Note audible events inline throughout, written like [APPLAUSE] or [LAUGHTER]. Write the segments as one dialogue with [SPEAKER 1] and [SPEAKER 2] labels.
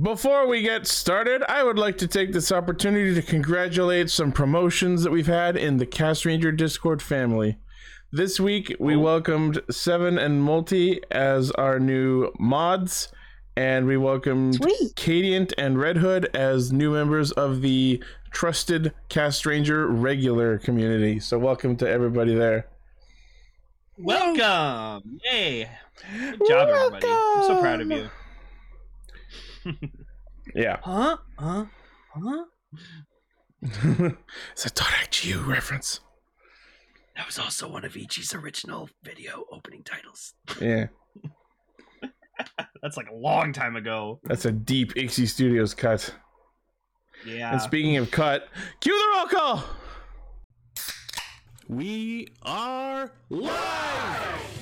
[SPEAKER 1] Before we get started, I would like to take this opportunity to congratulate some promotions that we've had in the Cast Ranger Discord family. This week, we welcomed Seven and Multi as our new mods, and we welcomed
[SPEAKER 2] Sweet.
[SPEAKER 1] Cadient and Red Hood as new members of the trusted Cast Ranger regular community. So, welcome to everybody there.
[SPEAKER 3] Welcome! Yay! Good [LAUGHS] job, everybody. I'm so proud of you.
[SPEAKER 1] Yeah.
[SPEAKER 3] Huh? Huh? Huh?
[SPEAKER 1] it's a direct you reference.
[SPEAKER 4] That was also one of Ichi's original video opening titles.
[SPEAKER 1] Yeah.
[SPEAKER 3] That's like a long time ago.
[SPEAKER 1] That's a deep Ixie Studios cut.
[SPEAKER 3] Yeah.
[SPEAKER 1] And speaking of cut, cue the roll call.
[SPEAKER 5] We are live!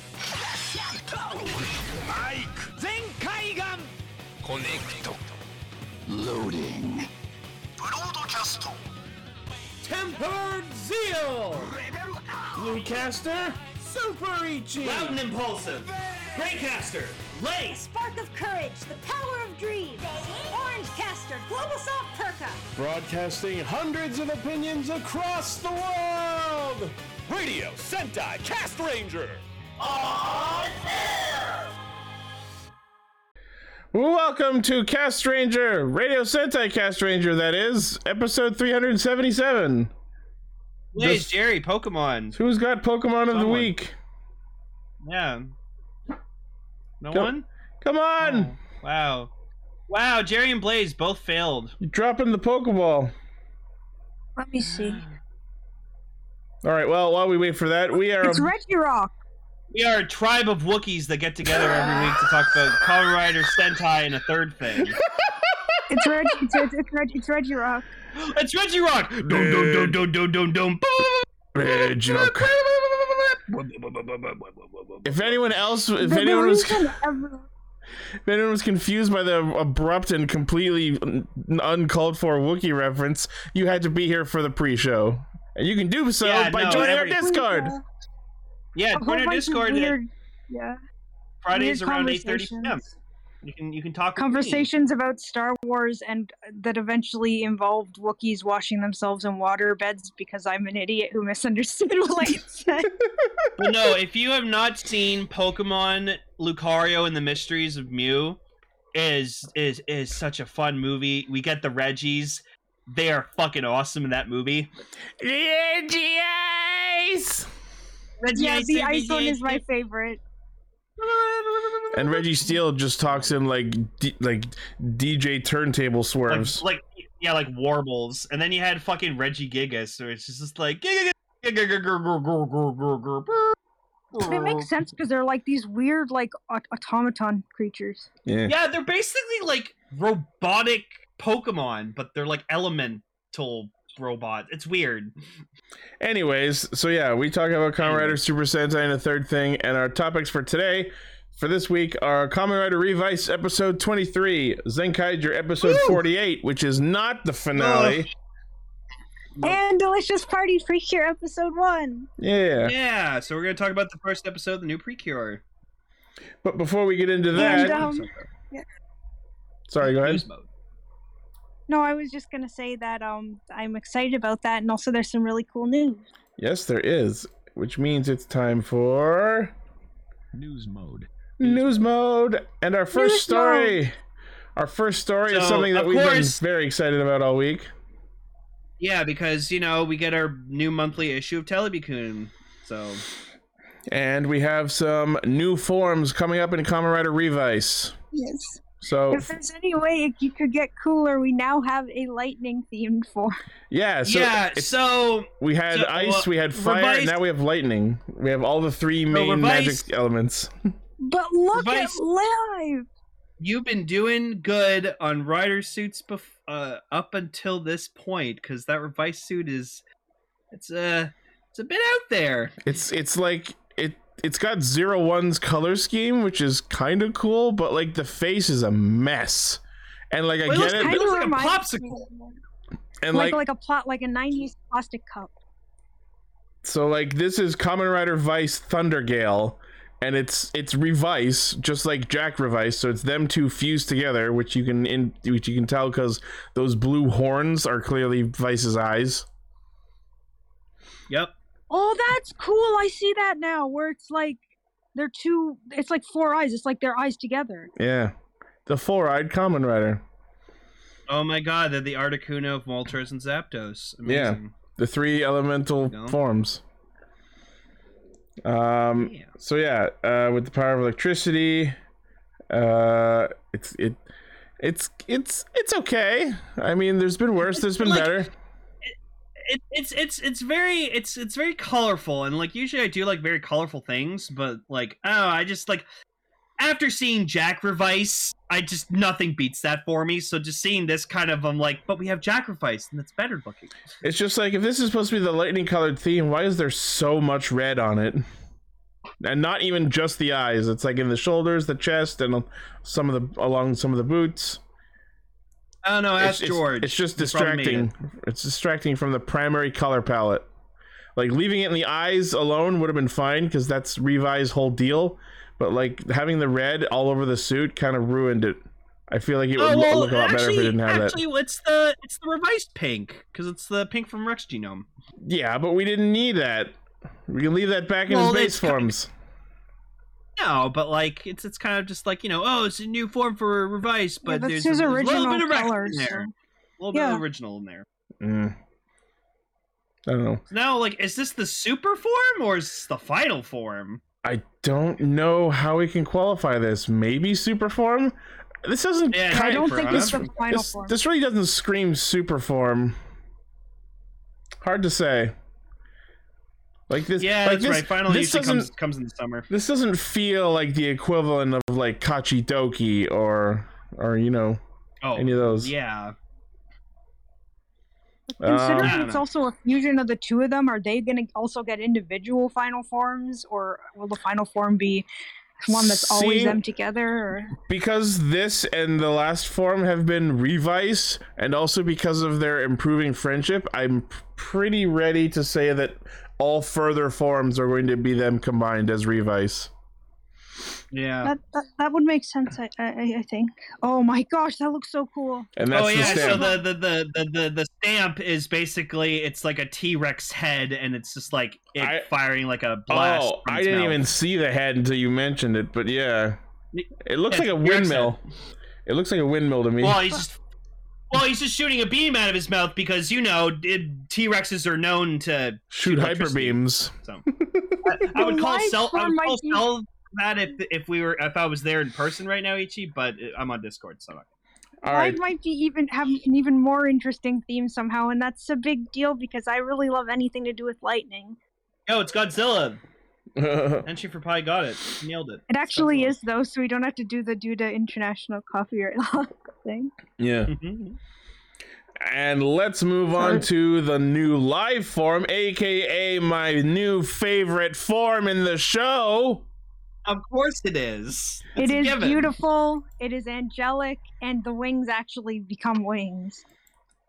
[SPEAKER 6] マイク
[SPEAKER 5] 全海岸
[SPEAKER 6] コネクト
[SPEAKER 7] Loading.
[SPEAKER 6] ブロードキャスト
[SPEAKER 5] Tempered Zeal! Bluecaster? Super Ichi! Loud and Impulsive! Greycaster! Lace!
[SPEAKER 8] Spark of Courage, the Power of Dreams, Orange Caster, Global Soft Perka,
[SPEAKER 5] Broadcasting hundreds of opinions across the world! Radio Sentai Cast Ranger!
[SPEAKER 1] Welcome to Cast Ranger, Radio Sentai Cast Ranger, that is, episode 377.
[SPEAKER 3] Hey,
[SPEAKER 1] this-
[SPEAKER 3] Jerry, Pokemon.
[SPEAKER 1] Who's got Pokemon of the
[SPEAKER 3] Someone.
[SPEAKER 1] week?
[SPEAKER 3] Yeah. No
[SPEAKER 1] Go-
[SPEAKER 3] one?
[SPEAKER 1] Come on!
[SPEAKER 3] Oh, wow. Wow, Jerry and Blaze both failed.
[SPEAKER 1] You're dropping the Pokeball.
[SPEAKER 2] Let me see.
[SPEAKER 1] Um, All right, well, while we wait for that, we are.
[SPEAKER 2] It's Reggie Rock.
[SPEAKER 3] We are a tribe of Wookiees that get together every week to talk
[SPEAKER 4] [LAUGHS]
[SPEAKER 3] about Kamen Rider, Sentai, and a third thing.
[SPEAKER 2] It's Reg. It's, it's, it's, Reg, it's Reggie Rock.
[SPEAKER 3] it's Reggie Rock! Dum dum dum dum dum dum dum.
[SPEAKER 2] [LAUGHS]
[SPEAKER 1] Regirock. If anyone else, if
[SPEAKER 2] The- the
[SPEAKER 1] anyone was,
[SPEAKER 2] reason everyone-
[SPEAKER 1] if anyone was confused by the abrupt and completely un- uncalled for Wookiee reference, you had to be here for the pre-show, and you can do so
[SPEAKER 3] Yeah,
[SPEAKER 1] by
[SPEAKER 3] no,
[SPEAKER 1] joining
[SPEAKER 3] every-
[SPEAKER 1] our Discord.
[SPEAKER 2] Yeah.
[SPEAKER 3] Yeah,
[SPEAKER 2] A whole
[SPEAKER 3] join our
[SPEAKER 2] bunch of
[SPEAKER 3] Discord at
[SPEAKER 2] Weird, yeah.
[SPEAKER 3] Fridays
[SPEAKER 2] weird
[SPEAKER 3] around 8.30 p.m.
[SPEAKER 2] conversations.
[SPEAKER 3] You can, you can talk with me.
[SPEAKER 2] Conversations about Star Wars and that eventually involved Wookiees washing themselves in water beds because I'm an idiot who misunderstood [LAUGHS]
[SPEAKER 3] [LAUGHS]
[SPEAKER 2] what I said.
[SPEAKER 3] But no, if you have not seen Pokemon Lucario and the Mysteries of Mew, is is is such a fun movie. We get the Reggies. They are fucking awesome in that movie.
[SPEAKER 1] Reggies!
[SPEAKER 2] yeah, the ice one is my favorite.
[SPEAKER 1] And Reggie Steele just talks in like D- like DJ turntable
[SPEAKER 3] like,
[SPEAKER 1] swerves.
[SPEAKER 3] like yeah, like warbles. And then you had fucking Reggie Gigas, so it's just like Yeah,
[SPEAKER 2] It makes sense because they're like these weird, like au- automaton creatures.
[SPEAKER 1] yeah.
[SPEAKER 3] they're basically like robotic Pokemon, but they're like elemental robots. It's weird.
[SPEAKER 1] Anyways, so yeah, we talk about Kamen Rider Super Sentai and a third thing, and our topics for today, for this week, are Kamen Rider Revice episode 23, Zenkaiger episode 48, which is not the finale.
[SPEAKER 2] And delicious party freak here, episode one.
[SPEAKER 1] Yeah.
[SPEAKER 3] Yeah, so we're gonna talk about the first episode of the new Precure.
[SPEAKER 1] But before we get into that,
[SPEAKER 2] And, um,
[SPEAKER 1] sorry, go ahead.
[SPEAKER 3] News mode.
[SPEAKER 2] No, I was just gonna say that um I'm excited about that, and also there's some really cool news.
[SPEAKER 1] Yes, there is, which means it's time for
[SPEAKER 5] News mode.
[SPEAKER 1] news mode and our first
[SPEAKER 2] News
[SPEAKER 1] story our first story is
[SPEAKER 3] So,
[SPEAKER 1] something that
[SPEAKER 3] of
[SPEAKER 1] we've
[SPEAKER 3] course-
[SPEAKER 1] been very excited about all week
[SPEAKER 3] Yeah, because you know we get our new monthly issue of Telebicoon. So
[SPEAKER 1] and we have some new forms coming up in Kamen Rider Revice
[SPEAKER 2] Yes.
[SPEAKER 1] so
[SPEAKER 2] If there's any way you could get cooler, we now have a lightning themed form.
[SPEAKER 1] yeah so
[SPEAKER 3] yeah,
[SPEAKER 1] it's-
[SPEAKER 3] so
[SPEAKER 1] we had
[SPEAKER 3] so, uh,
[SPEAKER 1] ice we had fire and
[SPEAKER 3] Revice-
[SPEAKER 1] now we have lightning we have all the three main
[SPEAKER 3] Revice-
[SPEAKER 1] magic elements
[SPEAKER 2] But look
[SPEAKER 3] Vice-
[SPEAKER 2] at live.
[SPEAKER 3] you've been doing good on rider suits bef- uh, up until this point, because that revised suit is it's uh, it's a bit out there.
[SPEAKER 1] it's it's like it it's got zero one's color scheme which is kind of cool but like the face is a mess and like I
[SPEAKER 3] Well,
[SPEAKER 1] get
[SPEAKER 3] it looks
[SPEAKER 1] it,
[SPEAKER 3] kinda-
[SPEAKER 2] Kinda
[SPEAKER 3] looks like a
[SPEAKER 2] reminds me-
[SPEAKER 1] and
[SPEAKER 2] Like
[SPEAKER 1] like,
[SPEAKER 2] like a plot like a '90s plastic cup.
[SPEAKER 1] So like this is Kamen Rider Vice Thunder Gale, and it's it's Revice, just like Jack Revice. So it's them two fused together, which you can in which you can tell because those blue horns are clearly Vice's eyes.
[SPEAKER 3] Yep.
[SPEAKER 2] Oh, that's cool. I see that now. Where it's like they're two. It's like four eyes. It's like their eyes together.
[SPEAKER 1] Yeah, the four-eyed Common Rider,
[SPEAKER 3] Oh my god, they're the Articuno of Moltres and Zapdos. Amazing.
[SPEAKER 1] the three elemental
[SPEAKER 3] No.
[SPEAKER 1] forms. Um.
[SPEAKER 3] Yeah.
[SPEAKER 1] So yeah, uh, with the power of electricity, uh, it's it, it's it's it's okay. I mean, there's been worse. There's been
[SPEAKER 3] Like-
[SPEAKER 1] better.
[SPEAKER 3] It, it's it's it's very it's it's very colorful and like usually I do like very colorful things, but like oh I just like after seeing Jack Revice, I just nothing beats that for me. So just seeing this kind of I'm like, but we have Jack Revice and that's better looking.
[SPEAKER 1] It's just like if this is supposed to be the lightning colored theme, why is there so much red on it? And not even just the eyes. It's like in the shoulders, the chest, and some of the along some of the boots.
[SPEAKER 3] I don't know,
[SPEAKER 1] It's-
[SPEAKER 3] ask
[SPEAKER 1] it's,
[SPEAKER 3] George.
[SPEAKER 1] It's just
[SPEAKER 3] He probably made it.
[SPEAKER 1] distracting. It's distracting from the primary color palette. Like leaving it in the eyes alone would have been fine because that's Revi's whole deal. But like having the red all over the suit kind of ruined it. I feel like it would
[SPEAKER 3] Oh well,
[SPEAKER 1] look a lot better
[SPEAKER 3] actually,
[SPEAKER 1] if we didn't have that.
[SPEAKER 3] actually, it's the it's the revised pink because it's the pink from Rex Genome.
[SPEAKER 1] Yeah, but we didn't need that. We can leave that back in
[SPEAKER 3] Well,
[SPEAKER 1] his base
[SPEAKER 3] it's kind of-
[SPEAKER 1] forms.
[SPEAKER 3] No, but like it's it's kind of just like you know, oh, it's a new form for revised,
[SPEAKER 2] Yeah,
[SPEAKER 3] but
[SPEAKER 2] that's
[SPEAKER 3] there's,
[SPEAKER 2] his
[SPEAKER 3] there's a little
[SPEAKER 2] original
[SPEAKER 3] bit of Rex
[SPEAKER 2] colours,
[SPEAKER 3] in there, a little bit
[SPEAKER 2] yeah.
[SPEAKER 3] of original in there.
[SPEAKER 1] Mm. I don't know.
[SPEAKER 3] So now, like, is this the super form or is this the final form?
[SPEAKER 1] I don't know how we can qualify this. Maybe super form. This doesn't.
[SPEAKER 3] Yeah,
[SPEAKER 1] kind
[SPEAKER 2] I
[SPEAKER 3] Hey,
[SPEAKER 2] don't
[SPEAKER 3] bro,
[SPEAKER 2] think it's the
[SPEAKER 1] that's-
[SPEAKER 2] final
[SPEAKER 1] this,
[SPEAKER 2] form.
[SPEAKER 1] this really doesn't scream super form. Hard to say. Like this.
[SPEAKER 3] Yeah,
[SPEAKER 1] like
[SPEAKER 3] that's
[SPEAKER 1] this,
[SPEAKER 3] right. Final
[SPEAKER 1] this
[SPEAKER 3] usually
[SPEAKER 1] doesn't.
[SPEAKER 3] comes comes in the summer.
[SPEAKER 1] This doesn't feel like the equivalent of like Kachidoki or or you know
[SPEAKER 3] Oh,
[SPEAKER 1] any of those.
[SPEAKER 3] yeah.
[SPEAKER 2] Considering
[SPEAKER 3] Um,
[SPEAKER 2] it's also a fusion of the two of them, are they going to also get individual final forms, or will the final form be one that's always
[SPEAKER 1] Seeing-
[SPEAKER 2] them together? Or...
[SPEAKER 1] because this and the last form have been revice and also because of their improving friendship i'm p- pretty ready to say that all further forms are going to be them combined as revice
[SPEAKER 3] Yeah.
[SPEAKER 2] That, that that would make sense. I, I I think. Oh my gosh, that looks so cool.
[SPEAKER 1] and that's
[SPEAKER 3] oh yeah,
[SPEAKER 1] the stamp
[SPEAKER 3] so the the, the the the the stamp is basically it's like a T Rex head, and it's just like it
[SPEAKER 1] I-
[SPEAKER 3] firing like a blast.
[SPEAKER 1] oh
[SPEAKER 3] from
[SPEAKER 1] i
[SPEAKER 3] its
[SPEAKER 1] didn't
[SPEAKER 3] mouth.
[SPEAKER 1] even see the head until you mentioned it but yeah it looks
[SPEAKER 3] Yeah,
[SPEAKER 1] like a
[SPEAKER 3] you're excellent.
[SPEAKER 1] windmill it looks like a windmill to me
[SPEAKER 3] Well, he's just well, he's just shooting a beam out of his mouth because you know T Rexes are known to.
[SPEAKER 1] shoot hyper
[SPEAKER 3] electricity.
[SPEAKER 1] beams
[SPEAKER 3] So I, I would call
[SPEAKER 2] lights
[SPEAKER 3] self. I
[SPEAKER 2] were
[SPEAKER 3] would
[SPEAKER 2] my
[SPEAKER 3] call
[SPEAKER 2] deep-
[SPEAKER 3] self that if if we were if I was there in person right now, Ichi. But I'm on Discord, so.
[SPEAKER 1] all
[SPEAKER 2] Mine
[SPEAKER 1] right
[SPEAKER 2] might be even have an even more interesting theme somehow, and that's a big deal because I really love anything to do with lightning.
[SPEAKER 3] Yo, it's Godzilla. Entry for Pi got it. Nailed it.
[SPEAKER 2] It actually
[SPEAKER 3] Godzilla.
[SPEAKER 2] is though, so we don't have to do the Duda International [LAUGHS] Copyright Law thing.
[SPEAKER 1] [LAUGHS] yeah
[SPEAKER 3] Mhm.
[SPEAKER 1] And let's move on to the new live form, aka my new favorite form in the show.
[SPEAKER 3] Of course it is. It's
[SPEAKER 2] it
[SPEAKER 3] a
[SPEAKER 2] is
[SPEAKER 3] given.
[SPEAKER 2] beautiful. It is angelic, and the wings actually become wings.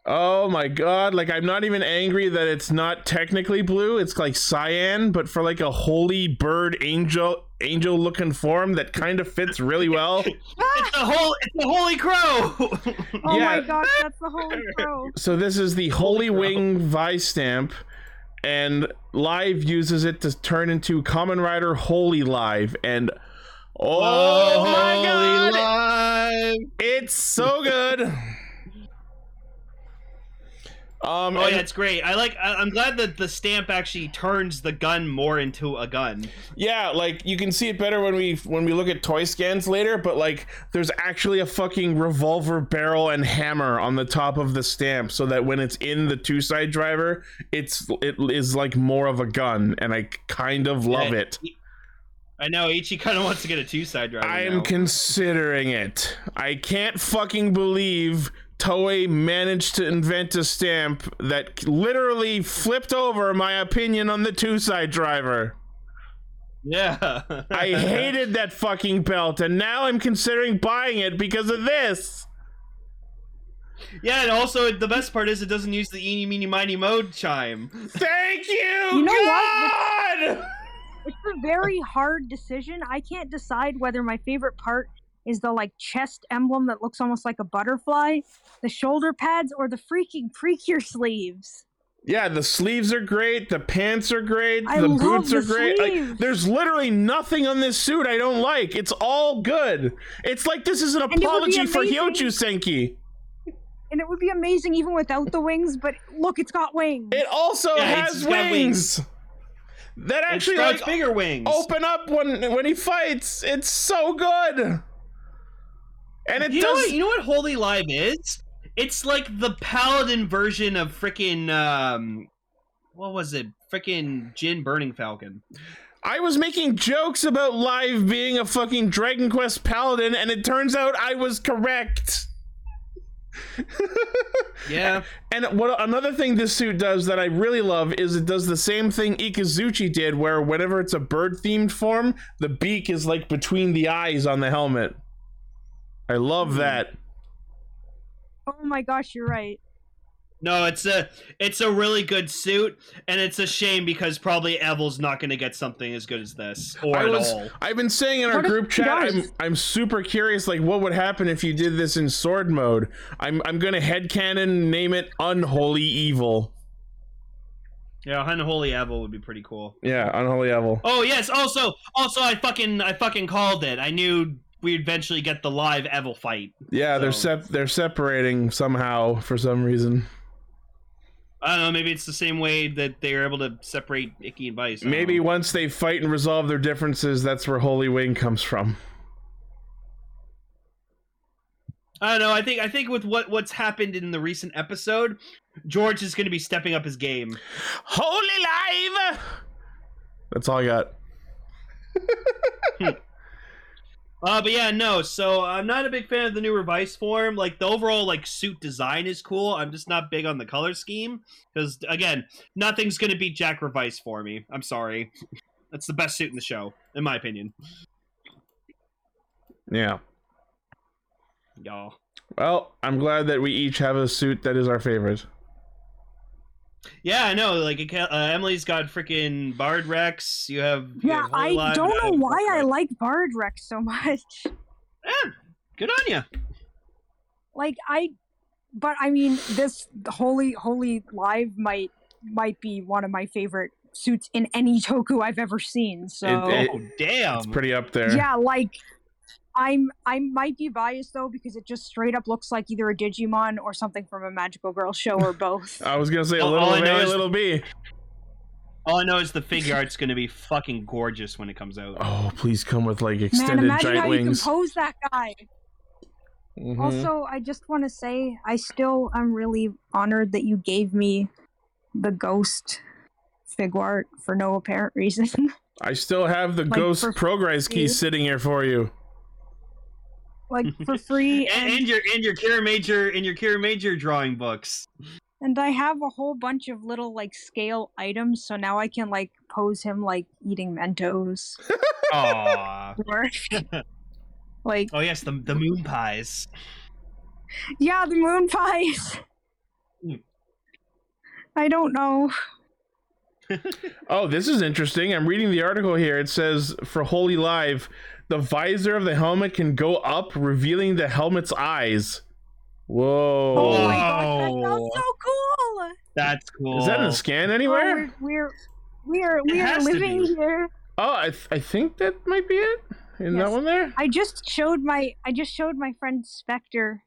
[SPEAKER 1] Oh my god, like I'm not even angry that it's not technically blue. It's like cyan, but for like a holy bird angel angel looking form that kind of fits really well.
[SPEAKER 3] It's the whole. It's the Holy Crow.
[SPEAKER 2] Oh
[SPEAKER 1] Yeah.
[SPEAKER 2] my gosh, that's the holy crow.
[SPEAKER 1] So this is the Holy Wing Vice stamp, and Live uses it to turn into Common Rider Holy Live, and oh my god, it's so good. Um,
[SPEAKER 3] Oh
[SPEAKER 1] and-
[SPEAKER 3] yeah, it's great. I like. I, I'm glad that the stamp actually turns the gun more into a gun.
[SPEAKER 1] Yeah, like you can see it better when we when we look at toy scans later, but like there's actually a fucking revolver barrel and hammer on the top of the stamp so that when it's in the two-side driver, it's it is like more of a gun and I kind of love
[SPEAKER 3] Yeah,
[SPEAKER 1] it.
[SPEAKER 3] I know Ichi kind of wants to get a two side driver.
[SPEAKER 1] I
[SPEAKER 3] now.
[SPEAKER 1] am considering it. I can't fucking believe Toei managed to invent a stamp that literally flipped over my opinion on the two-side driver.
[SPEAKER 3] yeah.
[SPEAKER 1] I hated that fucking belt, and now I'm considering buying it because of this.
[SPEAKER 3] [LAUGHS] Yeah, and also the best part is it doesn't use the eeny meeny miny mode chime.
[SPEAKER 1] Thank you,
[SPEAKER 2] You know what?
[SPEAKER 1] God.
[SPEAKER 2] it's a very hard decision. I can't decide whether my favorite part is the like chest emblem that looks almost like a butterfly, the shoulder pads, or the freaking precure [LAUGHS] sleeves.
[SPEAKER 1] Yeah, the sleeves are great. The pants are great.
[SPEAKER 2] I
[SPEAKER 1] the
[SPEAKER 2] love
[SPEAKER 1] boots
[SPEAKER 2] the
[SPEAKER 1] are great. Like,
[SPEAKER 2] sleeves.
[SPEAKER 1] there's literally nothing on this suit I don't like. It's all good. It's like this is an
[SPEAKER 2] it would be
[SPEAKER 1] apology for Hyoju
[SPEAKER 2] amazing-
[SPEAKER 1] Senki.
[SPEAKER 2] And it would be amazing even without the wings, but look, it's got wings.
[SPEAKER 1] It also
[SPEAKER 3] Yeah, it's
[SPEAKER 1] has
[SPEAKER 3] got
[SPEAKER 1] wings.
[SPEAKER 3] wings.
[SPEAKER 1] That
[SPEAKER 3] It
[SPEAKER 1] actually
[SPEAKER 3] sprouts
[SPEAKER 1] like
[SPEAKER 3] bigger wings.
[SPEAKER 1] open up when when he fights. It's so good. And it
[SPEAKER 3] you know
[SPEAKER 1] does.
[SPEAKER 3] what? You know what Holy Live is? It's like the paladin version of freaking um, what was it? Freaking Jin Burning Falcon.
[SPEAKER 1] I was making jokes about Live being a fucking Dragon Quest paladin, and it turns out I was correct. [LAUGHS]
[SPEAKER 3] Yeah,
[SPEAKER 1] And what another thing this suit does that I really love is it does the same thing Ikazuchi did, where whenever it's a bird themed form, the beak is like between the eyes on the helmet. I love
[SPEAKER 3] Hmm.
[SPEAKER 1] that.
[SPEAKER 2] Oh my gosh, you're right.
[SPEAKER 3] no, it's a it's a really good suit, and it's a shame because probably Evil's not going to get something as good as this or
[SPEAKER 1] I
[SPEAKER 3] at
[SPEAKER 1] was,
[SPEAKER 3] all.
[SPEAKER 1] I've been saying in our
[SPEAKER 2] What if
[SPEAKER 1] group
[SPEAKER 2] he
[SPEAKER 1] chat,
[SPEAKER 2] does?
[SPEAKER 1] I'm, I'm super curious, like what would happen if you did this in sword mode. I'm, I'm gonna headcanon name it Unholy Evil.
[SPEAKER 3] Yeah, Unholy Evil would be pretty cool.
[SPEAKER 1] Yeah, Unholy Evil.
[SPEAKER 3] Oh yes, also also I fucking I fucking called it. I knew we'd eventually get the live Evil fight.
[SPEAKER 1] Yeah, they're
[SPEAKER 3] So-
[SPEAKER 1] sep- they're separating somehow for some reason.
[SPEAKER 3] I don't know, maybe it's the same way that they were able to separate Icky and Vice. I don't
[SPEAKER 1] Maybe
[SPEAKER 3] know.
[SPEAKER 1] once they fight and resolve their differences, that's where Holy Wing comes from.
[SPEAKER 3] I don't know. I think I think with what what's happened in the recent episode, George is going to be stepping up his game.
[SPEAKER 1] Holy Live! That's all I got.
[SPEAKER 3] Uh, but yeah, no. So I'm not a big fan of the new revised form. Like the overall like suit design is cool. I'm just not big on the color scheme because again, nothing's going to beat Jack revised for me. I'm sorry. That's the best suit in the show, in my opinion.
[SPEAKER 1] Yeah.
[SPEAKER 3] Y'all.
[SPEAKER 1] Well, I'm glad that we each have a suit that is our favorite.
[SPEAKER 3] Yeah, I know. Like it ca- uh, Emily's got freaking Bard Rex. You have you
[SPEAKER 2] Yeah,
[SPEAKER 3] have Holy
[SPEAKER 2] I
[SPEAKER 3] Live,
[SPEAKER 2] don't
[SPEAKER 3] and
[SPEAKER 2] know
[SPEAKER 3] have-
[SPEAKER 2] why I like Bard Rex so [LAUGHS] much.
[SPEAKER 3] Yeah, good on you.
[SPEAKER 2] Like I, but I mean, this holy holy live might might be one of my favorite suits in any [LAUGHS] toku I've ever seen. So
[SPEAKER 1] It-
[SPEAKER 3] Oh damn.
[SPEAKER 1] It's pretty up there.
[SPEAKER 2] yeah, like I'm I might be biased though because it just straight up looks like either a Digimon or something from a Magical Girl show
[SPEAKER 1] [LAUGHS]
[SPEAKER 2] or both.
[SPEAKER 1] I was gonna say a
[SPEAKER 3] All-
[SPEAKER 1] little
[SPEAKER 3] all I
[SPEAKER 1] A,
[SPEAKER 3] know
[SPEAKER 1] a
[SPEAKER 3] is-
[SPEAKER 1] little B.
[SPEAKER 3] All I know is
[SPEAKER 1] [LAUGHS]
[SPEAKER 3] the figure art's going to be fucking gorgeous when it comes out.
[SPEAKER 1] Oh, please come with like
[SPEAKER 2] Man,
[SPEAKER 1] extended
[SPEAKER 2] imagine
[SPEAKER 1] giant
[SPEAKER 2] how you
[SPEAKER 1] wings.
[SPEAKER 2] compose that guy.
[SPEAKER 3] Mm-hmm.
[SPEAKER 1] Mhm.
[SPEAKER 2] Also, I just want to say I still am really honored that you gave me the ghost figuart for no apparent reason. [LAUGHS]
[SPEAKER 1] I still have the
[SPEAKER 2] Like,
[SPEAKER 1] ghost
[SPEAKER 2] for
[SPEAKER 1] progress key
[SPEAKER 2] free.
[SPEAKER 1] sitting here for you.
[SPEAKER 2] like
[SPEAKER 1] [LAUGHS]
[SPEAKER 2] for free
[SPEAKER 3] And,
[SPEAKER 2] and,
[SPEAKER 3] and your and your Kira Major and your Kira Major drawing books.
[SPEAKER 2] and I have a whole bunch of little like scale items so now I can like pose him like eating mentos [LAUGHS]
[SPEAKER 3] Aww.
[SPEAKER 1] [LAUGHS]
[SPEAKER 2] or like
[SPEAKER 3] Oh yes, the the moon pies.
[SPEAKER 2] yeah the moon [LAUGHS] pies
[SPEAKER 3] Mm.
[SPEAKER 2] I don't know
[SPEAKER 1] Oh, this is interesting. I'm reading the article here. It says for Holy Live, the visor of the helmet can go up, revealing the helmet's eyes. Whoa.
[SPEAKER 2] oh, my gosh that sounds
[SPEAKER 3] Oh.
[SPEAKER 2] so cool
[SPEAKER 3] That's cool.
[SPEAKER 1] Is that in a scan anywhere?
[SPEAKER 2] Oh, we're we're we're,
[SPEAKER 3] It
[SPEAKER 2] we are
[SPEAKER 3] has to
[SPEAKER 2] living
[SPEAKER 3] be.
[SPEAKER 2] here
[SPEAKER 1] Oh, I, th- I think that might be it. Isn't that
[SPEAKER 2] Yes.
[SPEAKER 1] one there?
[SPEAKER 2] I just showed my I just showed my friend Spectre,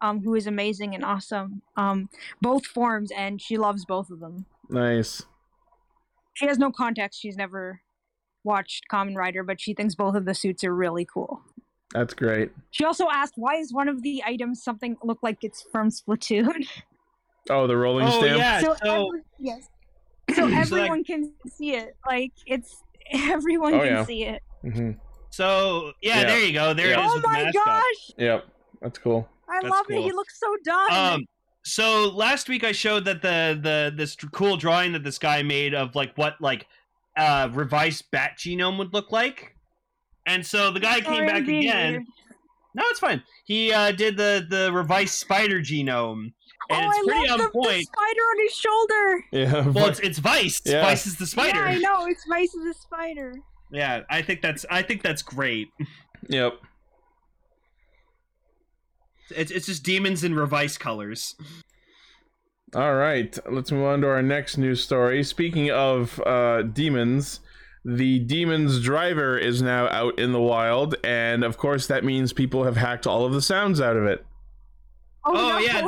[SPEAKER 2] um, who is amazing and awesome, um, both forms, and she loves both of them.
[SPEAKER 1] Nice.
[SPEAKER 2] She has no context; she's never watched Common Rider, but she thinks both of the suits are really cool.
[SPEAKER 1] That's great.
[SPEAKER 2] She also asked, "Why is one of the items something look like it's from Splatoon?"
[SPEAKER 1] Oh, the rolling
[SPEAKER 3] Oh
[SPEAKER 1] stamp.
[SPEAKER 3] yeah. So,
[SPEAKER 2] every- yes,
[SPEAKER 3] [CLEARS THROAT]
[SPEAKER 2] so everyone can see it. Like it's [LAUGHS] everyone
[SPEAKER 1] Oh,
[SPEAKER 2] can
[SPEAKER 1] yeah.
[SPEAKER 2] see it.
[SPEAKER 1] hmm
[SPEAKER 3] so yeah,
[SPEAKER 1] Yeah.
[SPEAKER 3] there you go. There it is.
[SPEAKER 2] Oh
[SPEAKER 3] with the
[SPEAKER 2] my
[SPEAKER 3] mascot.
[SPEAKER 2] gosh,
[SPEAKER 1] Yep. That's cool. [LAUGHS]
[SPEAKER 2] I
[SPEAKER 3] That's
[SPEAKER 2] love it. He
[SPEAKER 3] cool.
[SPEAKER 2] looks so dumb.
[SPEAKER 3] Um, so last week I showed that the the this dr- cool drawing that this guy made of like what like uh revised bat genome would look like, and so the guy
[SPEAKER 2] Sorry,
[SPEAKER 3] came
[SPEAKER 2] I'm
[SPEAKER 3] back
[SPEAKER 2] being
[SPEAKER 3] again.
[SPEAKER 2] weird.
[SPEAKER 3] No, it's fine. He uh, did the the revised spider genome, and
[SPEAKER 2] oh,
[SPEAKER 3] it's
[SPEAKER 2] I
[SPEAKER 3] pretty
[SPEAKER 2] love
[SPEAKER 3] on
[SPEAKER 2] the, the
[SPEAKER 3] point.
[SPEAKER 2] spider on his shoulder.
[SPEAKER 1] Yeah.
[SPEAKER 3] Well, it's, it's Vice.
[SPEAKER 1] Yeah.
[SPEAKER 3] Vice is the spider.
[SPEAKER 2] Yeah, I know. It's Vice is a spider.
[SPEAKER 3] Yeah, I think that's I think that's great.
[SPEAKER 1] yep.
[SPEAKER 3] It's it's just demons in revice colors.
[SPEAKER 1] All right, let's move on to our next news story. Speaking of uh, demons, the demon's driver is now out in the wild, and of course, that means people have hacked all of the sounds out of it.
[SPEAKER 2] Oh,
[SPEAKER 3] Oh,
[SPEAKER 2] no.
[SPEAKER 3] yeah.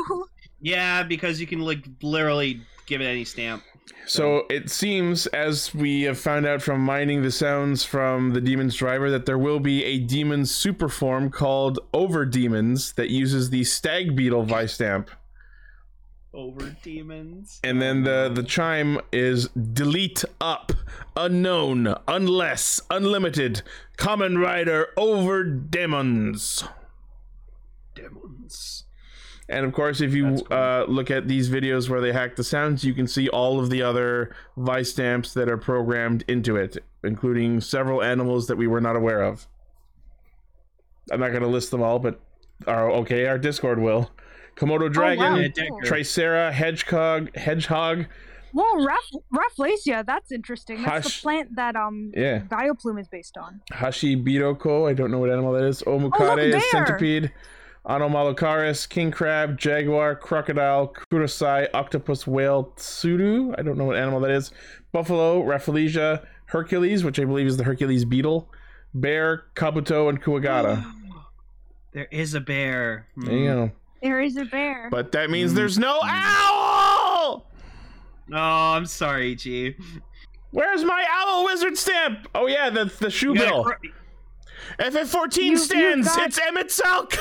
[SPEAKER 3] Yeah, because you can like literally give it any stamp.
[SPEAKER 1] So it seems, as we have found out from mining the sounds from the demon's driver, that there will be a demon super form called Over Demons that uses the stag beetle vice stamp.
[SPEAKER 3] Over demons.
[SPEAKER 1] And then the the chime is delete up, unknown, unless, unlimited, common rider over demons.
[SPEAKER 4] Demons.
[SPEAKER 1] And of course, if you uh, look at these videos where they hack the sounds, you can see all of the other vice stamps that are programmed into it, including several animals that we were not aware of. I'm not going to list them all, but are okay. Our Discord will. Komodo dragon,
[SPEAKER 2] wow.
[SPEAKER 3] Yeah, Decker.
[SPEAKER 1] Tricera, hedgehog, hedgehog.
[SPEAKER 2] [LAUGHS] Well, Raph- Rafflesia, that's interesting. That's
[SPEAKER 1] Hush.
[SPEAKER 2] the plant that um
[SPEAKER 1] Yeah.
[SPEAKER 2] Gaioplume is based on.
[SPEAKER 1] Hashibiroko, I don't know what animal that is.
[SPEAKER 2] Oh, look,
[SPEAKER 1] Omukare,
[SPEAKER 2] bear.
[SPEAKER 1] centipede. Anomalocaris, king crab, jaguar, crocodile, kurosai, octopus, whale, tsuru. I don't know what animal that is. Buffalo, rafflesia, Hercules, which I believe is the Hercules beetle, bear, kabuto, and
[SPEAKER 2] [GASPS]
[SPEAKER 1] kuagata.
[SPEAKER 3] [GASPS] There is a bear. Hmm.
[SPEAKER 1] There you go. Mm.
[SPEAKER 2] There is a bear.
[SPEAKER 1] But that means there's no owl!
[SPEAKER 3] Oh, I'm sorry, G.
[SPEAKER 1] Where's my owl wizard stamp? Oh, yeah, that's the shoe
[SPEAKER 3] You gotta
[SPEAKER 1] bill.
[SPEAKER 3] cr-
[SPEAKER 1] FF14
[SPEAKER 2] You- you
[SPEAKER 1] stands!
[SPEAKER 2] got-
[SPEAKER 1] It's Emmett [LAUGHS] Selk!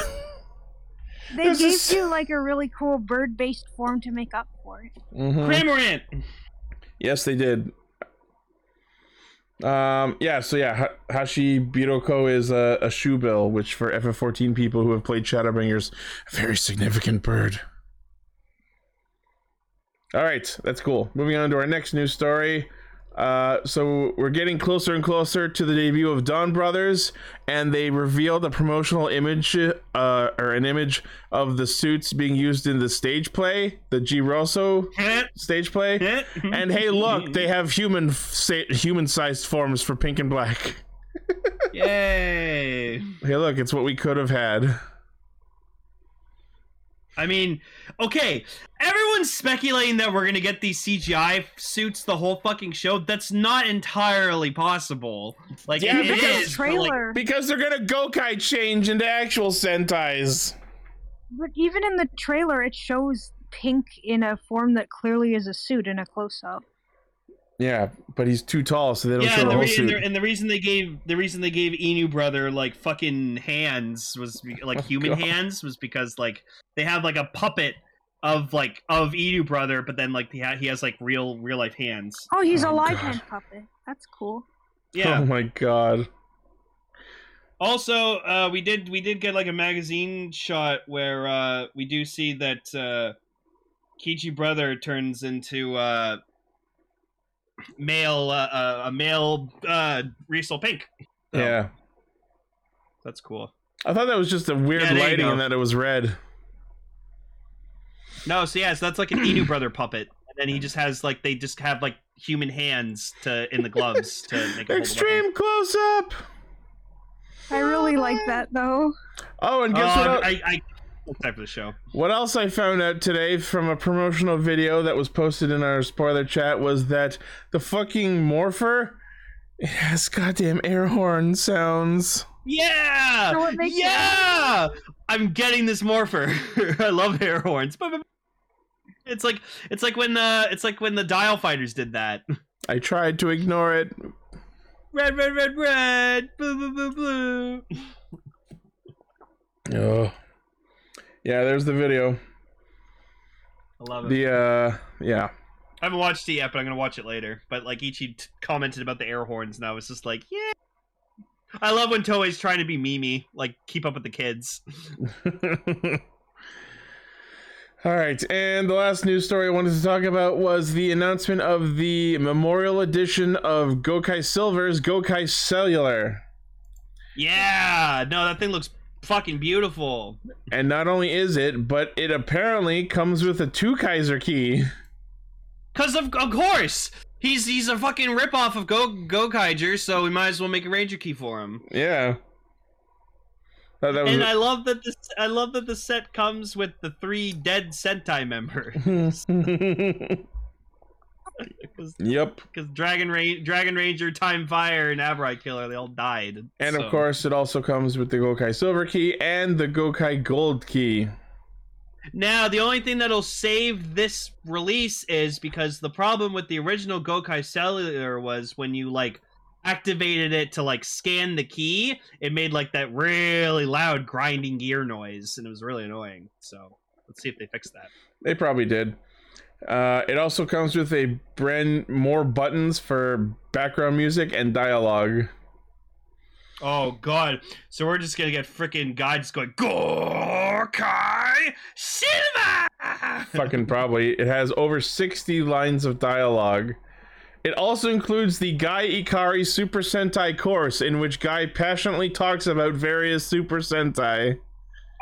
[SPEAKER 2] they
[SPEAKER 1] there's
[SPEAKER 2] gave
[SPEAKER 1] this-
[SPEAKER 2] you like a really cool bird-based form to make up for it.
[SPEAKER 1] Mhm.
[SPEAKER 3] Cramorant.
[SPEAKER 1] Yes, they did. Um, yeah, so yeah, ha- Hashi Biroko is a, a shoe bill, which for FF14 people who have played Shadowbringers, a very significant bird. All right, that's cool. Moving on to our next news story. Uh, so we're getting closer and closer to the debut of Dawn Brothers, and they revealed a promotional image, uh, or an image of the suits being used in the stage play, the G Rosso stage play. And
[SPEAKER 3] [LAUGHS]
[SPEAKER 1] hey, look, they have human f- sa- human-sized forms for pink and black.
[SPEAKER 3] Yay.
[SPEAKER 1] Hey, look, it's what we could have had.
[SPEAKER 3] I mean, okay, everyone's speculating that we're gonna get these CGI suits the whole fucking show. That's not entirely possible. Like
[SPEAKER 1] Yeah,
[SPEAKER 3] it
[SPEAKER 2] Look at the
[SPEAKER 3] is, but, like,
[SPEAKER 2] trailer.
[SPEAKER 1] Because they're gonna Gokai change into actual Sentais.
[SPEAKER 2] But even in the trailer, it shows Pink in a form that clearly is a suit in a close-up.
[SPEAKER 1] Yeah, but he's too tall, so they don't
[SPEAKER 3] yeah,
[SPEAKER 1] show the
[SPEAKER 3] and the,
[SPEAKER 1] whole
[SPEAKER 3] re- and,
[SPEAKER 1] suit.
[SPEAKER 3] the, and the reason they gave the reason they gave Inu brother like fucking hands was be- like
[SPEAKER 1] Oh,
[SPEAKER 3] human
[SPEAKER 1] God.
[SPEAKER 3] hands was because like they have like a puppet of like of Inu brother, but then like he, ha- he has like real real life hands.
[SPEAKER 2] Oh, he's
[SPEAKER 1] Oh,
[SPEAKER 2] a live
[SPEAKER 1] God.
[SPEAKER 2] hand puppet. That's cool.
[SPEAKER 1] Oh
[SPEAKER 3] Yeah.
[SPEAKER 1] my god.
[SPEAKER 3] also, uh, we did we did get like a magazine shot where uh, we do see that uh, Kichi brother turns into uh, male uh, uh, a male uh, Riesel Pink. Oh.
[SPEAKER 1] Yeah.
[SPEAKER 3] That's cool.
[SPEAKER 1] I thought that was just a weird
[SPEAKER 3] Yeah, there you
[SPEAKER 1] lighting
[SPEAKER 3] go.
[SPEAKER 1] and that it was red.
[SPEAKER 3] No, so yeah, so
[SPEAKER 1] [CLEARS THROAT]
[SPEAKER 3] that's like an Inu brother puppet, and then he just has like they just have like human hands to in the gloves to make a hold of weapon.
[SPEAKER 1] Extreme close up.
[SPEAKER 2] I really like that though.
[SPEAKER 1] Oh, and guess
[SPEAKER 3] Oh,
[SPEAKER 1] what? el-
[SPEAKER 3] I, I, I type of the show.
[SPEAKER 1] What else I found out today from a promotional video that was posted in our spoiler chat was that the fucking morpher it has goddamn air horn sounds.
[SPEAKER 3] Yeah,
[SPEAKER 2] So what makes
[SPEAKER 3] Uh,
[SPEAKER 2] it-
[SPEAKER 3] yeah. I'm getting this morpher. [LAUGHS] I love air horns. It's like it's like when the it's like when the dial fighters did that. [LAUGHS]
[SPEAKER 1] I tried to ignore it.
[SPEAKER 3] Red, red, red, red. Blue, blue, blue, blue.
[SPEAKER 1] Oh. Yeah, there's the video.
[SPEAKER 3] I love it.
[SPEAKER 1] The uh yeah. [LAUGHS]
[SPEAKER 3] I haven't watched it yet, but I'm gonna watch it later. But like Ichi t- commented about the air horns, and I was just like, yeah. I love when Toei's trying to be Mimi, like keep up with the kids.
[SPEAKER 1] All right, and the last news story I wanted to talk about was the announcement of the memorial edition of Gokai Silver's Gokai Cellular.
[SPEAKER 3] Yeah, no, that thing looks fucking beautiful.
[SPEAKER 1] And not only is it, but it apparently comes with a two Kaiser key.
[SPEAKER 3] Cause of of course he's he's a fucking ripoff of Go Go Kaiger, so we might as well make a Ranger key for him.
[SPEAKER 1] Yeah. That, that was
[SPEAKER 3] And I love that this I love that the set comes with the three dead Sentai members. Cause,
[SPEAKER 1] [LAUGHS] yep.
[SPEAKER 3] 'cause Dragon Ra- Dragon Ranger, Time Fire, and Abrai Killer, they all died.
[SPEAKER 1] And
[SPEAKER 3] so-
[SPEAKER 1] of course, it also comes with the Gokai Silver Key and the Gokai Gold Key.
[SPEAKER 3] Now, the only thing that'll save this release is because the problem with the original Gokai Cellular was when you like activated it to like scan the key, it made like that really loud grinding gear noise, and it was really annoying. So let's see if they fix that.
[SPEAKER 1] They probably did. Uh, it also comes with a brand more buttons for background music and dialogue.
[SPEAKER 3] Oh god! So we're just gonna get freaking guides going Gokai Silver.
[SPEAKER 1] Fucking probably. It has over 60 lines of dialogue. It also includes the Guy Ikari Super Sentai course, in which Guy passionately talks about various Super Sentai.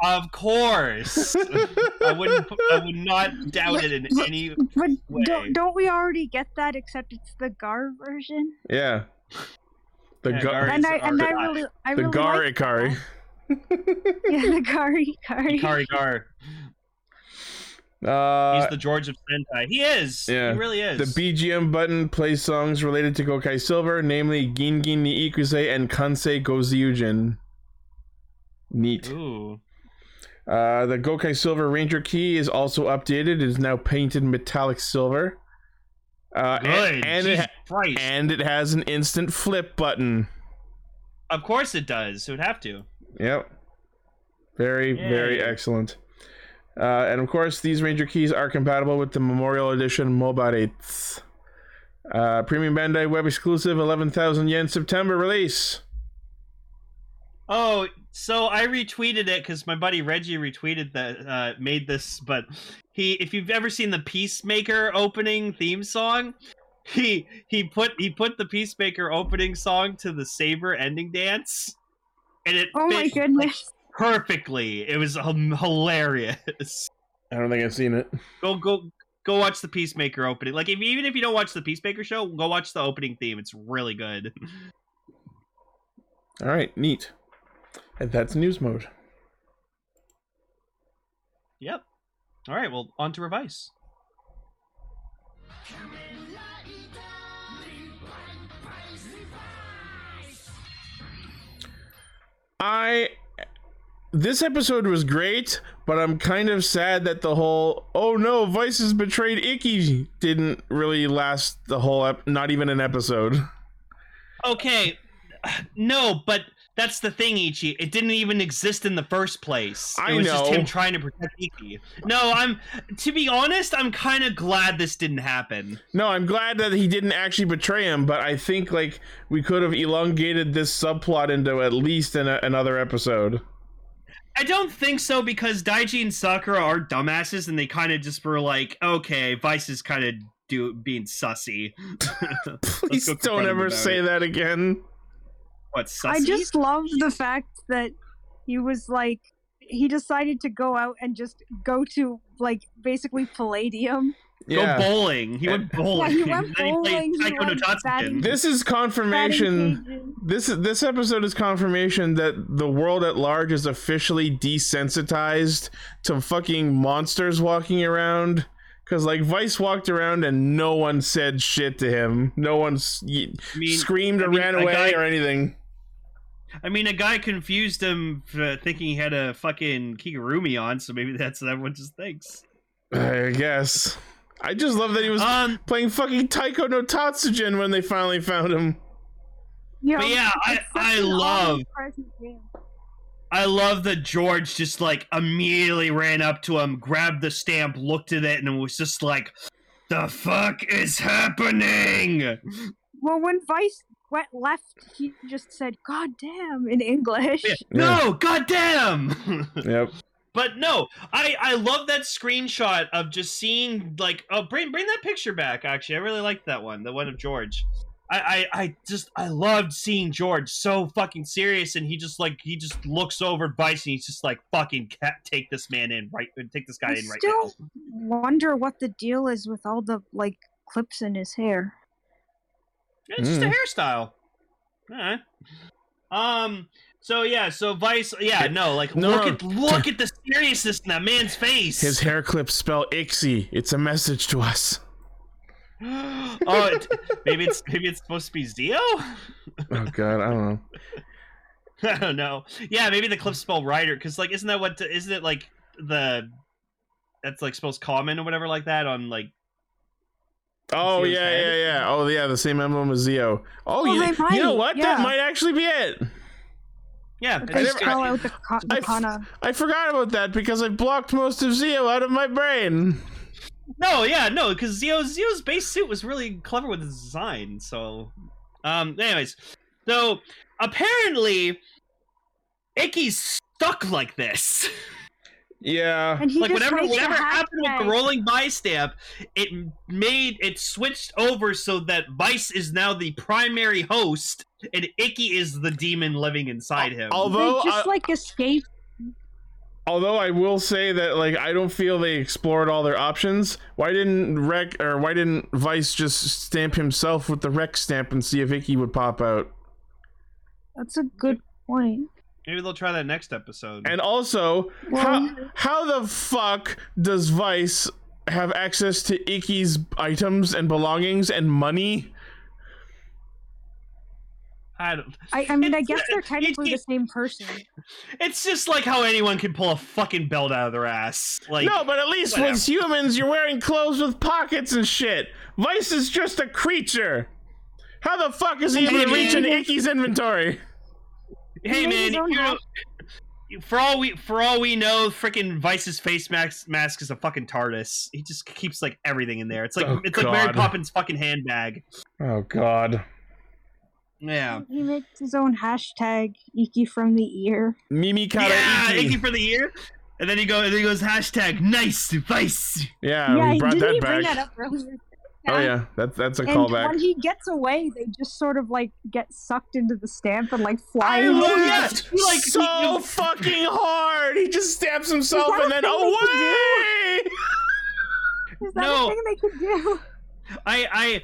[SPEAKER 3] Of course, I wouldn't. I would not doubt it in any.
[SPEAKER 2] But
[SPEAKER 3] Way.
[SPEAKER 2] don't, don't we already get that? Except it's the Gar version.
[SPEAKER 1] Yeah. The,
[SPEAKER 3] Yeah,
[SPEAKER 1] Gar-
[SPEAKER 3] Gar-
[SPEAKER 2] And I
[SPEAKER 3] it's the
[SPEAKER 2] and I
[SPEAKER 3] Gar-
[SPEAKER 2] really I
[SPEAKER 1] the
[SPEAKER 2] really
[SPEAKER 1] Gar
[SPEAKER 2] like [LAUGHS]
[SPEAKER 1] Ikari.
[SPEAKER 2] yeah, the Gar Ikari.
[SPEAKER 3] Kari Gar.
[SPEAKER 1] Uh,
[SPEAKER 3] He's the George of Sentai. He is.
[SPEAKER 1] Yeah.
[SPEAKER 3] He really is.
[SPEAKER 1] Uh, The BGM button plays songs related to Gokai Silver, namely Gingin ni Ikuse and Kansei Gozyujin. Neat.
[SPEAKER 3] Ooh.
[SPEAKER 1] Uh, the Gokai Silver Ranger key is also updated. It is now painted metallic silver. Uh,
[SPEAKER 3] Good.
[SPEAKER 1] and, and, it,
[SPEAKER 3] Jesus
[SPEAKER 1] ha-
[SPEAKER 3] Christ.
[SPEAKER 1] and it has an instant flip button.
[SPEAKER 3] of course it does. It would have to.
[SPEAKER 1] Yep. Very, very
[SPEAKER 3] Yay.
[SPEAKER 1] excellent. Uh, and of course, these Ranger keys are compatible with the Memorial Edition Mobaretes. Uh, Premium Bandai web exclusive, 11,000 yen September release.
[SPEAKER 3] Oh, so I retweeted it because my buddy Reggie retweeted that uh, made this. But he, if you've ever seen the Peacemaker opening theme song, he he put he put the Peacemaker opening song to the Saber ending dance, and it
[SPEAKER 2] Oh my
[SPEAKER 3] fit
[SPEAKER 2] goodness!
[SPEAKER 3] perfectly. It was um, hilarious.
[SPEAKER 1] I don't think I've seen it.
[SPEAKER 3] go go go watch the peacemaker opening like if even if you don't watch the peacemaker show go watch the opening theme it's really good [LAUGHS]
[SPEAKER 1] All right, neat. And that's news mode.
[SPEAKER 3] yep all right well on to revise
[SPEAKER 1] I. This episode was great, but I'm kind of sad that the whole "Oh no, Vice has betrayed Icky" didn't really last the whole ep- not even an episode.
[SPEAKER 3] okay [SIGHS] no but that's the thing ichi it didn't even exist in the first place
[SPEAKER 1] I
[SPEAKER 3] it was just
[SPEAKER 1] know.
[SPEAKER 3] him trying to protect ichi no i'm to be honest i'm kind of glad this didn't happen
[SPEAKER 1] No, I'm glad that he didn't actually betray him, but I think like we could have elongated this subplot into at least an, another episode.
[SPEAKER 3] I don't think so because Daiji and Sakura are dumbasses and they kind of just were like, okay, Vice is kind of do being sussy.
[SPEAKER 1] Please
[SPEAKER 3] go confront
[SPEAKER 1] don't
[SPEAKER 3] him
[SPEAKER 1] ever
[SPEAKER 3] about
[SPEAKER 1] say
[SPEAKER 3] it.
[SPEAKER 1] that again.
[SPEAKER 3] What sussy?
[SPEAKER 2] I just love the fact that he was like he decided to go out and just go to like basically Palladium.
[SPEAKER 3] go
[SPEAKER 1] Yeah.
[SPEAKER 3] bowling. He went bowling.
[SPEAKER 2] Yeah, he went
[SPEAKER 3] Then played
[SPEAKER 2] bowling, he
[SPEAKER 3] Taiko no
[SPEAKER 2] went
[SPEAKER 3] Tatsujin.
[SPEAKER 2] batting.
[SPEAKER 1] this is confirmation. This is this episode is confirmation that the world at large is officially desensitized to fucking monsters walking around. Cause like Vice walked around and no one said shit to him. No one s- y-
[SPEAKER 3] I mean,
[SPEAKER 1] screamed
[SPEAKER 3] I
[SPEAKER 1] or
[SPEAKER 3] mean,
[SPEAKER 1] ran
[SPEAKER 3] a
[SPEAKER 1] away
[SPEAKER 3] guy-
[SPEAKER 1] or anything.
[SPEAKER 3] I mean, a guy confused him for thinking he had a fucking Kigurumi on, so maybe that's what everyone just thinks.
[SPEAKER 1] I guess. I just love that he was
[SPEAKER 3] Um,
[SPEAKER 1] playing fucking Taiko no Tatsujin when they finally found him.
[SPEAKER 2] You
[SPEAKER 3] But yeah, I-
[SPEAKER 2] it's such
[SPEAKER 3] I
[SPEAKER 2] an
[SPEAKER 3] love-
[SPEAKER 2] omnipresent game.
[SPEAKER 3] I love that George just like immediately ran up to him, grabbed the stamp, looked at it, and was just like, "The fuck is happening?"
[SPEAKER 2] Well, when Vice went left, he just said "God damn" in English.
[SPEAKER 3] No, goddamn! [LAUGHS]
[SPEAKER 1] Yep.
[SPEAKER 3] but no, I I love that screenshot of just seeing like oh bring bring that picture back. Actually, I really liked that one, the one of George. I, I, I just I loved seeing George so fucking serious, and he just like he just looks over at Vice, and he's just like fucking ca- take this man in right, uh, take this guy
[SPEAKER 2] I
[SPEAKER 3] in right
[SPEAKER 2] still
[SPEAKER 3] now.
[SPEAKER 2] wonder what the deal is with all the like clips in his hair.
[SPEAKER 3] It's
[SPEAKER 1] Hmm.
[SPEAKER 3] just a hairstyle. Alright. Um. So yeah. So Vice. Yeah. No. Like
[SPEAKER 1] No.
[SPEAKER 3] look at look at the seriousness in that man's face.
[SPEAKER 1] His hair clips spell Ixie. It's a message to
[SPEAKER 3] [LAUGHS]
[SPEAKER 1] us.
[SPEAKER 3] [GASPS] oh, it, maybe it's maybe it's supposed to be Zio.
[SPEAKER 1] Oh god, I don't know.
[SPEAKER 3] [LAUGHS] I don't know. Yeah, maybe the clips spell Rider because like isn't that what isn't it like the that's like supposed common or whatever like that on like
[SPEAKER 1] Oh
[SPEAKER 3] Zeo's
[SPEAKER 1] yeah, yeah,
[SPEAKER 3] head?
[SPEAKER 1] yeah. Oh yeah, the same emblem as Zeo. Oh,
[SPEAKER 2] Oh,
[SPEAKER 1] you,
[SPEAKER 2] they
[SPEAKER 1] you know
[SPEAKER 2] might,
[SPEAKER 1] what? That
[SPEAKER 2] yeah.
[SPEAKER 1] might actually be it.
[SPEAKER 3] yeah.
[SPEAKER 2] If
[SPEAKER 3] it's
[SPEAKER 2] They
[SPEAKER 1] never-
[SPEAKER 3] just-
[SPEAKER 2] spell out the, co-
[SPEAKER 1] I
[SPEAKER 2] the
[SPEAKER 1] f-
[SPEAKER 2] kana.
[SPEAKER 1] I forgot about that because I blocked most of Zeo out of my brain.
[SPEAKER 3] no, yeah, no, because Zio Zio's base suit was really clever with his design. So, um, anyways, so apparently, Icky's stuck like this.
[SPEAKER 1] Yeah.
[SPEAKER 2] And he
[SPEAKER 3] like
[SPEAKER 2] just
[SPEAKER 3] whatever
[SPEAKER 2] makes a
[SPEAKER 3] whatever happened with
[SPEAKER 2] hashtag.
[SPEAKER 3] the rolling buy stamp, it made it switched over so that Vice is now the primary host and Icky is the demon living inside him.
[SPEAKER 1] Although,
[SPEAKER 2] they just
[SPEAKER 1] I,
[SPEAKER 3] uh
[SPEAKER 2] like escape.
[SPEAKER 1] although I will say that like I don't feel they explored all their options. Why didn't Rec or why didn't Vice just stamp himself with the Rec stamp and see if Icky would pop out?
[SPEAKER 2] That's a good point.
[SPEAKER 3] Maybe they'll try that next episode.
[SPEAKER 1] And also, how
[SPEAKER 2] Well-
[SPEAKER 1] how the fuck does Vice have access to Icky's items and belongings and money?
[SPEAKER 3] I don't,
[SPEAKER 2] I, I mean, I
[SPEAKER 3] It's- [LAUGHS]
[SPEAKER 2] guess they're
[SPEAKER 3] it-
[SPEAKER 2] technically
[SPEAKER 3] it-
[SPEAKER 2] the same person.
[SPEAKER 3] it's just like how anyone can pull a fucking belt out of their ass. Like
[SPEAKER 1] no, but at least
[SPEAKER 3] whatever.
[SPEAKER 1] with humans, you're wearing clothes with pockets and shit. Vice is just a creature. How the fuck is he able to
[SPEAKER 3] Maybe.
[SPEAKER 1] reach into Icky's inventory?
[SPEAKER 3] hey
[SPEAKER 2] Maybe
[SPEAKER 3] man,
[SPEAKER 2] they don't
[SPEAKER 3] you
[SPEAKER 2] have-
[SPEAKER 3] know- for all we for all we know, freaking Vice's face mask mask is a fucking TARDIS. He just keeps like everything in there. It's like
[SPEAKER 1] Oh,
[SPEAKER 3] it's like Mary
[SPEAKER 1] God.
[SPEAKER 3] Poppins fucking handbag.
[SPEAKER 1] Oh god.
[SPEAKER 3] Yeah.
[SPEAKER 2] He makes his own hashtag Iki from the ear.
[SPEAKER 1] Mimi Kata
[SPEAKER 3] yeah,
[SPEAKER 1] Iki.
[SPEAKER 3] thank you for the year. And then he go, and then he goes hashtag nice device.
[SPEAKER 1] Yeah,
[SPEAKER 2] yeah,
[SPEAKER 1] we
[SPEAKER 2] he-
[SPEAKER 1] brought
[SPEAKER 2] didn't
[SPEAKER 1] that
[SPEAKER 2] he
[SPEAKER 1] back.
[SPEAKER 2] bring that up earlier?
[SPEAKER 1] Oh yeah, that, that's a
[SPEAKER 2] And
[SPEAKER 1] callback.
[SPEAKER 2] when he gets away, they just sort of like get sucked into the stamp and like fly.
[SPEAKER 1] I
[SPEAKER 2] away.
[SPEAKER 1] laughed
[SPEAKER 3] Oh, Yeah, like,
[SPEAKER 1] so
[SPEAKER 3] you-
[SPEAKER 1] fucking hard. He just stabs himself
[SPEAKER 2] that
[SPEAKER 1] and
[SPEAKER 2] a
[SPEAKER 1] then
[SPEAKER 2] thing they
[SPEAKER 1] away.
[SPEAKER 2] Is that
[SPEAKER 3] No.
[SPEAKER 2] a thing they could do?
[SPEAKER 3] I I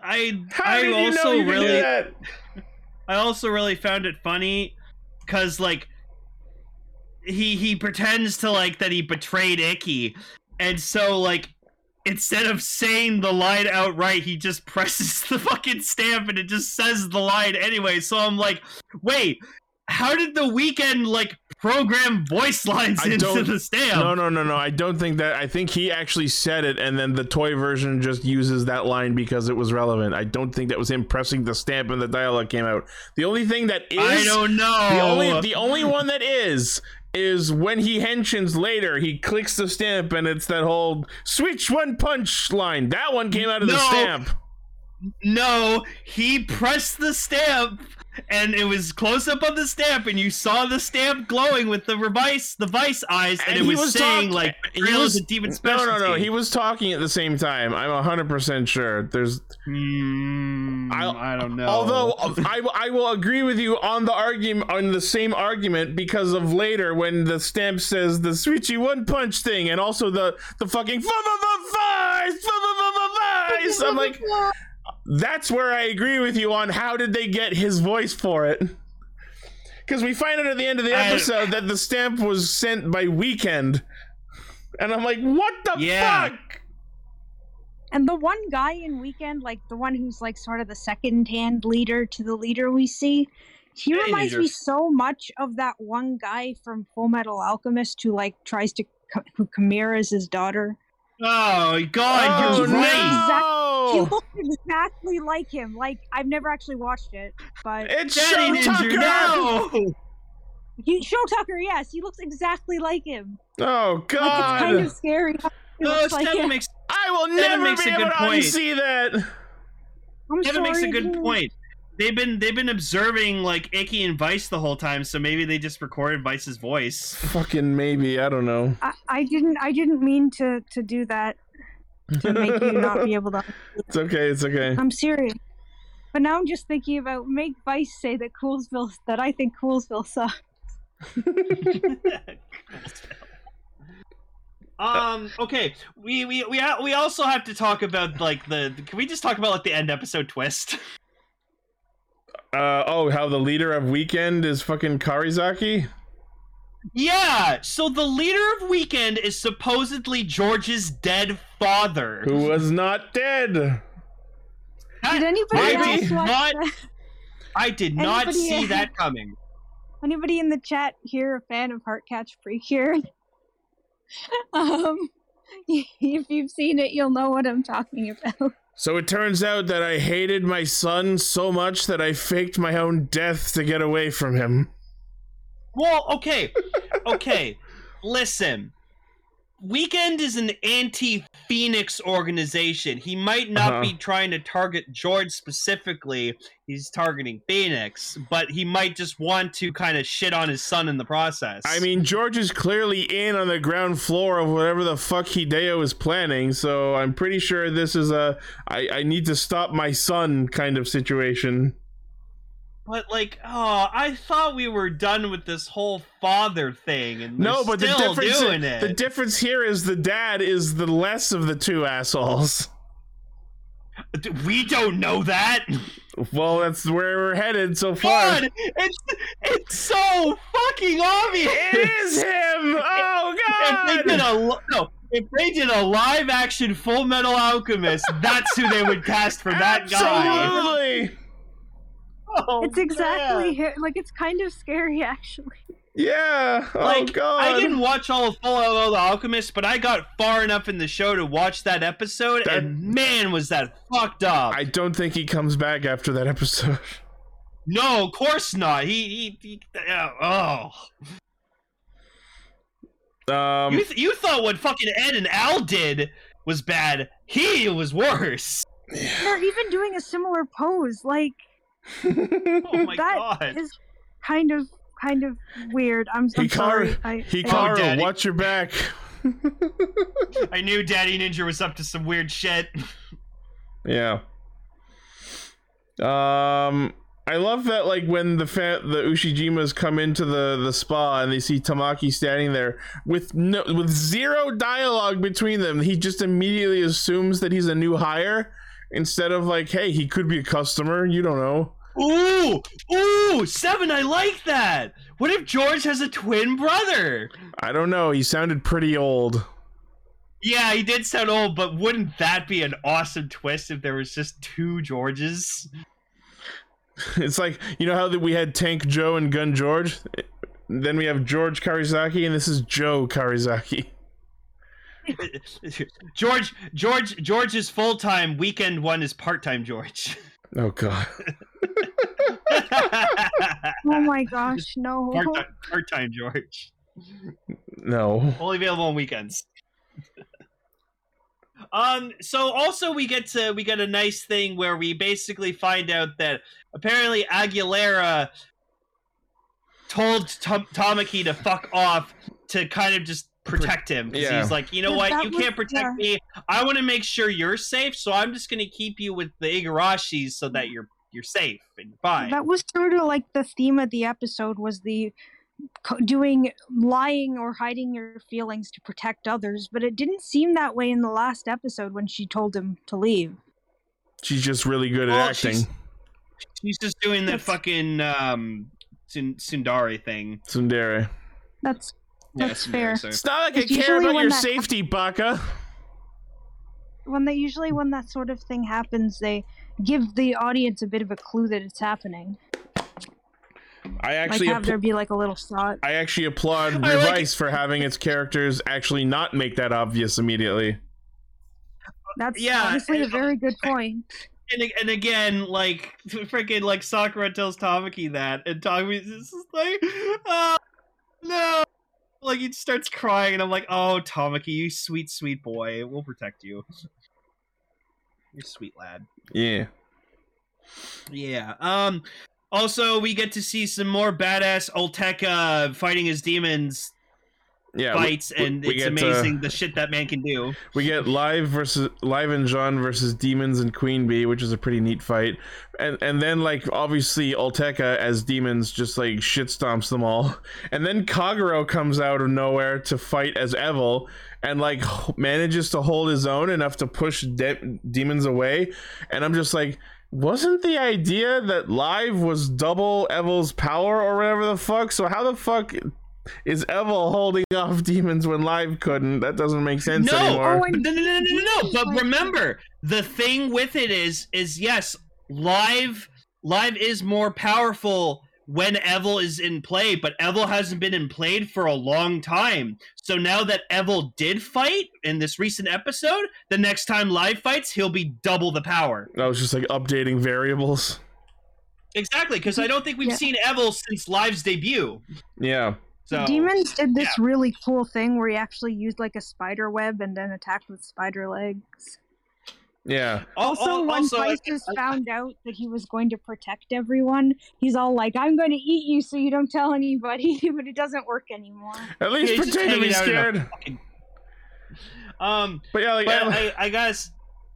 [SPEAKER 3] I
[SPEAKER 1] How did
[SPEAKER 3] I, I
[SPEAKER 1] you know
[SPEAKER 3] also
[SPEAKER 1] you could do
[SPEAKER 3] really
[SPEAKER 1] that?
[SPEAKER 3] I also really found it funny because like he he pretends to like that he betrayed Icky, and so like instead of saying the line outright, he just [LAUGHS] presses the fucking stamp and it just says the line anyway. So I'm like, wait. How did the weekend like program voice lines
[SPEAKER 1] I
[SPEAKER 3] into
[SPEAKER 1] don't-
[SPEAKER 3] the stamp?
[SPEAKER 1] No, no, no, no. I don't think that. I think he actually said it, and then the toy version just uses that line because it was relevant. I don't think that was him pressing the stamp and the dialogue came out. The only thing that is
[SPEAKER 3] I don't know.
[SPEAKER 1] the only the only one that is is when he henshins later. He clicks the stamp, and it's that whole switch one punch line. That one came out of the
[SPEAKER 3] No.
[SPEAKER 1] stamp.
[SPEAKER 3] no, he pressed the stamp, and it was close up of the stamp, and you saw the stamp glowing with the revice, the vice eyes,
[SPEAKER 1] And
[SPEAKER 3] and, it
[SPEAKER 1] he
[SPEAKER 3] was,
[SPEAKER 1] was
[SPEAKER 3] saying
[SPEAKER 1] talk-
[SPEAKER 3] like,
[SPEAKER 1] he
[SPEAKER 3] "Betrayal
[SPEAKER 1] was-
[SPEAKER 3] is a demon
[SPEAKER 1] No,
[SPEAKER 3] specialty."
[SPEAKER 1] no, no. He was talking at the same time. I'm hundred percent sure. There's
[SPEAKER 3] Hmm,
[SPEAKER 1] I'll-
[SPEAKER 3] I don't know.
[SPEAKER 1] Although I, will- I will agree with you on the argument on the same argument because of later when the stamp says the switchy one punch thing and also the the fucking fu- fu- fu- vice, fu- fu- fu- fu- vice. I'm like that's where I agree with you on how did they get his voice for it because we find out at the end of the
[SPEAKER 3] I-
[SPEAKER 1] episode that the stamp was sent by Weekend and I'm like what the
[SPEAKER 3] Yeah.
[SPEAKER 1] fuck
[SPEAKER 2] And the one guy in Weekend, like the one who's like sort of the second hand leader to the leader we see, he
[SPEAKER 3] Hey,
[SPEAKER 2] reminds
[SPEAKER 3] leader.
[SPEAKER 2] me so much of that one guy from Full Metal Alchemist who like tries to co- who chimeras his daughter.
[SPEAKER 3] oh God,
[SPEAKER 1] oh
[SPEAKER 3] you're
[SPEAKER 1] no
[SPEAKER 3] right.
[SPEAKER 2] He
[SPEAKER 1] Oh.
[SPEAKER 2] looks exactly like him. Like I've never actually watched it, but
[SPEAKER 1] it's
[SPEAKER 3] Daddy
[SPEAKER 1] Show
[SPEAKER 3] Ninja,
[SPEAKER 1] Tucker
[SPEAKER 3] no.
[SPEAKER 2] he Show Tucker, yes, he looks exactly like him.
[SPEAKER 1] oh god
[SPEAKER 2] Like it's kind of scary. how He
[SPEAKER 3] No,
[SPEAKER 2] looks like
[SPEAKER 3] Stefan
[SPEAKER 2] him.
[SPEAKER 3] Oh, makes
[SPEAKER 1] I will
[SPEAKER 3] Devin
[SPEAKER 1] never
[SPEAKER 3] makes
[SPEAKER 1] be
[SPEAKER 3] a
[SPEAKER 1] able
[SPEAKER 3] good
[SPEAKER 1] to
[SPEAKER 3] point.
[SPEAKER 1] unsee that.
[SPEAKER 2] I'm
[SPEAKER 3] Devin makes a
[SPEAKER 2] sorry,
[SPEAKER 3] good
[SPEAKER 2] dude.
[SPEAKER 3] point. They've been they've been observing like Icky and Vice the whole time, so maybe they just recorded Vice's voice.
[SPEAKER 1] Fucking maybe. I don't know.
[SPEAKER 2] I, I didn't. I didn't mean to to do that to make you not be able to.
[SPEAKER 3] Um,
[SPEAKER 1] It's okay. It's okay.
[SPEAKER 2] I'm serious. But now I'm just thinking about make Vice say that Coolsville that I think Coolsville sucks.
[SPEAKER 3] Um. Okay. We we we ha- we also have to talk about like the. Can we just talk about like the end episode twist?
[SPEAKER 1] Uh, oh, how the leader of Weekend is fucking Karizaki?
[SPEAKER 3] yeah. So the leader of Weekend is supposedly George's dead father.
[SPEAKER 1] Who was not dead.
[SPEAKER 3] That-
[SPEAKER 2] Did anybody
[SPEAKER 1] Maybe
[SPEAKER 2] else watch
[SPEAKER 3] not-
[SPEAKER 2] that?
[SPEAKER 3] I did not
[SPEAKER 2] Anybody-
[SPEAKER 3] see that coming.
[SPEAKER 2] Anybody in the chat here a fan of Heartcatch Precure? [LAUGHS] um, if you've seen it, you'll know what I'm talking about.
[SPEAKER 1] So it turns out that I hated my son so much that I faked my own death to get away from him.
[SPEAKER 3] Well, okay, okay. Listen, Weekend is an anti-Phoenix organization. He might not be
[SPEAKER 1] Uh-huh.
[SPEAKER 3] trying to target George specifically. He's targeting Phoenix, but he might just want to kind of shit on his son in the process.
[SPEAKER 1] I mean, George is clearly in on the ground floor of whatever the fuck Hideo is planning, so I'm pretty sure this is a I, I need to stop my son kind of situation.
[SPEAKER 3] but like, oh, I thought we were done with this whole father thing, and
[SPEAKER 1] No,
[SPEAKER 3] they're
[SPEAKER 1] but the
[SPEAKER 3] still
[SPEAKER 1] difference
[SPEAKER 3] doing it.
[SPEAKER 1] the difference here is the dad is the less of the two assholes. [LAUGHS]
[SPEAKER 3] we don't know that.
[SPEAKER 1] Well, that's where we're headed so far. [LAUGHS]
[SPEAKER 3] God, it's it's so fucking obvious.
[SPEAKER 1] It is
[SPEAKER 3] [LAUGHS]
[SPEAKER 1] him! Oh
[SPEAKER 3] If they did
[SPEAKER 1] god!
[SPEAKER 3] a li- no, if they did a live action Full Metal Alchemist, that's who they would cast for that guy.
[SPEAKER 1] Absolutely!
[SPEAKER 3] [LAUGHS] Oh,
[SPEAKER 2] it's exactly hi- like it's kind of scary actually.
[SPEAKER 1] Yeah.
[SPEAKER 3] man. Like,
[SPEAKER 1] oh god.
[SPEAKER 3] I didn't watch all of Full Metal Alchemist, but I got far enough in the show to watch that episode,
[SPEAKER 1] That-
[SPEAKER 3] and man, was that fucked up.
[SPEAKER 1] I don't think he comes back after that episode. [LAUGHS]
[SPEAKER 3] no, of course not. He, he, he oh.
[SPEAKER 1] Um,
[SPEAKER 3] you, th- you thought what fucking Ed and Al did was bad. He was worse.
[SPEAKER 2] They're even doing a similar pose. Like
[SPEAKER 3] Oh my
[SPEAKER 2] That
[SPEAKER 3] god.
[SPEAKER 2] is kind of kind of weird. I'm, I'm sorry.
[SPEAKER 1] Hikaru,
[SPEAKER 2] I, I,
[SPEAKER 3] Oh,
[SPEAKER 1] Hikaru,
[SPEAKER 3] Daddy.
[SPEAKER 1] watch your back.
[SPEAKER 3] I knew Daddy Ninja was up to some weird shit.
[SPEAKER 1] Yeah. Um, I love that. Like when the fa- the Ushijimas come into the the spa and they see Tamaki standing there with no with zero dialogue between them, he just immediately assumes that he's a new hire instead of like, hey, he could be a customer. You don't know.
[SPEAKER 3] Ooh, ooh, seven. I like that. What if George has a twin brother?
[SPEAKER 1] I don't know. He sounded pretty old. [LAUGHS]
[SPEAKER 3] Yeah, he did sound old, but wouldn't that be an awesome twist if there was just two Georges? [LAUGHS]
[SPEAKER 1] It's like you know how that we had Tank Joe and Gun George. Then we have George Karizaki, and this is Joe Karizaki. [LAUGHS]
[SPEAKER 3] George, George, George is full time. Weekend one is part time. George. [LAUGHS]
[SPEAKER 1] Oh God.
[SPEAKER 2] [LAUGHS]
[SPEAKER 3] part
[SPEAKER 2] oh my gosh, no.
[SPEAKER 3] time George.
[SPEAKER 1] No.
[SPEAKER 3] Only available on weekends. [LAUGHS] um. So also we get to we get a nice thing where we basically find out that apparently Aguilera told Tom- Tamaki to fuck off to kind of just protect him because
[SPEAKER 1] Yeah.
[SPEAKER 3] he's like, you know
[SPEAKER 2] Yeah,
[SPEAKER 3] what,
[SPEAKER 2] that
[SPEAKER 3] you
[SPEAKER 2] was-
[SPEAKER 3] can't protect
[SPEAKER 2] yeah.
[SPEAKER 3] me. I want to make sure you're safe, so I'm just gonna keep you with the Igarashis so that you're you're safe and you're fine.
[SPEAKER 2] That was sort of like the theme of the episode was the co- doing lying or hiding your feelings to protect others, but it didn't seem that way in the last episode when she told him to leave.
[SPEAKER 1] She's just really good at
[SPEAKER 3] Well,
[SPEAKER 1] acting.
[SPEAKER 3] she's- She's just doing the
[SPEAKER 2] That's-
[SPEAKER 3] fucking um. Sun- Sundari thing.
[SPEAKER 1] Tsundere.
[SPEAKER 2] That's
[SPEAKER 3] Yeah,
[SPEAKER 2] That's
[SPEAKER 3] Sundari,
[SPEAKER 2] fair.
[SPEAKER 3] sorry.
[SPEAKER 1] It's not like
[SPEAKER 2] It's
[SPEAKER 1] I care
[SPEAKER 2] usually
[SPEAKER 1] about
[SPEAKER 2] when
[SPEAKER 1] your
[SPEAKER 2] that-
[SPEAKER 1] safety, Baka.
[SPEAKER 2] when they usually when that sort of thing happens, they give the audience a bit of a clue that it's happening.
[SPEAKER 1] I actually
[SPEAKER 2] like have
[SPEAKER 1] app-
[SPEAKER 2] there be like a little shot.
[SPEAKER 1] I actually applaud
[SPEAKER 3] I like
[SPEAKER 1] Vice for having its characters actually not make that obvious immediately.
[SPEAKER 2] That's
[SPEAKER 3] Yeah,
[SPEAKER 2] honestly a
[SPEAKER 3] and-
[SPEAKER 2] very good point.
[SPEAKER 3] And, and again, like freaking like Sakura tells Tamaki that, and Tamaki's just like, oh, no, like he starts crying, and I'm like, oh, Tamaki, you sweet sweet boy, we'll protect you. You're a sweet lad.
[SPEAKER 1] Yeah.
[SPEAKER 3] Yeah. Um. Also, we get to see some more badass Olteca fighting his demons
[SPEAKER 1] yeah, we-
[SPEAKER 3] fights, and
[SPEAKER 1] we
[SPEAKER 3] it's
[SPEAKER 1] get, uh,
[SPEAKER 3] amazing the shit that man can do.
[SPEAKER 1] We get live versus live and John versus demons and Queen Bee, which is a pretty neat fight, and and then like obviously Alteca as demons just like shit stomps them all, [LAUGHS] and then Kagero comes out of nowhere to fight as Evil, and like h- manages to hold his own enough to push de- demons away, and I'm just like. Wasn't the idea that live was double Evil's power or whatever the fuck? So how the fuck is Evil holding off demons when live couldn't? That doesn't make sense
[SPEAKER 3] no,
[SPEAKER 1] anymore.
[SPEAKER 3] no, no, no, no, no, no. But remember, the thing with it is, is yes, live, live is more powerful when Evil is in play. But Evil hasn't been in play for a long time. So now that Evil did fight in this recent episode, the next time live fights, he'll be double the power.
[SPEAKER 1] I was just like updating variables.
[SPEAKER 3] Exactly, because I don't think we've
[SPEAKER 2] Yeah.
[SPEAKER 3] seen Evil since Live's debut.
[SPEAKER 1] Yeah.
[SPEAKER 3] So
[SPEAKER 2] Demons did this really cool thing where he actually used like a spider web and then attacked with spider legs.
[SPEAKER 1] Yeah.
[SPEAKER 3] Al-
[SPEAKER 2] Also,
[SPEAKER 3] al-
[SPEAKER 2] when
[SPEAKER 3] Oh, also, I-
[SPEAKER 2] Pisces found out that he was going to protect everyone, he's all like, "I'm going to eat you, so you don't tell anybody." [LAUGHS] but it doesn't work anymore.
[SPEAKER 1] At
[SPEAKER 3] Yeah,
[SPEAKER 1] least
[SPEAKER 3] he's just
[SPEAKER 1] pretend to be
[SPEAKER 3] hanging out in a-
[SPEAKER 1] scared.
[SPEAKER 3] um,
[SPEAKER 1] But yeah, like
[SPEAKER 3] but
[SPEAKER 1] Ev-
[SPEAKER 3] I, I guess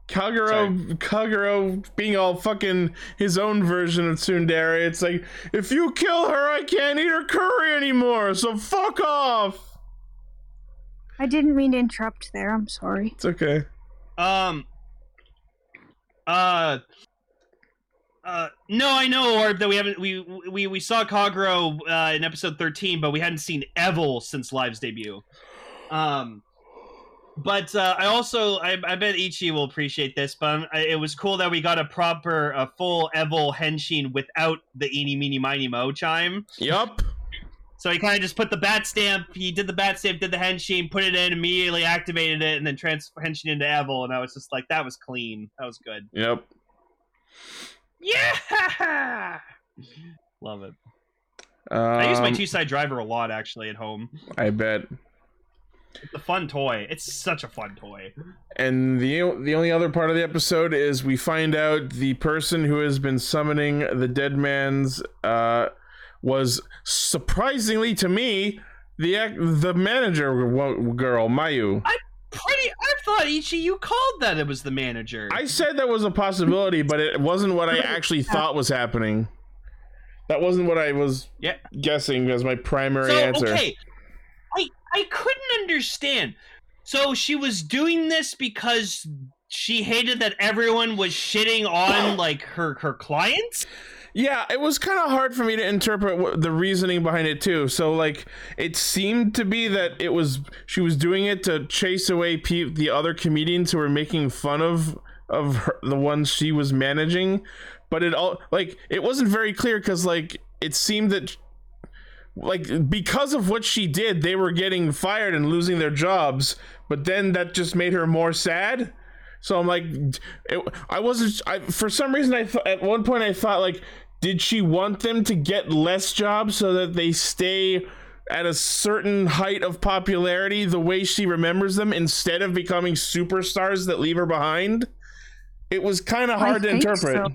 [SPEAKER 1] Kagero, Kagero being all fucking his own version of Tsundere. It's like, if you kill her, I can't eat her curry anymore. So fuck off.
[SPEAKER 2] I didn't mean to interrupt there. I'm sorry.
[SPEAKER 1] It's okay.
[SPEAKER 3] Um. Uh. Uh. No, I know, Orb, that we haven't we we we saw Kagro uh, in episode thirteen, but we hadn't seen Evil since Live's debut. Um. But uh, I also I, I bet Ichi will appreciate this, but um, I, it was cool that we got a proper a full Evil Henshin without the eeny meeny miny mo chime.
[SPEAKER 1] Yup.
[SPEAKER 3] So he kind of just put the bat stamp. He did the bat stamp, did the henshin, put it in, immediately activated it, and then transfer henshin into Evil. And I was just like, that was clean. That was good.
[SPEAKER 1] Yep.
[SPEAKER 3] Yeah, love it.
[SPEAKER 1] Um,
[SPEAKER 3] I use my two side driver a lot actually at home.
[SPEAKER 1] I bet.
[SPEAKER 3] It's a fun toy. It's such a fun toy.
[SPEAKER 1] And the the only other part of the episode is we find out the person who has been summoning the dead man's uh, was surprisingly to me the ac- the manager wo- girl Mayu.
[SPEAKER 3] Pretty. I thought Ichi, you called that it was the manager.
[SPEAKER 1] I said that was a possibility, but it wasn't what
[SPEAKER 3] [LAUGHS]
[SPEAKER 1] I actually thought was happening. That wasn't what I was
[SPEAKER 3] Yeah.
[SPEAKER 1] guessing as my primary answer.
[SPEAKER 3] Okay. I I couldn't understand. So she was doing this because she hated that everyone was
[SPEAKER 1] [COUGHS]
[SPEAKER 3] shitting on like her her clients.
[SPEAKER 1] Yeah, it was kind of hard for me to interpret what, the reasoning behind it too. So like, it seemed to be that it was she was doing it to chase away pe- the other comedians who were making fun of of her, the ones she was managing, but it all like it wasn't very clear because like it seemed that like because of what she did, they were getting fired and losing their jobs. But then that just made her more sad. So I'm like, it, I wasn't. I, for some reason, I th- at one point I thought like, did she want them to get less jobs so that they stay at a certain height of popularity the way she remembers them instead of becoming superstars that leave her behind? It was kind of hard to
[SPEAKER 2] think
[SPEAKER 1] interpret.
[SPEAKER 2] so.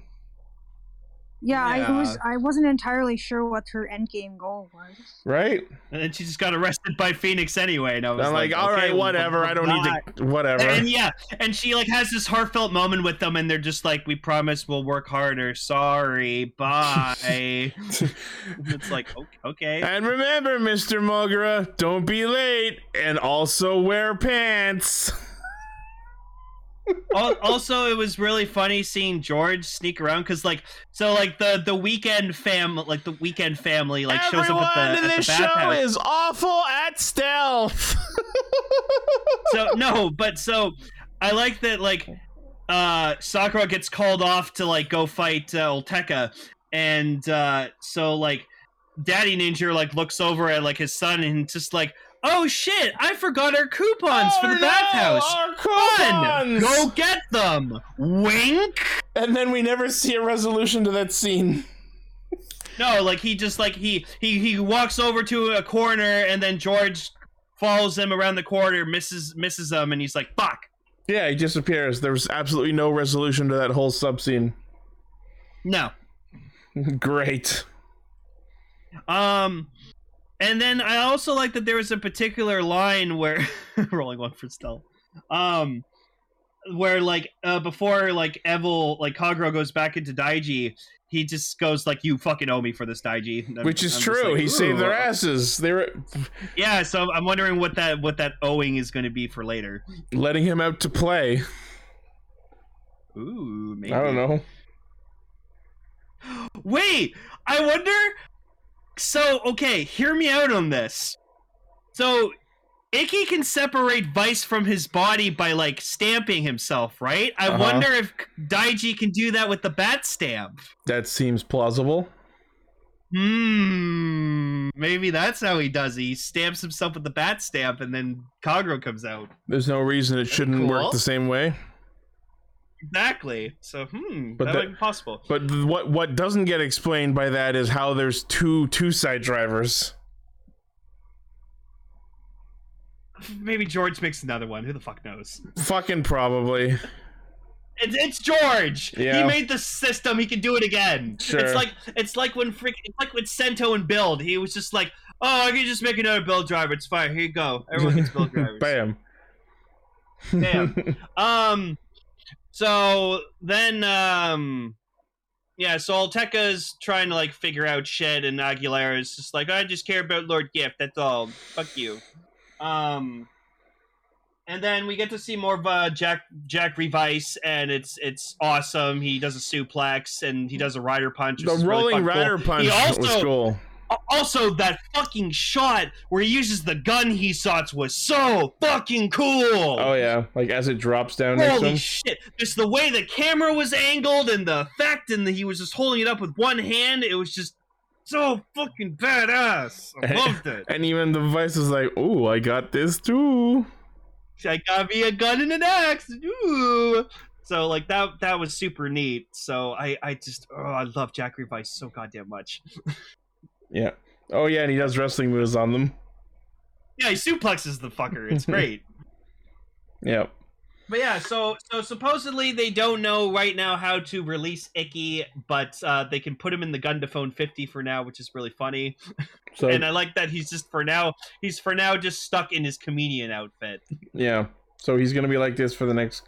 [SPEAKER 2] Yeah, I was. I wasn't entirely sure what her end game goal was.
[SPEAKER 1] Right?
[SPEAKER 3] And then she just got arrested by Phoenix anyway. And I was
[SPEAKER 1] I'm like, all right, whatever. I don't need to. [LAUGHS] Whatever.
[SPEAKER 3] And yeah, and she like has this heartfelt moment with them, and they're just like, "We promise we'll work harder. Sorry, bye." [LAUGHS] it's like, o- okay.
[SPEAKER 1] And remember, Mr. Mogra, don't be late and also wear pants.
[SPEAKER 3] Al- also it was really funny seeing george sneak around because like so like the the weekend fam like the weekend family like shows
[SPEAKER 1] Everyone
[SPEAKER 3] up at the,
[SPEAKER 1] in
[SPEAKER 3] at
[SPEAKER 1] this
[SPEAKER 3] the
[SPEAKER 1] show
[SPEAKER 3] bathhouse.
[SPEAKER 1] is awful at stealth.
[SPEAKER 3] so no but so i like that like uh sakura gets called off to like go fight uh, olteca and uh so like daddy ninja like looks over at like his son and just like oh shit i forgot our coupons for the bathhouse
[SPEAKER 1] Oh, Our
[SPEAKER 3] Fun!
[SPEAKER 1] coupons.
[SPEAKER 3] Go get them! Wink!
[SPEAKER 1] And then we never see a resolution to that scene.
[SPEAKER 3] No, like he just like he he he walks over to a corner and then George follows him around the corner, misses misses him, and he's like, "Fuck."
[SPEAKER 1] Yeah, he disappears. There was absolutely no resolution to that whole sub [LAUGHS] scene.
[SPEAKER 3] No.
[SPEAKER 1] Great.
[SPEAKER 3] Um And then I also like that there was a particular line where [LAUGHS] rolling one for stealth. Um where like uh before like Evil like Kagro goes back into Daiji, he just goes like you fucking owe me for this Daiji. And I'm-
[SPEAKER 1] Which is
[SPEAKER 3] I'm just
[SPEAKER 1] true.
[SPEAKER 3] like,
[SPEAKER 1] he saved their
[SPEAKER 3] "Ooh."
[SPEAKER 1] asses. They were
[SPEAKER 3] Yeah, so I'm wondering what that what that owing is going to be for later.
[SPEAKER 1] letting him out to play.
[SPEAKER 3] Ooh, maybe.
[SPEAKER 1] I don't know.
[SPEAKER 3] Wait, I wonder. So, okay, hear me out on this. So, Icky can separate Vice from his body by like stamping himself, right? I
[SPEAKER 1] Uh-huh.
[SPEAKER 3] wonder if Daiji can do that with the bat stamp.
[SPEAKER 1] That seems plausible.
[SPEAKER 3] Hmm, maybe that's how he does it. He stamps himself with the bat stamp, and then Kagro comes out.
[SPEAKER 1] There's no reason it shouldn't
[SPEAKER 3] Cool.
[SPEAKER 1] work the same way.
[SPEAKER 3] Exactly. So, hmm,
[SPEAKER 1] But
[SPEAKER 3] that,
[SPEAKER 1] that-
[SPEAKER 3] might be possible.
[SPEAKER 1] But th- what what doesn't get explained by that is how there's two two side drivers.
[SPEAKER 3] Maybe George makes another one. Who the fuck knows?
[SPEAKER 1] Fucking probably.
[SPEAKER 3] It's, it's George.
[SPEAKER 1] Yeah.
[SPEAKER 3] He made the system. He can do it again.
[SPEAKER 1] Sure.
[SPEAKER 3] It's like it's like when freak it's like with Sento and Build. He was just like, oh, I can just make another Build driver. It's fine. Here you go. Everyone
[SPEAKER 1] [LAUGHS]
[SPEAKER 3] gets Build drivers.
[SPEAKER 1] Bam. [LAUGHS]
[SPEAKER 3] Bam. Um. So then, um, yeah. So Alteca's trying to like figure out shit, and Aguilera's just like, I just care about Lord Gift. That's all. Fuck you. Um. And then we get to see more of uh, Jack Jack Revice, and it's it's awesome. He does a suplex and he does a rider punch. which
[SPEAKER 1] The
[SPEAKER 3] is really
[SPEAKER 1] rolling
[SPEAKER 3] fucking cool.
[SPEAKER 1] rider punch
[SPEAKER 3] He also
[SPEAKER 1] was cool.
[SPEAKER 3] also that fucking shot where he uses the gun he sought was so fucking cool.
[SPEAKER 1] Oh yeah, like as it drops down next to
[SPEAKER 3] Holy
[SPEAKER 1] him.
[SPEAKER 3] shit! Just the way the camera was angled and the fact and that he was just holding it up with one hand, it was just so fucking badass. I loved it.
[SPEAKER 1] and even the vice is like, "Ooh, I got this too."
[SPEAKER 3] I got me a gun and an axe. Ooh. So like that that was super neat. So I I just oh I love Jack Revice so goddamn much.
[SPEAKER 1] Yeah. Oh yeah, and he does wrestling moves on them.
[SPEAKER 3] Yeah, he suplexes the fucker. It's great.
[SPEAKER 1] Yep.
[SPEAKER 3] But yeah, so so supposedly they don't know right now how to release Icky, but uh, they can put him in the gun to phone fifty for now, which is really funny.
[SPEAKER 1] So
[SPEAKER 3] and I like that he's just for now he's for now just stuck in his comedian outfit.
[SPEAKER 1] yeah, so he's gonna be like this for the next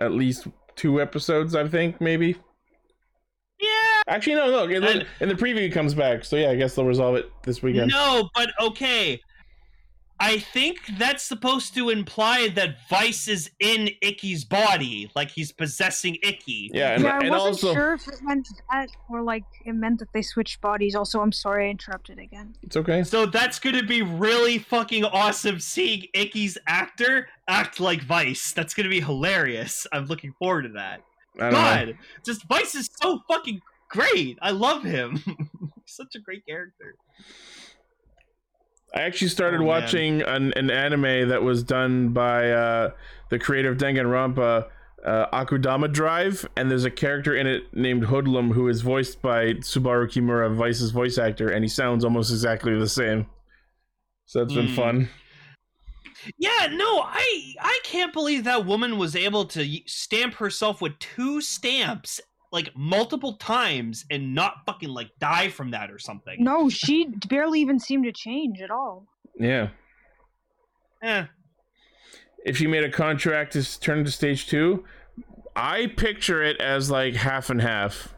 [SPEAKER 1] at least two episodes, I think, maybe.
[SPEAKER 3] Yeah.
[SPEAKER 1] Actually, no, look, in the,
[SPEAKER 3] And-
[SPEAKER 1] in the preview he comes back, so yeah, I guess they'll resolve it this weekend.
[SPEAKER 3] No, but okay. I think that's supposed to imply that Vice is in Icky's body, like he's possessing Icky.
[SPEAKER 1] Yeah, and,
[SPEAKER 2] yeah, I
[SPEAKER 1] and
[SPEAKER 2] wasn't
[SPEAKER 1] also
[SPEAKER 2] sure if it meant that or like it meant that they switched bodies. Also, I'm sorry I interrupted again.
[SPEAKER 1] it's okay.
[SPEAKER 3] So that's gonna be really fucking awesome seeing Icky's actor act like Vice. That's gonna be hilarious. I'm looking forward to that.
[SPEAKER 1] I don't know.
[SPEAKER 3] God, just Vice is so fucking great. I love him. [LAUGHS] He's such a great character.
[SPEAKER 1] I actually started
[SPEAKER 3] Oh, man.
[SPEAKER 1] watching an, an anime that was done by uh, the creator of Danganronpa, uh, Akudama Drive, and there's a character in it named Hoodlum who is voiced by Subaru Kimura, Vice's voice actor, and he sounds almost exactly the same. So that's been
[SPEAKER 3] Hmm.
[SPEAKER 1] fun.
[SPEAKER 3] Yeah, no, I I can't believe that woman was able to y- stamp herself with two stamps like multiple times and not fucking like die from that or something.
[SPEAKER 2] No, she barely even seemed to change at all.
[SPEAKER 1] Yeah.
[SPEAKER 3] Eh,
[SPEAKER 1] If she made a contract to s- turn to stage two, I picture it as like half and half.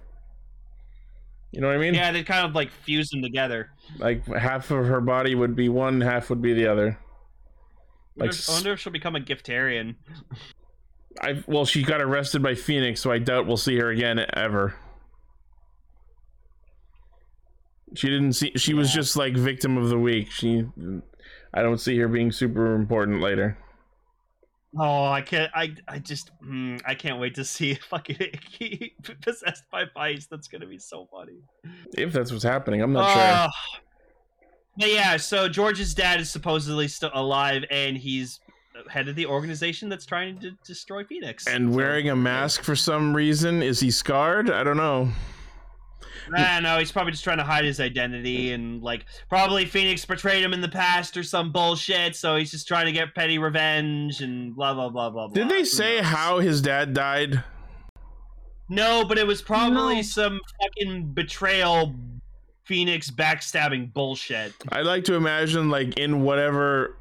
[SPEAKER 1] You know what I mean?
[SPEAKER 3] yeah, they kind of like fuse them together.
[SPEAKER 1] Like half of her body would be one, half would be the other.
[SPEAKER 3] I
[SPEAKER 1] Like
[SPEAKER 3] wonder, I wonder if she'll become a giftarian.
[SPEAKER 1] I well, she got arrested by Phoenix, so I doubt we'll see her again ever. She didn't see. She was just like victim of the week. She, I don't see her being super important later.
[SPEAKER 3] Oh, I can't. I I just mm, I can't wait to see fucking Icky [LAUGHS] possessed by vice. That's gonna be so funny.
[SPEAKER 1] If that's what's happening, I'm not sure.
[SPEAKER 3] Ugh. Uh, But yeah, so George's dad is supposedly still alive, and he's head of the organization that's trying to destroy Phoenix.
[SPEAKER 1] And wearing a mask for some reason. Is he scarred? I don't know.
[SPEAKER 3] I know he's probably just trying to hide his identity, and like probably Phoenix betrayed him in the past or some bullshit. So he's just trying to get petty revenge and blah blah blah blah.
[SPEAKER 1] Did
[SPEAKER 3] blah.
[SPEAKER 1] they
[SPEAKER 3] Who
[SPEAKER 1] say
[SPEAKER 3] knows?
[SPEAKER 1] how his dad died?
[SPEAKER 3] No, but it was probably
[SPEAKER 2] No.
[SPEAKER 3] some fucking betrayal Phoenix backstabbing bullshit.
[SPEAKER 1] I'd like to imagine, like, in whatever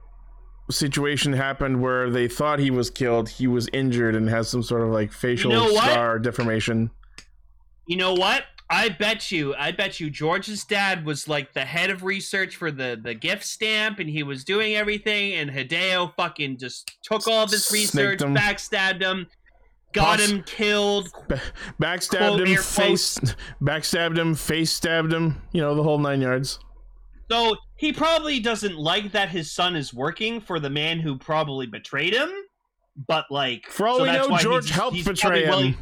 [SPEAKER 1] situation happened where they thought he was killed, he was injured and has some sort of like facial
[SPEAKER 3] know what?
[SPEAKER 1] scar deformation.
[SPEAKER 3] You know what? I bet you, I bet you George's dad was like the head of research for the the gift stamp and he was doing everything and Hideo fucking just took all of his
[SPEAKER 1] Snaked
[SPEAKER 3] research,
[SPEAKER 1] him.
[SPEAKER 3] backstabbed him, got
[SPEAKER 1] Poss-
[SPEAKER 3] him killed.
[SPEAKER 1] Backstabbed
[SPEAKER 3] Quote,
[SPEAKER 1] him,
[SPEAKER 3] air
[SPEAKER 1] face, [LAUGHS] backstabbed him, face stabbed him. You know the whole nine yards.
[SPEAKER 3] So he probably doesn't like that his son is working for the man who probably betrayed him. But like,
[SPEAKER 1] For all
[SPEAKER 3] so
[SPEAKER 1] we
[SPEAKER 3] that's
[SPEAKER 1] know,
[SPEAKER 3] why
[SPEAKER 1] George
[SPEAKER 3] he's-
[SPEAKER 1] helped
[SPEAKER 3] he's
[SPEAKER 1] betray
[SPEAKER 3] probably
[SPEAKER 1] him.
[SPEAKER 3] willing-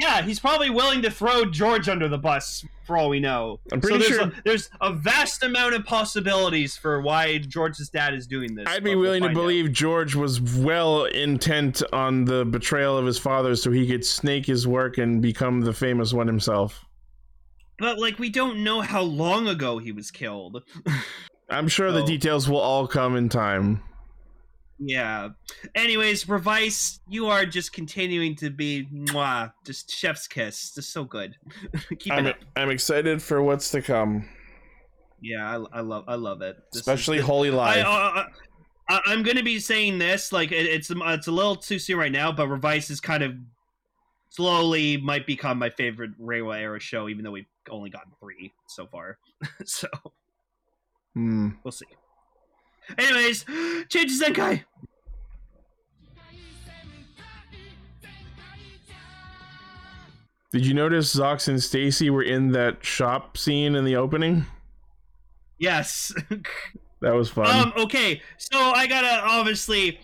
[SPEAKER 3] yeah, he's probably willing to throw George under the bus. For all we know,
[SPEAKER 1] I'm pretty
[SPEAKER 3] so there's
[SPEAKER 1] sure-
[SPEAKER 3] A, there's a vast amount of possibilities for why George's dad is doing this.
[SPEAKER 1] I'd be
[SPEAKER 3] but we'll
[SPEAKER 1] willing to
[SPEAKER 3] find out.
[SPEAKER 1] believe George was well intent on the betrayal of his father, so he could snake his work and become the famous one himself.
[SPEAKER 3] but like we don't know how long ago he was killed.
[SPEAKER 1] I'm sure the
[SPEAKER 3] So-
[SPEAKER 1] details will all come in time.
[SPEAKER 3] Yeah. Anyways, Revice, you are just continuing to be mwah, just chef's kiss, just so good. [LAUGHS] Keep it
[SPEAKER 1] I'm,
[SPEAKER 3] up.
[SPEAKER 1] I'm excited for what's to come,
[SPEAKER 3] Yeah, I, I love I love it. This is-
[SPEAKER 1] especially
[SPEAKER 3] this-
[SPEAKER 1] Holy
[SPEAKER 3] I,
[SPEAKER 1] Life.
[SPEAKER 3] uh, I, I'm gonna be saying this like it, it's it's a little too soon right now, but Revice is kind of slowly might become my favorite Reiwa era show, even though we've only gotten three so far. [LAUGHS] so
[SPEAKER 1] Hmm.
[SPEAKER 3] we'll see. Anyways, [GASPS] change to Zenkai.
[SPEAKER 1] Did you notice Zox and Stacy were in that shop scene in the opening?
[SPEAKER 3] Yes.
[SPEAKER 1] That was fun.
[SPEAKER 3] Um. Okay. So I gotta obviously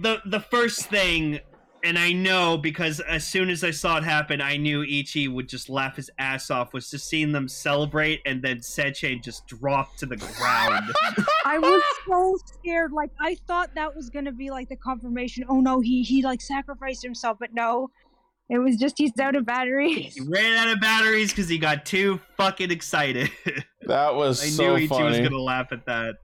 [SPEAKER 3] the the first thing, and I know because as soon as I saw it happen, I knew Ichi would just laugh his ass off. Was just seeing them celebrate, and then Sechain just dropped to
[SPEAKER 1] [LAUGHS]
[SPEAKER 3] the ground.
[SPEAKER 2] I was so scared. Like I thought that was gonna be like the confirmation. Oh no, he he like sacrificed himself, but no, it was just he's out of batteries.
[SPEAKER 3] he ran out of batteries because he got too fucking excited. [LAUGHS]
[SPEAKER 1] that was
[SPEAKER 3] I
[SPEAKER 1] so
[SPEAKER 3] knew Ichi was
[SPEAKER 1] funny.
[SPEAKER 3] gonna laugh at that.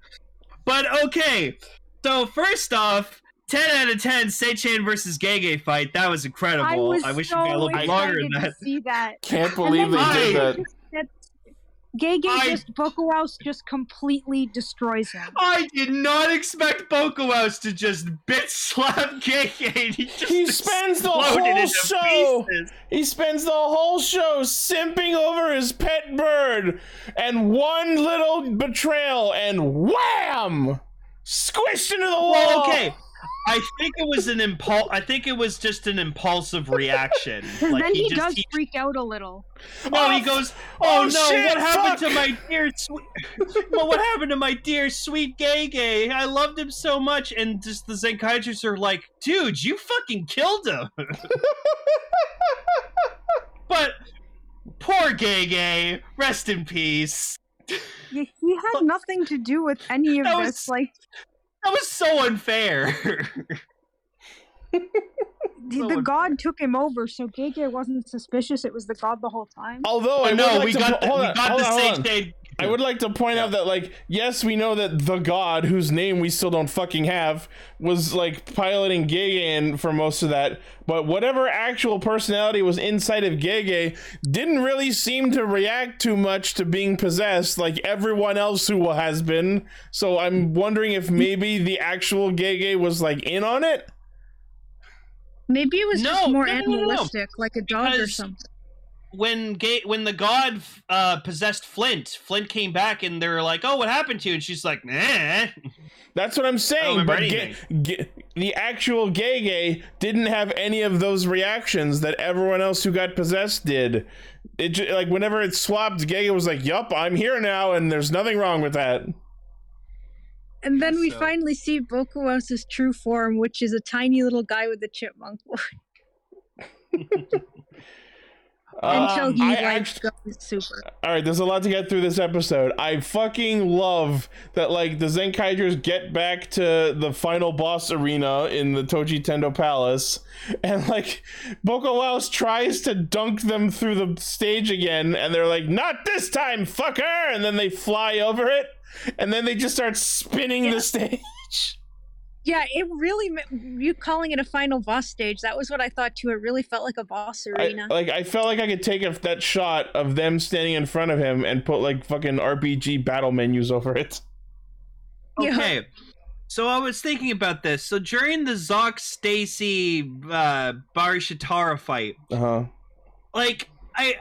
[SPEAKER 3] But okay. So first off. 10 out of 10 Seichan versus Gege fight. That was incredible. I,
[SPEAKER 2] I was
[SPEAKER 3] wish
[SPEAKER 2] so
[SPEAKER 3] it got a little bit
[SPEAKER 2] excited
[SPEAKER 3] longer than that.
[SPEAKER 2] to see that.
[SPEAKER 3] [LAUGHS] Oh
[SPEAKER 1] Can't
[SPEAKER 2] And
[SPEAKER 1] believe
[SPEAKER 2] then
[SPEAKER 1] they
[SPEAKER 3] I-
[SPEAKER 1] did that.
[SPEAKER 3] [LAUGHS]
[SPEAKER 2] Gege just gets- Gege
[SPEAKER 3] I-
[SPEAKER 2] just Bokuwaus just completely destroys him.
[SPEAKER 3] I did not expect Bokowas to just bitch slap [LAUGHS] KK. He, just
[SPEAKER 1] He spends the
[SPEAKER 3] exploded
[SPEAKER 1] whole
[SPEAKER 3] into
[SPEAKER 1] show-
[SPEAKER 3] pieces.
[SPEAKER 1] He spends the whole show simping over his pet bird, and one little betrayal, and wham! Squished into the wall.
[SPEAKER 3] Well, okay. I think it was an impulse. I think it was just an impulsive reaction.
[SPEAKER 2] Because
[SPEAKER 3] Like,
[SPEAKER 2] [LAUGHS] then he,
[SPEAKER 3] just,
[SPEAKER 2] does freak out a little.
[SPEAKER 3] no, he
[SPEAKER 1] Oh,
[SPEAKER 3] goes, "Oh,
[SPEAKER 1] oh,
[SPEAKER 3] no!
[SPEAKER 1] shit,
[SPEAKER 3] what happened
[SPEAKER 1] fuck."
[SPEAKER 3] to my dear sweet? well, what happened to my dear sweet gay gay? I loved him so much." And just the psychiatrists are like, "Dude, you fucking
[SPEAKER 1] [LAUGHS]
[SPEAKER 3] killed him." but poor gay gay, rest in peace.
[SPEAKER 2] He he had nothing to do with any of
[SPEAKER 3] That
[SPEAKER 2] this.
[SPEAKER 3] was-
[SPEAKER 2] Like
[SPEAKER 3] That was so
[SPEAKER 1] [LAUGHS]
[SPEAKER 3] unfair.
[SPEAKER 2] the,
[SPEAKER 3] so
[SPEAKER 2] the
[SPEAKER 3] unfair.
[SPEAKER 2] god took him over, so Gege wasn't suspicious. It was the god the whole time.
[SPEAKER 1] Although I
[SPEAKER 3] but
[SPEAKER 1] would
[SPEAKER 3] Oh, no,
[SPEAKER 1] like
[SPEAKER 3] we
[SPEAKER 1] to po-
[SPEAKER 3] got the,
[SPEAKER 1] hold
[SPEAKER 3] we
[SPEAKER 1] on,
[SPEAKER 3] got
[SPEAKER 1] hold
[SPEAKER 3] the
[SPEAKER 1] on, hold
[SPEAKER 3] safe
[SPEAKER 1] on.
[SPEAKER 3] shade.
[SPEAKER 1] I would like to point out that, like, yes, we know that the god, whose name we still don't fucking have, was like piloting Gege for most of that. But whatever actual personality was inside of Gege didn't really seem to react too much to being possessed, like everyone else who has been. So I'm wondering if maybe the actual Gege was like in on it.
[SPEAKER 2] Maybe it was just
[SPEAKER 3] No,
[SPEAKER 2] more
[SPEAKER 3] no, no, no, no.
[SPEAKER 2] animalistic, like a dog or
[SPEAKER 3] Because-
[SPEAKER 2] something.
[SPEAKER 3] when Ga- when the god uh, possessed Flint, Flint came back and they were like, "Oh, what happened to you?" And she's like, "Nah."
[SPEAKER 1] That's what I'm saying.
[SPEAKER 3] remember
[SPEAKER 1] But Ge- Ge- the actual Gege didn't have any of those reactions that everyone else who got possessed did. It ju- like whenever it swapped, Gege was like, "Yup, I'm here now, and there's nothing wrong with that."
[SPEAKER 2] And then we
[SPEAKER 3] So-
[SPEAKER 2] finally see Bokuwaus's true form, which is a tiny little guy with a chipmunk. [LAUGHS] Until
[SPEAKER 1] Um,
[SPEAKER 2] he
[SPEAKER 1] I
[SPEAKER 2] like
[SPEAKER 1] act-
[SPEAKER 2] goes super.
[SPEAKER 1] all right, there's a lot to get through this episode. I fucking love that like the Zenkaijers get back to the final boss arena in the Toji Tendo Palace, and like Boko Laos tries to dunk them through the stage again, and they're like, "Not this time, fucker!" And then they fly over it, and then they just start spinning the stage.
[SPEAKER 2] Yeah, it really ma- you calling it a final boss stage. That was what I thought too. It really felt like a boss
[SPEAKER 1] I,
[SPEAKER 2] arena.
[SPEAKER 1] like I felt like I could take a, that shot of them standing in front of him and put like fucking RPG battle menus over it.
[SPEAKER 2] Yeah.
[SPEAKER 3] Okay. So I was thinking about this. So during the Zoc Stacy uh Barishitara fight,
[SPEAKER 1] Uh huh.
[SPEAKER 3] like I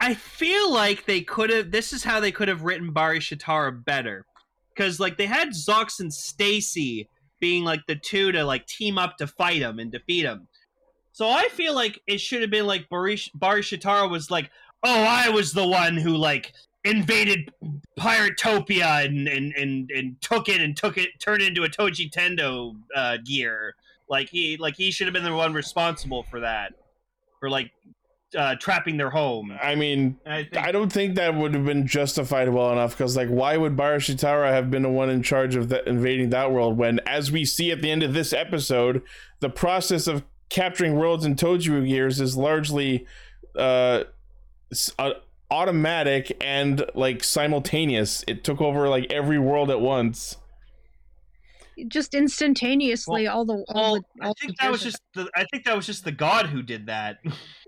[SPEAKER 3] I feel like they could have this is how they could have written Barishitara better. Cause like they had Zox and Stacy being like the two to like team up to fight him and defeat him. So I feel like it should have been like Barish Barishitara was like, Oh, I was the one who like invaded Piratopia and and, and and took it and took it turned it into a Toji Tendo uh gear. Like he like he should have been the one responsible for that. For like uh, trapping their home.
[SPEAKER 1] I mean,
[SPEAKER 3] And I think
[SPEAKER 1] I don't think that would have been justified well enough because, like, why would Barashitara have been the one in charge of that invading that world when, as we see at the end of this episode, the process of capturing worlds in Tojiru gears is largely uh, s- uh, automatic and like simultaneous. It took over like every world at once.
[SPEAKER 2] Just instantaneously, all the
[SPEAKER 3] well,
[SPEAKER 2] all the.
[SPEAKER 3] I
[SPEAKER 2] all
[SPEAKER 3] think
[SPEAKER 2] the
[SPEAKER 3] that was
[SPEAKER 2] vision.
[SPEAKER 3] just the I think that was just the god who did that.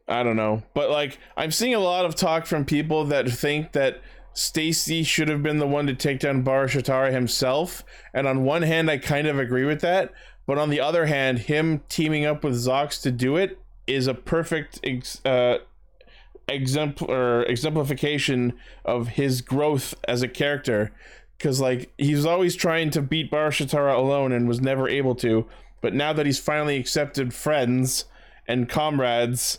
[SPEAKER 1] I don't know, but like I'm seeing a lot of talk from people that think that Stacy should have been the one to take down Barashatara himself. And on one hand, I kind of agree with that, but on the other hand, him teaming up with Zox to do it is a perfect ex- uh, exemplar exemplification of his growth as a character. Because like he's always trying to beat Barashatara alone and was never able to, but now that he's finally accepted friends and comrades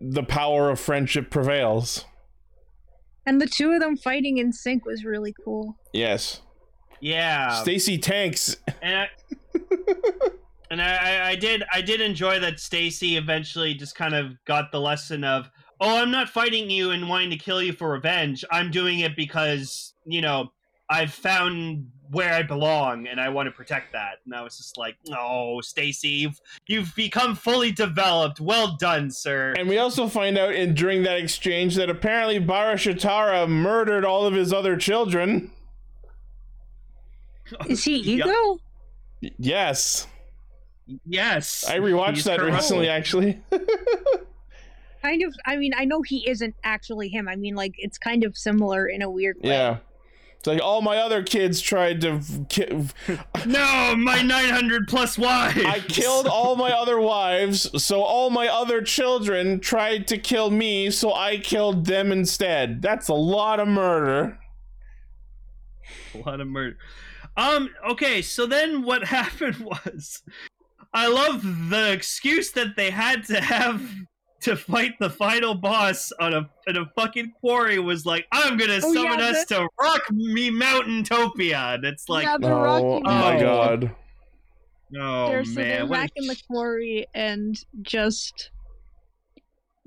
[SPEAKER 1] the power of friendship prevails.
[SPEAKER 2] And the two of them fighting in sync was really
[SPEAKER 3] [LAUGHS]
[SPEAKER 2] cool.
[SPEAKER 1] Yes.
[SPEAKER 3] [LAUGHS] Yeah,
[SPEAKER 1] Stacy tanks.
[SPEAKER 3] and [LAUGHS] I, and I, I- I did I did enjoy that Stacy eventually just kind of got the lesson of oh I'm not fighting you and wanting to kill you for revenge. I'm doing it because you know I've found where I belong and I want to protect that. And I was just like, oh, Stacy, you've, you've become fully developed. Well done, sir.
[SPEAKER 1] And we also find out in during that exchange that apparently Barashatara murdered all of his other children.
[SPEAKER 2] Is he
[SPEAKER 3] Yeah.
[SPEAKER 2] ego?
[SPEAKER 1] Y- Yes.
[SPEAKER 3] Yes,
[SPEAKER 1] I rewatched
[SPEAKER 3] He's
[SPEAKER 1] that
[SPEAKER 3] correct.
[SPEAKER 1] recently actually. [LAUGHS]
[SPEAKER 2] Kind of. I mean, I know he isn't actually him. I mean, like it's kind of similar in a weird way.
[SPEAKER 1] yeah. It's like all my other kids tried to ki-
[SPEAKER 3] No, my 900 plus wives. [LAUGHS]
[SPEAKER 1] I killed all my other wives, so all my other children tried to kill me, so I killed them instead. That's a lot of murder.
[SPEAKER 3] a lot of murder. Um. Okay. So then, what [LAUGHS] happened was, I love the excuse that they had to have to fight the final boss on a on a fucking quarry was like, I'm gonna
[SPEAKER 2] Oh,
[SPEAKER 3] summon
[SPEAKER 2] yeah,
[SPEAKER 3] us to Rock Me Mountain Topia, and it's like,
[SPEAKER 2] yeah, the
[SPEAKER 1] oh
[SPEAKER 2] Rocky
[SPEAKER 1] my
[SPEAKER 3] Mountain.
[SPEAKER 1] god.
[SPEAKER 3] oh
[SPEAKER 2] there, so they're
[SPEAKER 3] man, what a
[SPEAKER 2] back in the quarry and just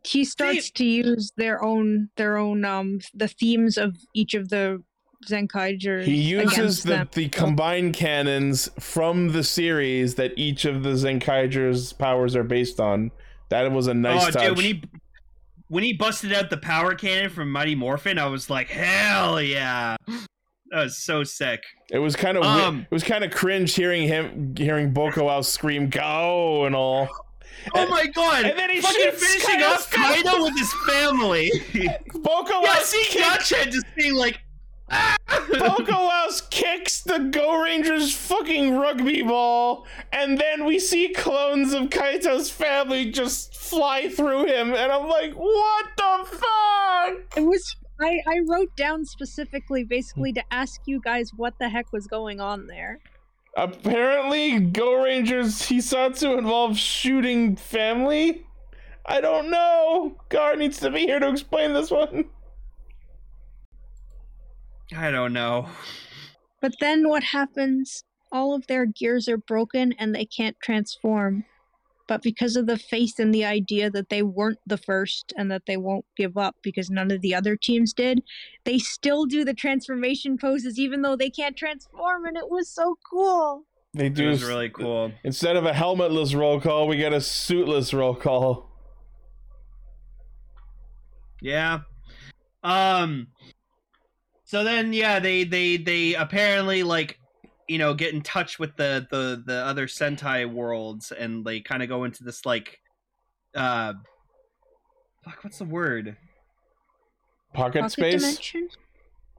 [SPEAKER 2] he starts to use their own their own um the themes of each of the Zenkaijers.
[SPEAKER 1] He uses
[SPEAKER 2] against
[SPEAKER 1] the,
[SPEAKER 2] them.
[SPEAKER 1] the combined cannons from the series that each of the Zenkaiger's powers are based on. That was a nice
[SPEAKER 3] oh,
[SPEAKER 1] touch.
[SPEAKER 3] dude, when he when he busted out the power cannon from Mighty Morphin, I was like, hell yeah, that was so sick.
[SPEAKER 1] it was kind of
[SPEAKER 3] Um,
[SPEAKER 1] it was kind of cringe hearing him hearing Boko out scream "Go" and all.
[SPEAKER 3] Oh my god!
[SPEAKER 1] And then he
[SPEAKER 3] fucking
[SPEAKER 1] shoots
[SPEAKER 3] finishing
[SPEAKER 1] Kaido's
[SPEAKER 3] off Kaido with his [LAUGHS] family.
[SPEAKER 1] Boko
[SPEAKER 3] yeah, [LAUGHS]
[SPEAKER 1] out
[SPEAKER 3] see Gotcha just being like, ah!
[SPEAKER 1] Boko House kicks the Go Rangers fucking rugby ball, and then we see clones of Kaito's family just fly through him, and I'm like, what the fuck?
[SPEAKER 2] It was I, I wrote down specifically basically to ask you guys what the heck was going on there.
[SPEAKER 1] Apparently, Go Rangers Hisatsu involves shooting family? I don't know. Gar needs to be here to explain this one.
[SPEAKER 3] I don't know.
[SPEAKER 2] But then what happens? All of their gears are broken and they can't transform. But because of the faith in the idea that they weren't the first and that they won't give up because none of the other teams did, they still do the transformation poses even though they can't transform. And it was so cool.
[SPEAKER 1] They
[SPEAKER 3] It
[SPEAKER 1] do.
[SPEAKER 3] was really cool.
[SPEAKER 1] Instead of a helmetless roll call, we get a suitless roll call.
[SPEAKER 3] Yeah. Um. So then, yeah, they they they apparently like you know get in touch with the the the other Sentai worlds, and they kind of go into this like, uh, fuck, what's the word?
[SPEAKER 1] Pocket,
[SPEAKER 2] Pocket
[SPEAKER 1] space.
[SPEAKER 2] dimension.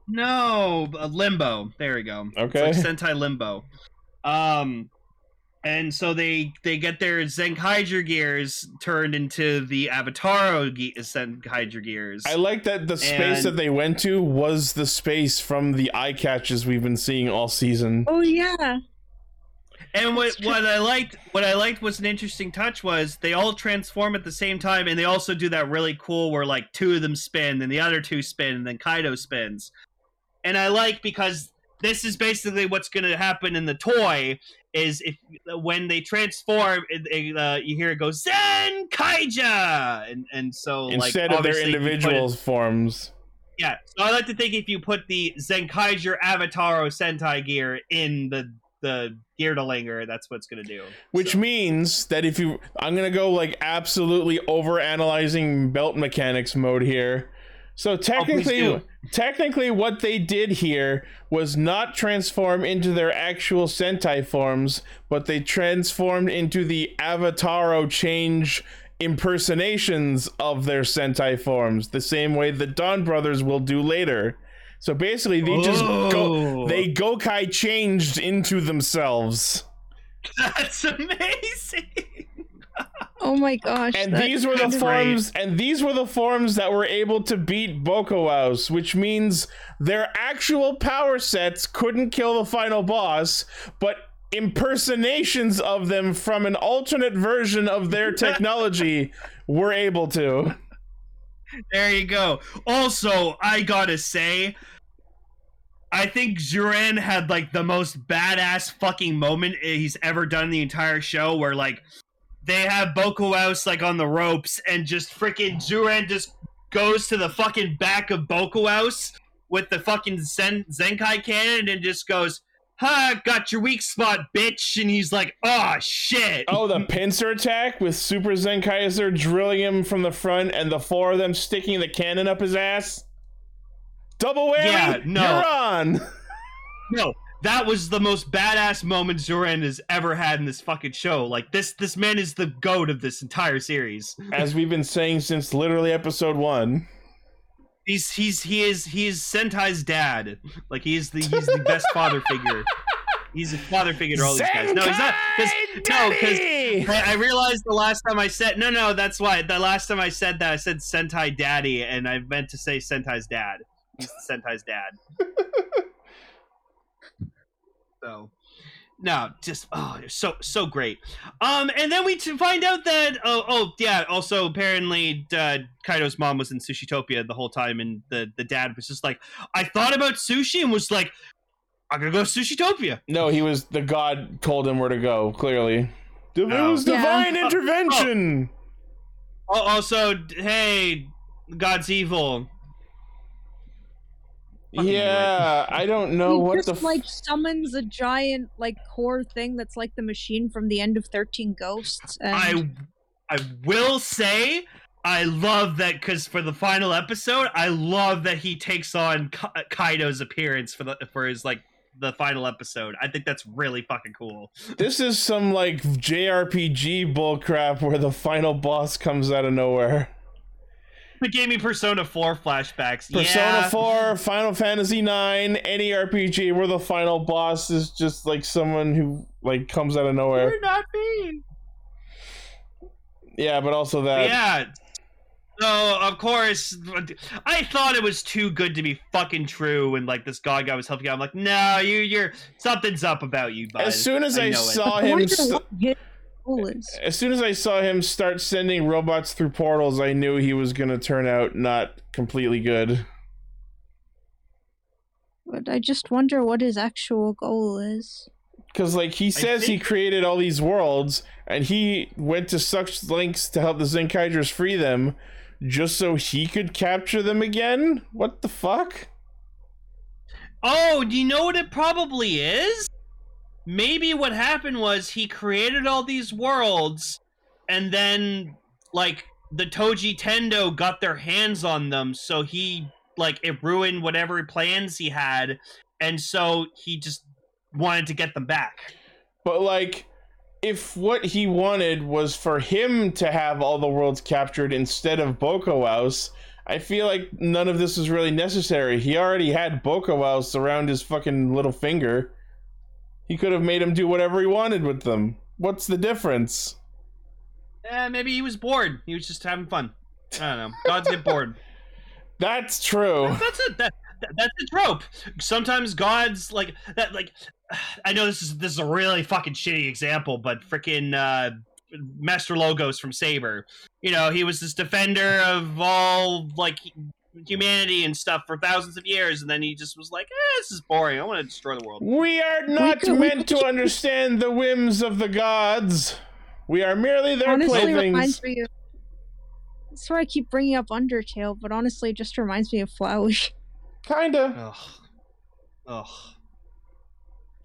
[SPEAKER 3] No, uh, limbo. There we go.
[SPEAKER 1] Okay. [LAUGHS]
[SPEAKER 3] It's like Sentai Limbo. Um and so they they get their Zenkaiger gears turned into the Avataro ge- Zenkaiger gears.
[SPEAKER 1] I like that the space
[SPEAKER 3] And-
[SPEAKER 1] that they went to was the space from the eye catches we've been seeing all season.
[SPEAKER 2] Oh yeah.
[SPEAKER 3] and what
[SPEAKER 2] that's true.
[SPEAKER 3] what I liked what I liked was an interesting touch was they all transform at the same time and they also do that really cool where like two of them spin and the other two spin and then Kaido spins. And I like because this is basically what's going to happen in the toy is if when they transform it, it, uh, you hear it go zen kaija and and so
[SPEAKER 1] Instead
[SPEAKER 3] like,
[SPEAKER 1] of their
[SPEAKER 3] obviously, if you put it-
[SPEAKER 1] individual forms.
[SPEAKER 3] yeah so i like to think if you put the zen kaiser avataro sentai gear in the the gear to linger that's what's gonna do
[SPEAKER 1] Which
[SPEAKER 3] So-
[SPEAKER 1] means that if you I'm gonna go like absolutely over analyzing belt mechanics mode here. So technically
[SPEAKER 3] Oh, do.
[SPEAKER 1] technically what they did here was not transform into their actual Sentai forms, but they transformed into the Avataro change impersonations of their Sentai forms, the same way the Don Brothers will do later. So basically they just go
[SPEAKER 3] Oh.
[SPEAKER 1] they Gokai changed into themselves.
[SPEAKER 3] [LAUGHS] that's amazing
[SPEAKER 2] Oh my gosh.
[SPEAKER 1] and
[SPEAKER 2] that-
[SPEAKER 1] these were the
[SPEAKER 3] that's
[SPEAKER 1] forms and these were the forms that were able to beat Boko House, which means their actual power sets couldn't kill the final boss, but impersonations of them from an alternate version of
[SPEAKER 3] [LAUGHS]
[SPEAKER 1] their technology were able to.
[SPEAKER 3] there you go also i gotta say I think Juran had like the most badass fucking moment he's ever done in the entire show where like they have Boko House like on the ropes and just freaking Juran just goes to the fucking back of Boko House with the fucking Zen- Zenkai cannon and just goes, Ha, got your weak spot, bitch. And he's like, Oh shit.
[SPEAKER 1] Oh, the pincer attack with Super Zen Kaiser drilling him from the front and the four of them sticking the cannon up his ass. Double whammy.
[SPEAKER 3] Yeah, no.
[SPEAKER 1] You're on.
[SPEAKER 3] No, that was the most badass moment Zoran has ever had in this fucking show. Like this, this man is the goat of this entire series.
[SPEAKER 1] As we've been saying since literally episode 1.
[SPEAKER 3] He's he's he is he is Sentai's dad. Like he's the he's the best father figure. He's a father figure to all these guys. No, he's not. 'cause- no, because I, I realized the last time I said no, no. That's why the last time I said that I said Sentai Daddy, and I meant to say Sentai's dad. He's Sentai's dad. so, no, just oh, they're so so great. Um, and then we to find out that oh oh yeah. Also, apparently, uh, Kaido's mom was in Sushitopia the whole time, and the the dad was just like, I thought about sushi and was like, I'm gonna go to Sushitopia.
[SPEAKER 1] No, he was the god told him where to go, clearly. It
[SPEAKER 3] No.
[SPEAKER 1] was
[SPEAKER 2] Yeah.
[SPEAKER 1] divine intervention.
[SPEAKER 3] Al- Also, d- hey, God's evil. Oh, Fucking
[SPEAKER 1] Yeah, I don't know
[SPEAKER 2] he
[SPEAKER 1] what
[SPEAKER 2] just
[SPEAKER 1] the f-
[SPEAKER 2] like summons a giant like core thing that's like the machine from the end of Thirteen Ghosts. And
[SPEAKER 3] I
[SPEAKER 1] Um,
[SPEAKER 3] I will say I love that because for the final episode, I love that he takes on Ka- Kaido's appearance for the for his like the final episode. I think that's really fucking cool.
[SPEAKER 1] this is some like JRPG bullcrap where the final boss comes out of nowhere.
[SPEAKER 3] It gave me Persona Four flashbacks.
[SPEAKER 1] Persona
[SPEAKER 3] yeah.
[SPEAKER 1] 4, Final Fantasy 9, any RPG where the final boss is just like someone who like comes out of nowhere.
[SPEAKER 3] You're not me.
[SPEAKER 1] Yeah, but also that
[SPEAKER 3] Yeah. So of course, I thought it was too good to be fucking true, and like this god guy was helping out. I'm like, no, you, you're something's up about you. Bud.
[SPEAKER 1] as soon as I,
[SPEAKER 3] know it.
[SPEAKER 1] saw
[SPEAKER 2] I
[SPEAKER 1] him
[SPEAKER 2] wonder
[SPEAKER 1] s-
[SPEAKER 2] what his goal is.
[SPEAKER 1] As soon as I saw him start sending robots through portals, I knew he was going to turn out not completely good.
[SPEAKER 2] But I just wonder what his actual goal is.
[SPEAKER 1] Because, like, he says he
[SPEAKER 3] think-
[SPEAKER 1] created all these worlds, and he went to such lengths to help the Zenkaidras free them just so he could capture them again? What the fuck?
[SPEAKER 3] Oh, do you know what it probably is? Maybe what happened was he created all these worlds, and then like the Toji Tendo got their hands on them, so he like it ruined whatever plans he had, and so he just wanted to get them back.
[SPEAKER 1] But like, if what he wanted was for him to have all the worlds captured instead of Boko House, I feel like none of this was really necessary. He already had Boko House around his fucking little finger. He could have made him do whatever he wanted with them. What's the difference?
[SPEAKER 3] Eh, maybe he was bored. He was just having fun. I don't know. Gods get bored.
[SPEAKER 1] That's true.
[SPEAKER 3] That's a that, that- that's a trope. Sometimes gods like that. Like [SIGHS] I know this is this is a really fucking shitty example, but freaking uh, Master Logos from Saber. You know, he was this defender of all like humanity and stuff for thousands of years, and then he just was like, eh, "This is boring. I want to destroy the world."
[SPEAKER 1] We are not
[SPEAKER 2] could- we
[SPEAKER 1] meant to understand the whims of the gods. We are merely their
[SPEAKER 2] honestly
[SPEAKER 1] playthings.
[SPEAKER 2] reminds me of. That's why I keep bringing up Undertale, but honestly, it just reminds me
[SPEAKER 3] [LAUGHS]
[SPEAKER 2] of Flowey.
[SPEAKER 1] Kinda.
[SPEAKER 3] Ugh, ugh.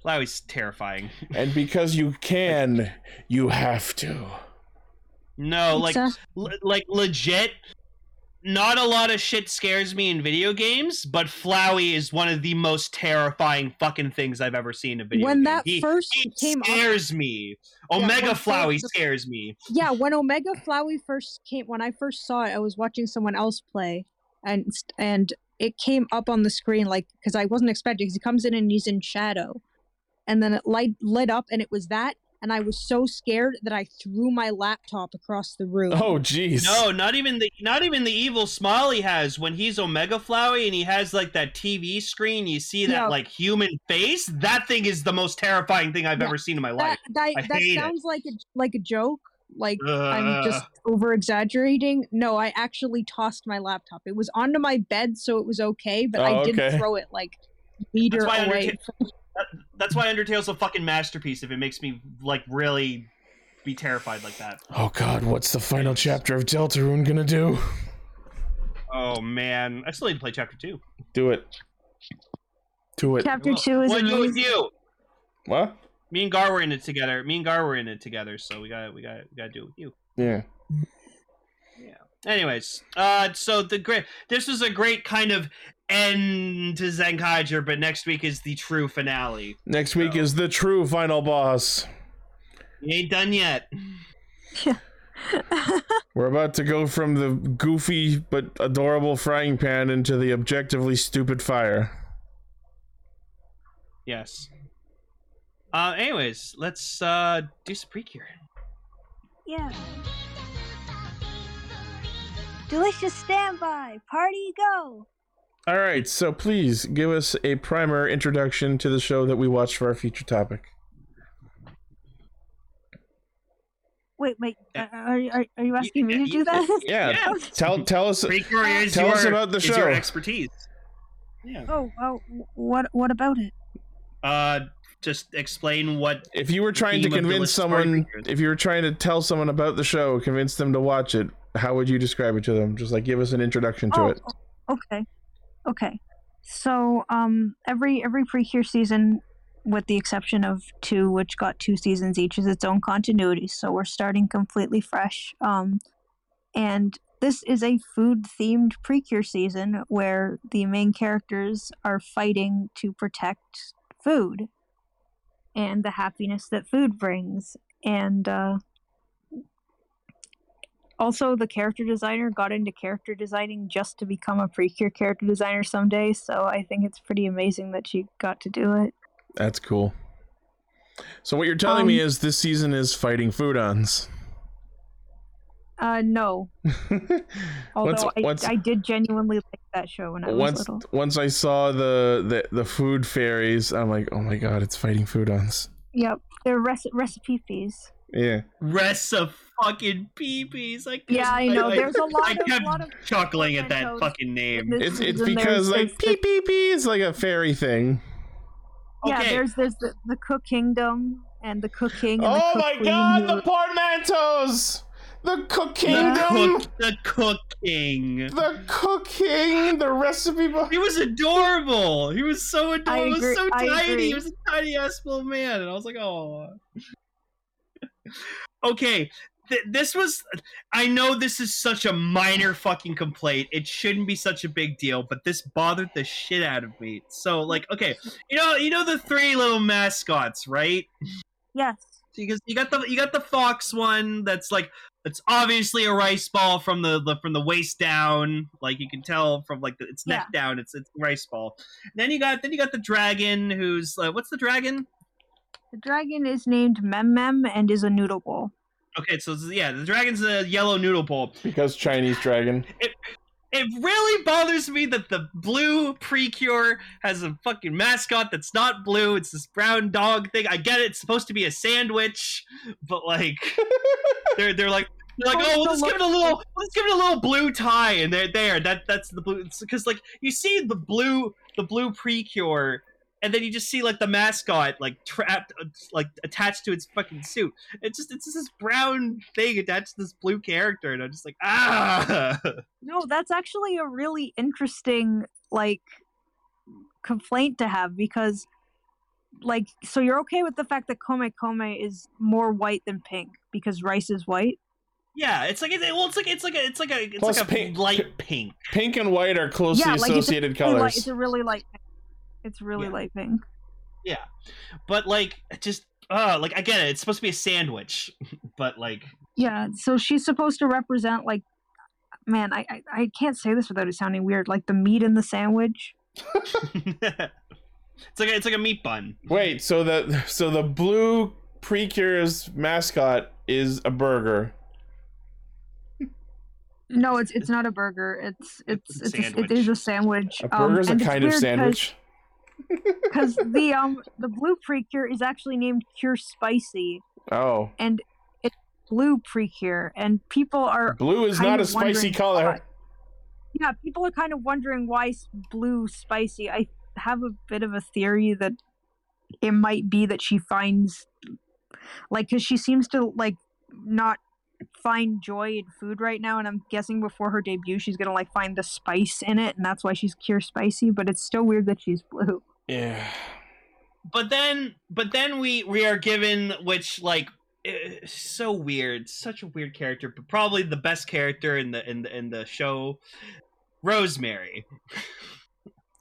[SPEAKER 3] Flowey's terrifying. [LAUGHS]
[SPEAKER 1] And because you can, you have to.
[SPEAKER 3] No, like
[SPEAKER 2] Exact-
[SPEAKER 3] le- like legit not a lot of shit scares me in video games but flowey is one of the most terrifying fucking things i've ever seen in a video
[SPEAKER 2] when
[SPEAKER 3] game.
[SPEAKER 2] that
[SPEAKER 3] he,
[SPEAKER 2] first
[SPEAKER 3] he
[SPEAKER 2] came up,
[SPEAKER 3] scares me
[SPEAKER 2] Yeah,
[SPEAKER 3] omega
[SPEAKER 2] when
[SPEAKER 3] flowey
[SPEAKER 2] first-
[SPEAKER 3] scares me
[SPEAKER 2] yeah, when Omega Flowey first came, when I first saw it, I was watching someone else play, and and it came up on the screen like because I wasn't expecting because he comes in and he's in shadow, and then it light lit up and it was that, and I was so scared that I threw my laptop across the room.
[SPEAKER 1] Oh, jeez.
[SPEAKER 3] no not even the not even the evil smile he has when he's omega flowey and he has like that tv screen you see that
[SPEAKER 2] Yeah.
[SPEAKER 3] like human face that thing is the most terrifying thing i've
[SPEAKER 2] Yeah,
[SPEAKER 3] ever seen in my life
[SPEAKER 2] that that,
[SPEAKER 3] I
[SPEAKER 2] that
[SPEAKER 3] hate it. Uh.
[SPEAKER 2] sounds like a like a joke, like I'm
[SPEAKER 3] Ugh.
[SPEAKER 2] just over exaggerating. No, I actually tossed my laptop. It was onto my bed, so it was okay, but
[SPEAKER 1] Oh,
[SPEAKER 2] I did
[SPEAKER 1] okay.
[SPEAKER 2] throw it like meter
[SPEAKER 3] why I
[SPEAKER 2] away.
[SPEAKER 3] underta- That's why Undertale's a fucking masterpiece. If it makes me like really be terrified like that.
[SPEAKER 1] Oh god, what's the final chapter of Deltarune gonna do?
[SPEAKER 3] Oh man, I still need to play chapter two.
[SPEAKER 1] Do it. Do it.
[SPEAKER 2] Chapter two is
[SPEAKER 3] What you and
[SPEAKER 2] amazing.
[SPEAKER 3] you?
[SPEAKER 1] What?
[SPEAKER 3] Me and Gar were in it together. Me and Gar were in it together. So we got we got we got to do it with you.
[SPEAKER 1] Yeah.
[SPEAKER 3] Anyways, uh, so the great this is a great kind of end to Zenkaiger, but next week is the true finale.
[SPEAKER 1] Next week is the true final boss.
[SPEAKER 3] We ain't done yet.
[SPEAKER 1] We're about to go from the goofy but adorable frying pan into the objectively stupid fire.
[SPEAKER 3] Yes. Uh, anyways, let's uh do some precure.
[SPEAKER 8] Yeah. Delicious standby. Party go.
[SPEAKER 1] All right, so please give us a primer introduction to the show that we watch for our future topic.
[SPEAKER 8] Wait, wait.
[SPEAKER 3] Yeah.
[SPEAKER 8] Are, are, are you asking me to do that?
[SPEAKER 1] Yeah,
[SPEAKER 3] [LAUGHS]
[SPEAKER 1] tell tell us.
[SPEAKER 3] Precure is
[SPEAKER 1] Tell
[SPEAKER 3] your,
[SPEAKER 1] us about the
[SPEAKER 3] is
[SPEAKER 1] show.
[SPEAKER 3] your expertise.
[SPEAKER 8] oh, well, what what about it?
[SPEAKER 3] Uh, just explain what.
[SPEAKER 1] If you were trying to
[SPEAKER 3] theme of the
[SPEAKER 1] convince
[SPEAKER 3] list of party
[SPEAKER 1] someone,
[SPEAKER 3] pictures.
[SPEAKER 1] if you were trying to tell someone about the show, convince them to watch it, how would you describe it to them? Just like give us an introduction to
[SPEAKER 8] oh,
[SPEAKER 1] it.
[SPEAKER 8] o- Okay. Okay. So um every every precure season with the exception of two which got two seasons each is its own continuity. So we're starting completely fresh. Um and this is a food themed precure season where the main characters are fighting to protect food and the happiness that food brings. And uh also the character designer got into character designing just to become a precure character designer someday so i think it's pretty amazing that she got to do it
[SPEAKER 1] That's cool. So what you're telling me
[SPEAKER 8] Um,
[SPEAKER 1] is this season is fighting foodons.
[SPEAKER 8] uh no
[SPEAKER 1] once
[SPEAKER 8] [LAUGHS] although I,
[SPEAKER 1] once,
[SPEAKER 8] I did genuinely like that show when i was
[SPEAKER 1] once,
[SPEAKER 8] little
[SPEAKER 1] once I saw the, the the food fairies, I'm like, oh my god, it's fighting foodons.
[SPEAKER 8] yep they're rec- recipe fees
[SPEAKER 1] Yeah.
[SPEAKER 3] Rest of fucking peepees. Like
[SPEAKER 8] yeah i know there's a lot
[SPEAKER 3] [LAUGHS] I
[SPEAKER 8] of,
[SPEAKER 3] kept
[SPEAKER 8] lot of
[SPEAKER 3] chuckling at that
[SPEAKER 8] mementos
[SPEAKER 3] fucking name.
[SPEAKER 8] in this
[SPEAKER 1] It's it's
[SPEAKER 8] season. There's-
[SPEAKER 1] because
[SPEAKER 8] there's
[SPEAKER 1] like
[SPEAKER 8] the-
[SPEAKER 1] pee pee pee is like a fairy thing.
[SPEAKER 8] yeah
[SPEAKER 3] Okay.
[SPEAKER 8] there's there's the, the cook kingdom and the cooking and
[SPEAKER 1] Oh
[SPEAKER 8] the cook
[SPEAKER 1] my
[SPEAKER 8] queen
[SPEAKER 1] god,
[SPEAKER 8] who-
[SPEAKER 1] the portmanteaus! The cook
[SPEAKER 3] The,
[SPEAKER 8] Yeah.
[SPEAKER 1] kingdom!
[SPEAKER 3] cook, the cooking.
[SPEAKER 1] The cooking! The recipe book!
[SPEAKER 3] He was adorable. He was so
[SPEAKER 8] I
[SPEAKER 3] adorable. He was
[SPEAKER 8] agree-
[SPEAKER 3] so
[SPEAKER 8] I
[SPEAKER 3] tiny. He
[SPEAKER 8] agree.
[SPEAKER 3] was a tiny ass little man, and I was like, oh. [LAUGHS] okay, th- this was I know this is such a minor fucking complaint. It shouldn't be such a big deal, but this bothered the shit out of me. So like, okay, you know, you know the three little mascots, right?
[SPEAKER 2] Yes.
[SPEAKER 3] So you, got- you got the you got the fox one that's like it's obviously a rice ball from the, the from the waist down like you can tell from like the, its neck down it's it's rice ball then you got then you got the dragon who's uh, what's the dragon
[SPEAKER 2] The dragon is named Mem Mem and is a noodle bowl.
[SPEAKER 3] okay so it's- yeah the dragon's a yellow noodle bowl
[SPEAKER 1] [LAUGHS] because Chinese dragon.
[SPEAKER 3] it really bothers me that the blue precure has a fucking mascot that's not blue it's this brown dog thing i get it, it's supposed to be a sandwich but like they're they're like they're like, oh,
[SPEAKER 2] Oh,
[SPEAKER 3] we'll
[SPEAKER 2] the
[SPEAKER 3] just give it a little, let's give it a little blue tie, and they're there. That that's the blue, because like you see the blue, the blue precure, and then you just see like the mascot like trapped, uh, like attached to its fucking suit. It's just it's just this brown thing attached to this blue character, and I'm just like, ah. [LAUGHS]
[SPEAKER 2] No, that's actually a really interesting like complaint to have because like so you're okay with the fact that Kome Kome is more white than pink because rice is white?
[SPEAKER 3] Yeah, it's like it, it- well, it's like it's like a it's like a it's
[SPEAKER 1] Plus
[SPEAKER 3] like a
[SPEAKER 1] pink- [LAUGHS]
[SPEAKER 3] light pink.
[SPEAKER 1] Pink and white are closely
[SPEAKER 2] Yeah, like, it's a
[SPEAKER 1] associated
[SPEAKER 2] Really light-
[SPEAKER 1] colors.
[SPEAKER 2] it's a really light pink. It's really
[SPEAKER 3] Yeah.
[SPEAKER 2] light pink.
[SPEAKER 3] Yeah, but like it just uh like I get it. It's supposed to be a sandwich, [LAUGHS] but like
[SPEAKER 2] Yeah, so she's supposed to represent like man, I, I I can't say this without it sounding weird, like the meat in the sandwich.
[SPEAKER 3] it's like a, it's like a meat bun.
[SPEAKER 1] Wait, so the so the blue Precure's mascot is a burger.
[SPEAKER 2] No, it's it's not a burger. It's it's
[SPEAKER 3] a
[SPEAKER 2] it's, a, it is a sandwich. um,
[SPEAKER 1] A burger's a kind of sandwich.
[SPEAKER 2] because the um the blue precure is actually named Cure Spicy
[SPEAKER 1] Oh,
[SPEAKER 2] and it's blue precure, and people are
[SPEAKER 1] blue is
[SPEAKER 2] kind
[SPEAKER 1] not a
[SPEAKER 2] of
[SPEAKER 1] spicy
[SPEAKER 2] wondering
[SPEAKER 1] color.
[SPEAKER 2] why. yeah people are kind of wondering why s- blue spicy. I have a bit of a theory that it might be that she finds like because she seems to like not find joy in food right now and i'm guessing before her debut she's gonna like find the spice in it and that's why she's cure spicy but it's still weird that she's blue
[SPEAKER 1] Yeah.
[SPEAKER 3] But then but then we we are given which like eh, so weird, such a weird character, but probably the best character in the in the in the show, Rosemary.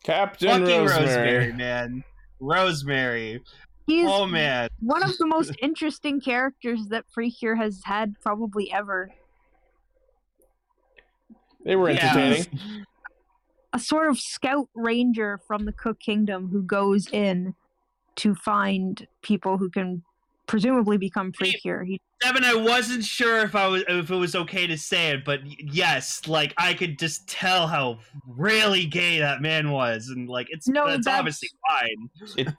[SPEAKER 1] Captain
[SPEAKER 3] Fucking
[SPEAKER 1] Rosemary.
[SPEAKER 3] Rosemary, man. Rosemary.
[SPEAKER 2] he's
[SPEAKER 3] Oh man.
[SPEAKER 2] one of the most interesting characters that Precure has had probably ever.
[SPEAKER 1] They were
[SPEAKER 3] Yeah.
[SPEAKER 1] entertaining.
[SPEAKER 3] [LAUGHS]
[SPEAKER 2] A sort of scout ranger from the Cook Kingdom who goes in to find people who can presumably become Precure. He,
[SPEAKER 3] Devin, I wasn't sure if I was if it was okay to say it, but y- yes, like I could just tell how really gay that man was, and like it's
[SPEAKER 2] No,
[SPEAKER 3] that's,
[SPEAKER 2] that's-
[SPEAKER 3] obviously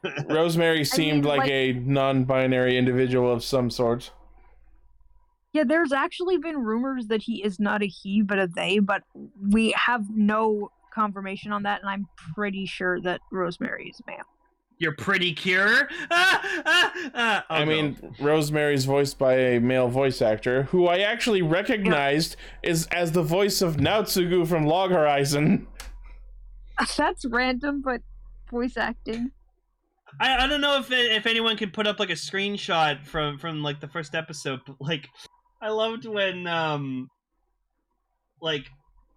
[SPEAKER 3] fine.
[SPEAKER 1] Rosemary seemed
[SPEAKER 2] mean,
[SPEAKER 1] like,
[SPEAKER 2] like-
[SPEAKER 1] a non-binary individual of some sort.
[SPEAKER 2] yeah, there's actually been rumors that he is not a he but a they, but we have no confirmation on that, and I'm pretty sure that Rosemary is male. [LAUGHS]
[SPEAKER 3] You're pretty cure. [LAUGHS] Ah, ah, ah. Oh,
[SPEAKER 1] I
[SPEAKER 3] no.
[SPEAKER 1] mean, Rosemary's voiced by a male voice actor who I actually recognized is as the voice of Naotsugu from Log Horizon. [LAUGHS]
[SPEAKER 2] That's random, but voice acting.
[SPEAKER 3] I, I don't know if if anyone can put up like a screenshot from from like the first episode, but like I loved when um like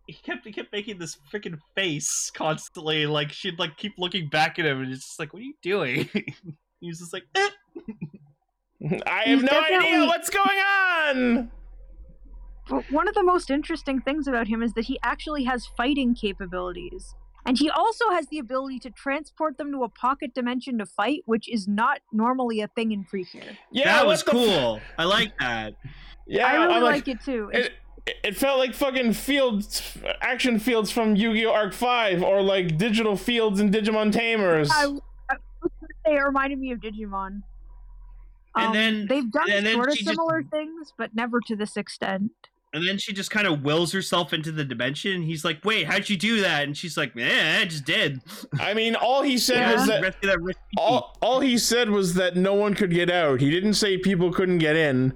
[SPEAKER 3] he kept he kept making this freaking face constantly, like she'd like keep looking back at him, and it's just like, what are you doing? [LAUGHS] he was just like, eh.
[SPEAKER 1] I have
[SPEAKER 2] He's
[SPEAKER 1] no idea
[SPEAKER 2] definitely-
[SPEAKER 1] what's going on.
[SPEAKER 2] But one of the most interesting things about him is that he actually has fighting capabilities. And he also has the ability to transport them to a pocket dimension to fight, which is not normally a thing in Freakier.
[SPEAKER 1] Yeah,
[SPEAKER 3] that
[SPEAKER 1] what
[SPEAKER 3] was
[SPEAKER 1] the f-
[SPEAKER 3] cool. I like that.
[SPEAKER 1] yeah,
[SPEAKER 2] I really
[SPEAKER 1] I'm
[SPEAKER 2] like, it too. It's-
[SPEAKER 1] it, it felt like fucking fields, action fields from Yu-Gi-Oh! Arc Five, or like digital fields in Digimon Tamers.
[SPEAKER 2] I, I was gonna say it reminded me of Digimon.
[SPEAKER 3] And
[SPEAKER 2] Um,
[SPEAKER 3] then-
[SPEAKER 2] they've done
[SPEAKER 3] and then
[SPEAKER 2] sort of
[SPEAKER 3] she just-
[SPEAKER 2] similar things, but never to this extent.
[SPEAKER 3] And then she just kind of wills herself into the dimension. And he's like, "Wait, how'd you do that?" And she's like, "Yeah, I just did."
[SPEAKER 1] I mean, all he said
[SPEAKER 2] Yeah.
[SPEAKER 1] was that
[SPEAKER 3] [LAUGHS] Rescue that rich
[SPEAKER 1] all, all he said was that no one could get out. He didn't say people couldn't get in.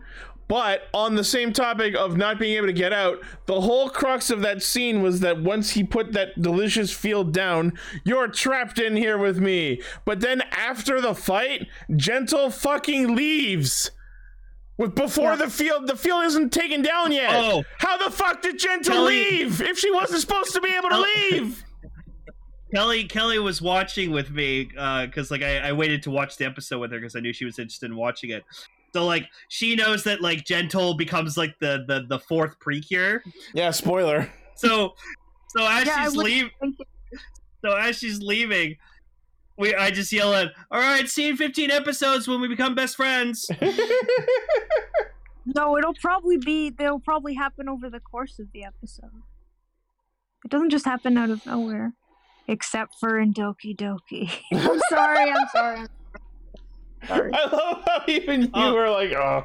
[SPEAKER 1] But on the same topic of not being able to get out, the whole crux of that scene was that once he put that delicious field down, you're trapped in here with me. But then after the fight, Gentle fucking leaves. With before the field, the field isn't taken down yet.
[SPEAKER 3] Oh.
[SPEAKER 1] How the fuck did Gentle
[SPEAKER 3] Kelly-
[SPEAKER 1] leave if she wasn't supposed to be able to
[SPEAKER 3] Oh.
[SPEAKER 1] leave?
[SPEAKER 3] Kelly Kelly was watching with me because like I, I waited to watch the episode with her because I knew she was interested in watching it. So like she knows that like Gentle becomes like the the, the fourth precure.
[SPEAKER 1] [LAUGHS] Yeah, spoiler.
[SPEAKER 3] So so as
[SPEAKER 2] Yeah, I
[SPEAKER 3] she's
[SPEAKER 2] would-
[SPEAKER 3] leaving, so as she's leaving, we I just yell at, "All right, see you in fifteen episodes when we become best
[SPEAKER 2] [LAUGHS]
[SPEAKER 3] friends."
[SPEAKER 2] No, it'll probably be. They'll probably happen over the course of the episode. It doesn't just happen out of nowhere, except for in Doki Doki. [LAUGHS]
[SPEAKER 9] I'm sorry. I'm sorry. I'm
[SPEAKER 1] I love how even you
[SPEAKER 3] Oh.
[SPEAKER 1] were like, oh.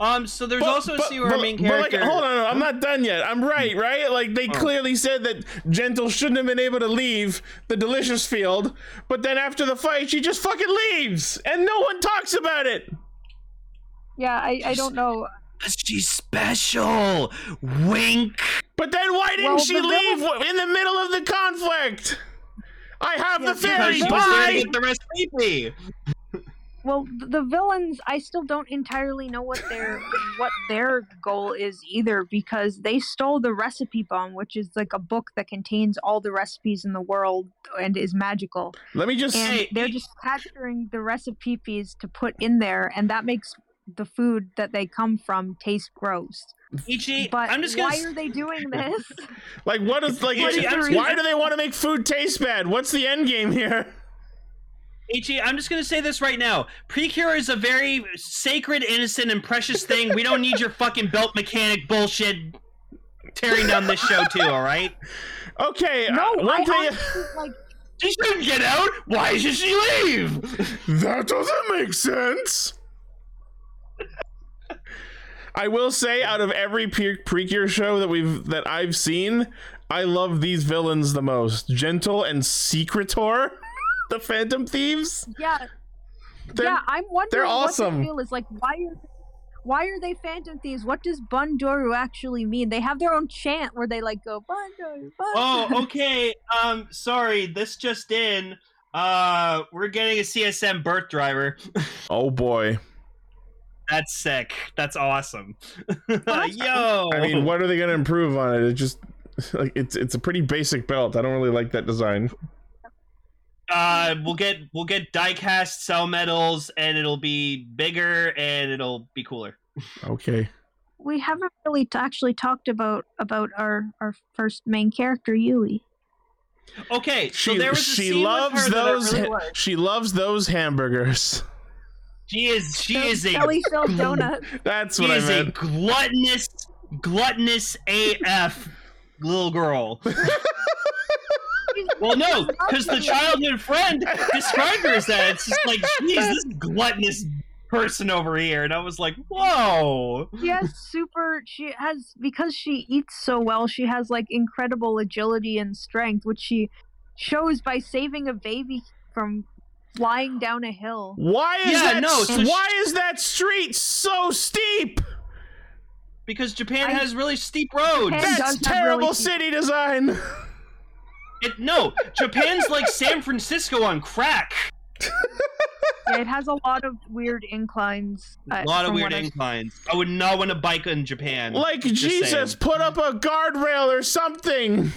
[SPEAKER 3] Um, so there's
[SPEAKER 1] But-
[SPEAKER 3] also a
[SPEAKER 1] but-
[SPEAKER 3] scene where our
[SPEAKER 1] but-
[SPEAKER 3] main
[SPEAKER 1] but, like,
[SPEAKER 3] character. Oh.
[SPEAKER 1] hold on, I'm not done yet. I'm right, right? Like they clearly said that Gentle shouldn't have been able to leave the delicious field, but then after the fight, she just fucking leaves, and no one talks about it.
[SPEAKER 2] yeah, I, I don't know.
[SPEAKER 10] She's special. Wink.
[SPEAKER 1] But then why didn't
[SPEAKER 2] Well,
[SPEAKER 1] she
[SPEAKER 2] the
[SPEAKER 1] leave w in the middle of the conflict? I have the
[SPEAKER 3] Because
[SPEAKER 1] fairy.
[SPEAKER 3] she was there to
[SPEAKER 1] Bye.
[SPEAKER 3] get the recipe.
[SPEAKER 2] Well, th- the villains, I still don't entirely know what
[SPEAKER 3] [LAUGHS]
[SPEAKER 2] their what their goal is either, because they stole the recipe bomb, which is like a book that contains all the recipes in the world and is magical.
[SPEAKER 1] Let me just.
[SPEAKER 2] and
[SPEAKER 3] Hey,
[SPEAKER 2] they're
[SPEAKER 3] y-
[SPEAKER 2] just capturing the recipes to put in there, and that makes the food that they come from taste gross.
[SPEAKER 3] Ichi,
[SPEAKER 2] But
[SPEAKER 3] I'm just gonna.
[SPEAKER 2] why are they doing this?
[SPEAKER 1] Like what is like?
[SPEAKER 3] Ichi, I'm just
[SPEAKER 1] why
[SPEAKER 3] gonna-
[SPEAKER 1] do they want to make food taste bad? What's the end game here?
[SPEAKER 3] Ichi, I'm just gonna say this right now. Precure is a very sacred, innocent, and precious thing. We don't need your fucking belt mechanic bullshit tearing down this show too. All right?
[SPEAKER 1] Okay, uh,
[SPEAKER 2] no,
[SPEAKER 1] one
[SPEAKER 2] I
[SPEAKER 1] thing.
[SPEAKER 2] honestly, like
[SPEAKER 3] She shouldn't get out. Why should she leave?
[SPEAKER 1] That doesn't make sense. [LAUGHS] I will say, out of every pre- Precure show that we've that I've seen, I love these villains the most. Gentle and Secretor, [LAUGHS] the Phantom Thieves.
[SPEAKER 2] yeah,
[SPEAKER 1] They're-
[SPEAKER 2] yeah. I'm wondering what
[SPEAKER 1] awesome.
[SPEAKER 2] the deal is. Like, why are why are they phantom thieves? What does Bundoru actually mean? They have their own chant where they like go Bundoru. Bundoru.
[SPEAKER 3] Oh, okay. Um, sorry. This just in. Uh, we're getting a CSM birth driver.
[SPEAKER 1] Oh boy!
[SPEAKER 3] That's sick. That's awesome. [LAUGHS]
[SPEAKER 2] that's-
[SPEAKER 3] Yo.
[SPEAKER 1] I mean, what are they gonna improve on it? It just [LAUGHS] like it's it's a pretty basic belt. I don't really like that design.
[SPEAKER 3] uh we'll get we'll get diecast cell metals and it'll be bigger and it'll be cooler
[SPEAKER 1] Okay.
[SPEAKER 2] we haven't really t- actually talked about about our our first main character Yui.
[SPEAKER 3] okay
[SPEAKER 1] She
[SPEAKER 3] so there was a
[SPEAKER 1] she
[SPEAKER 3] scene with
[SPEAKER 1] loves
[SPEAKER 3] her that I
[SPEAKER 1] those
[SPEAKER 3] really
[SPEAKER 1] ha-
[SPEAKER 3] liked.
[SPEAKER 1] she loves those hamburgers. [LAUGHS]
[SPEAKER 3] she is she is a
[SPEAKER 2] Kelly filled donut.
[SPEAKER 1] That's
[SPEAKER 3] she
[SPEAKER 1] what
[SPEAKER 3] is
[SPEAKER 1] I
[SPEAKER 3] a
[SPEAKER 1] meant.
[SPEAKER 3] gluttonous gluttonous af little [LAUGHS] girl well no because the childhood friend described her as that it's just like she's this gluttonous person over here and i was like whoa
[SPEAKER 2] she has super she has because she eats so well she has like incredible agility and strength which she shows by saving a baby from flying down a hill
[SPEAKER 1] Why is
[SPEAKER 3] Yeah,
[SPEAKER 1] that?
[SPEAKER 3] no, so
[SPEAKER 1] why is that street so steep?
[SPEAKER 3] because japan
[SPEAKER 2] I-
[SPEAKER 3] has really steep roads
[SPEAKER 2] Japan
[SPEAKER 1] That's
[SPEAKER 2] does have
[SPEAKER 1] terrible
[SPEAKER 2] really steep-
[SPEAKER 1] city
[SPEAKER 3] [LAUGHS]
[SPEAKER 1] design.
[SPEAKER 3] It, no, Japan's like San Francisco on crack.
[SPEAKER 2] yeah, it has a lot of weird inclines uh,
[SPEAKER 3] A lot of weird
[SPEAKER 2] inclines
[SPEAKER 3] inclines. I would not want to bike in Japan.
[SPEAKER 1] Like
[SPEAKER 3] Just
[SPEAKER 1] Jesus,
[SPEAKER 3] saying.
[SPEAKER 1] put up a guardrail or something.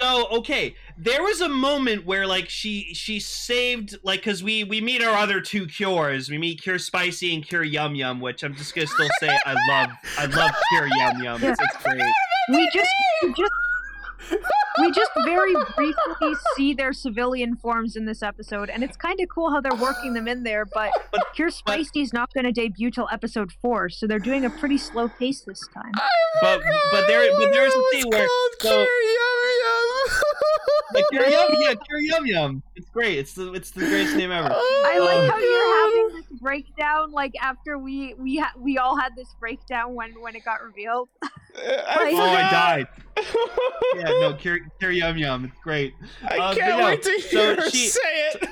[SPEAKER 3] So okay, there was a moment where like she she saved like because we we meet our other two cures. We meet Cure Spicy and Cure Yum Yum, which I'm just gonna still say I love. I love Cure Yum Yum. It's, it's great.
[SPEAKER 1] [LAUGHS]
[SPEAKER 2] we just, we just we just very briefly see their civilian forms in this episode, and it's kind of cool how they're working them in there. But Cure Spicey's not going to debut till episode four, so they're doing a pretty slow pace this time.
[SPEAKER 3] But but there
[SPEAKER 1] Oh
[SPEAKER 3] but there's a
[SPEAKER 1] It's
[SPEAKER 3] thing where
[SPEAKER 1] called
[SPEAKER 3] so-
[SPEAKER 1] Curium.
[SPEAKER 3] like, Cure Yum yeah Cure Yum Yum. It's great. It's the it's the greatest name ever.
[SPEAKER 2] [LAUGHS] I like how
[SPEAKER 1] Oh,
[SPEAKER 2] you're having this breakdown, like after we we ha- we all had this breakdown when when it got revealed.
[SPEAKER 1] God. I
[SPEAKER 2] like-
[SPEAKER 3] Oh, I
[SPEAKER 1] forgot.
[SPEAKER 3] died. Oh,
[SPEAKER 1] [LAUGHS]
[SPEAKER 3] Yeah, no, Cure, Cure Yum Yum. It's great.
[SPEAKER 1] I
[SPEAKER 3] Uh, but
[SPEAKER 1] can't
[SPEAKER 3] no,
[SPEAKER 1] wait to
[SPEAKER 3] so
[SPEAKER 1] hear her
[SPEAKER 3] she-
[SPEAKER 1] say it.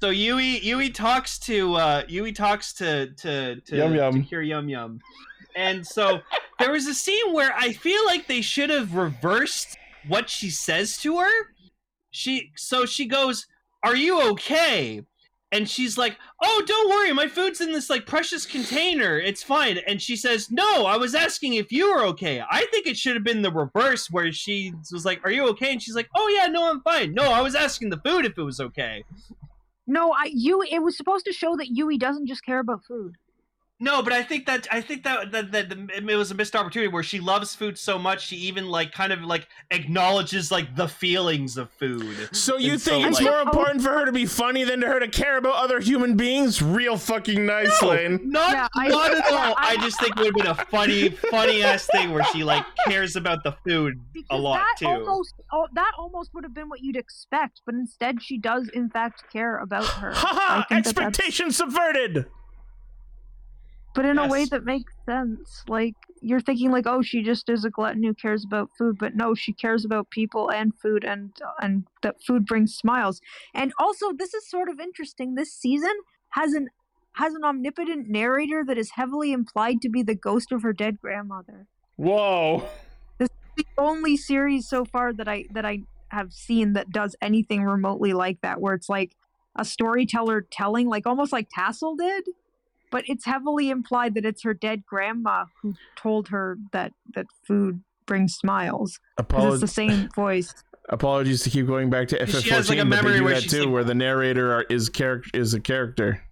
[SPEAKER 3] So Yui Yui talks to uh Yui talks to to to,
[SPEAKER 1] Yum Yum.
[SPEAKER 3] to Cure Yum Yum. And so there was a scene where I feel like they should have reversed what she says to her. She so she goes, "Are you okay?" and she's like, "Oh, don't worry, my food's in this like precious container. It's fine." And she says, "No, I was asking if you were okay. I think it should have been the reverse where she was like, "Are you okay?" And she's like, "Oh yeah, no, I'm fine. No, I was asking the food if it was okay."
[SPEAKER 2] No, I you. It was supposed to show that Yui doesn't just care about food.
[SPEAKER 3] No, but I think that I think that that, that the, it was a missed opportunity where she loves food so much she even like kind of like acknowledges like the feelings of food.
[SPEAKER 1] So you
[SPEAKER 3] And so,
[SPEAKER 1] think it's
[SPEAKER 3] like-
[SPEAKER 1] more important for her to be funny than to her to care about other human beings? Real fucking nice, Lane.
[SPEAKER 3] Not,
[SPEAKER 2] Yeah, I-
[SPEAKER 3] not
[SPEAKER 2] [LAUGHS]
[SPEAKER 3] at
[SPEAKER 2] yeah,
[SPEAKER 3] all. I,
[SPEAKER 2] I-
[SPEAKER 3] just think it would have been a funny, funny ass thing where she like cares about the food
[SPEAKER 2] Because
[SPEAKER 3] lot,
[SPEAKER 2] that
[SPEAKER 3] too.
[SPEAKER 2] Almost, oh, that almost would have been what you'd expect, but instead she does in fact care about
[SPEAKER 3] [SIGHS]
[SPEAKER 2] her. I
[SPEAKER 1] Haha!
[SPEAKER 2] think that that's-
[SPEAKER 1] Expectation subverted.
[SPEAKER 2] but in a way
[SPEAKER 3] Yes.
[SPEAKER 2] that makes sense. Like you're thinking, like, oh, she just is a glutton who cares about food, but no, she cares about people and food, and and that food brings smiles. And also, this is sort of interesting. This season has an has an omnipotent narrator that is heavily implied to be the ghost of her dead grandmother.
[SPEAKER 1] Whoa.
[SPEAKER 2] The only series so far that I that I have seen that does anything remotely like that, where it's like a storyteller telling, like almost like Tassel did, but it's heavily implied that it's her dead grandma who told her that that food brings smiles. 'Cause
[SPEAKER 1] Oh,
[SPEAKER 2] it's the same voice.
[SPEAKER 1] Apologies to keep going back to FF14,
[SPEAKER 3] She has, like, a
[SPEAKER 1] but they
[SPEAKER 3] memory
[SPEAKER 1] do
[SPEAKER 3] where
[SPEAKER 1] that
[SPEAKER 3] she's
[SPEAKER 1] too,
[SPEAKER 3] like-
[SPEAKER 1] where the narrator are, is character is a character.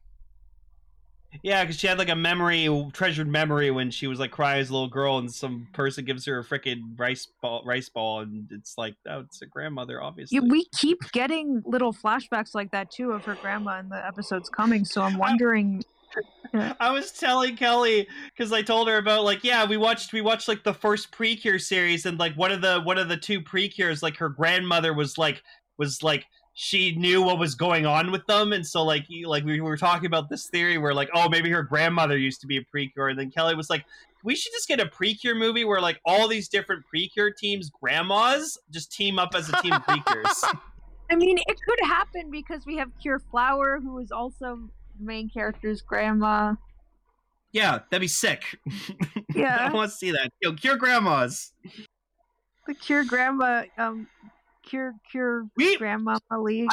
[SPEAKER 3] Yeah, because she had like a memory, treasured memory when she was like crying as a little girl, and some person gives her a freaking rice ball, rice ball, and it's like, oh, it's a grandmother, obviously.
[SPEAKER 2] Yeah, we keep getting little flashbacks like that too of her grandma in the episodes coming, so I'm wondering.
[SPEAKER 3] [LAUGHS] I was telling Kelly because I told her about like yeah we watched we watched like the first Precure series and like one of the one of the two Precures like her grandmother was like was like she knew what was going on with them and so like you, like we were talking about this theory where like oh maybe her grandmother used to be a Precure and then Kelly was like we should just get a Precure movie where like all these different Precure teams grandmas just team up as a team of [LAUGHS] Precures.
[SPEAKER 2] I mean, it could happen because we have Cure Flower, who is also the main character's grandma.
[SPEAKER 3] yeah, that'd be sick. [LAUGHS]
[SPEAKER 2] Yeah. [LAUGHS]
[SPEAKER 3] I want to see that. Yo, cure grandmas.
[SPEAKER 2] The Cure Grandma, um, Cure Cure
[SPEAKER 3] We
[SPEAKER 2] Grandma League.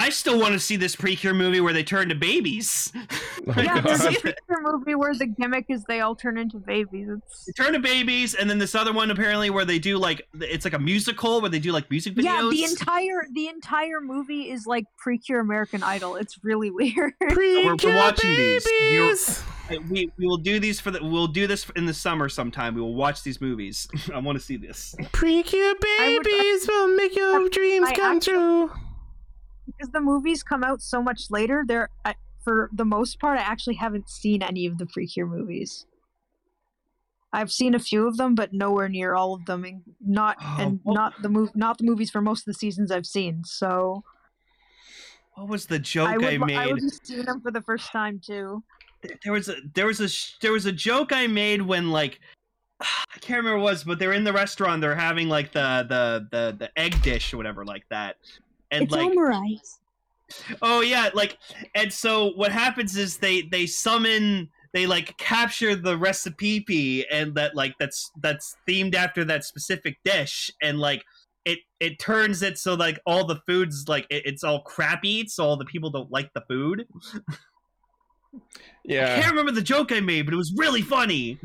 [SPEAKER 3] I still want to see this Precure movie where they turn to babies.
[SPEAKER 1] Oh my
[SPEAKER 2] yeah,
[SPEAKER 1] God.
[SPEAKER 2] there's
[SPEAKER 1] [LAUGHS]
[SPEAKER 2] a
[SPEAKER 3] See it.
[SPEAKER 2] picture movie where the gimmick is they all turn into babies. It's
[SPEAKER 3] They turn to babies, and then this other one apparently where they do like it's like a musical where they do like music videos.
[SPEAKER 2] yeah, the entire the entire movie is like pre-cure American Idol. It's really [LAUGHS] weird.
[SPEAKER 3] we're, we're watching these. We're- we we will do these for the we'll do this in the summer sometime. We will watch these movies. [LAUGHS] I want to see this.
[SPEAKER 1] Precure
[SPEAKER 2] I would-
[SPEAKER 1] babies will make your dreams
[SPEAKER 2] I
[SPEAKER 1] come true.
[SPEAKER 2] because the movies come out so much later. They're I, for the most part, I actually haven't seen any of the pre-cure movies. I've seen a few of them, but nowhere near all of them, and not
[SPEAKER 3] Oh,
[SPEAKER 2] and
[SPEAKER 3] well-
[SPEAKER 2] not the move not the movies for most of the seasons I've seen. So
[SPEAKER 3] What was the joke I,
[SPEAKER 2] I would lo-
[SPEAKER 3] made?
[SPEAKER 2] I would have seen them for the first time too.
[SPEAKER 3] there was a there was a sh- there was a joke I made when like [SIGHS] I can't remember what it was, but they're in the restaurant. They're having like the the the the egg dish or whatever like that, and
[SPEAKER 8] it's
[SPEAKER 3] like
[SPEAKER 8] Omurice.
[SPEAKER 3] oh yeah like and so what happens is they they summon they like capture the recipe and that like that's that's themed after that specific dish and like it it turns it so like all the foods like it, it's all crappy so all the people don't like the food i
[SPEAKER 1] Yeah,
[SPEAKER 3] can't remember the joke i made but it was really funny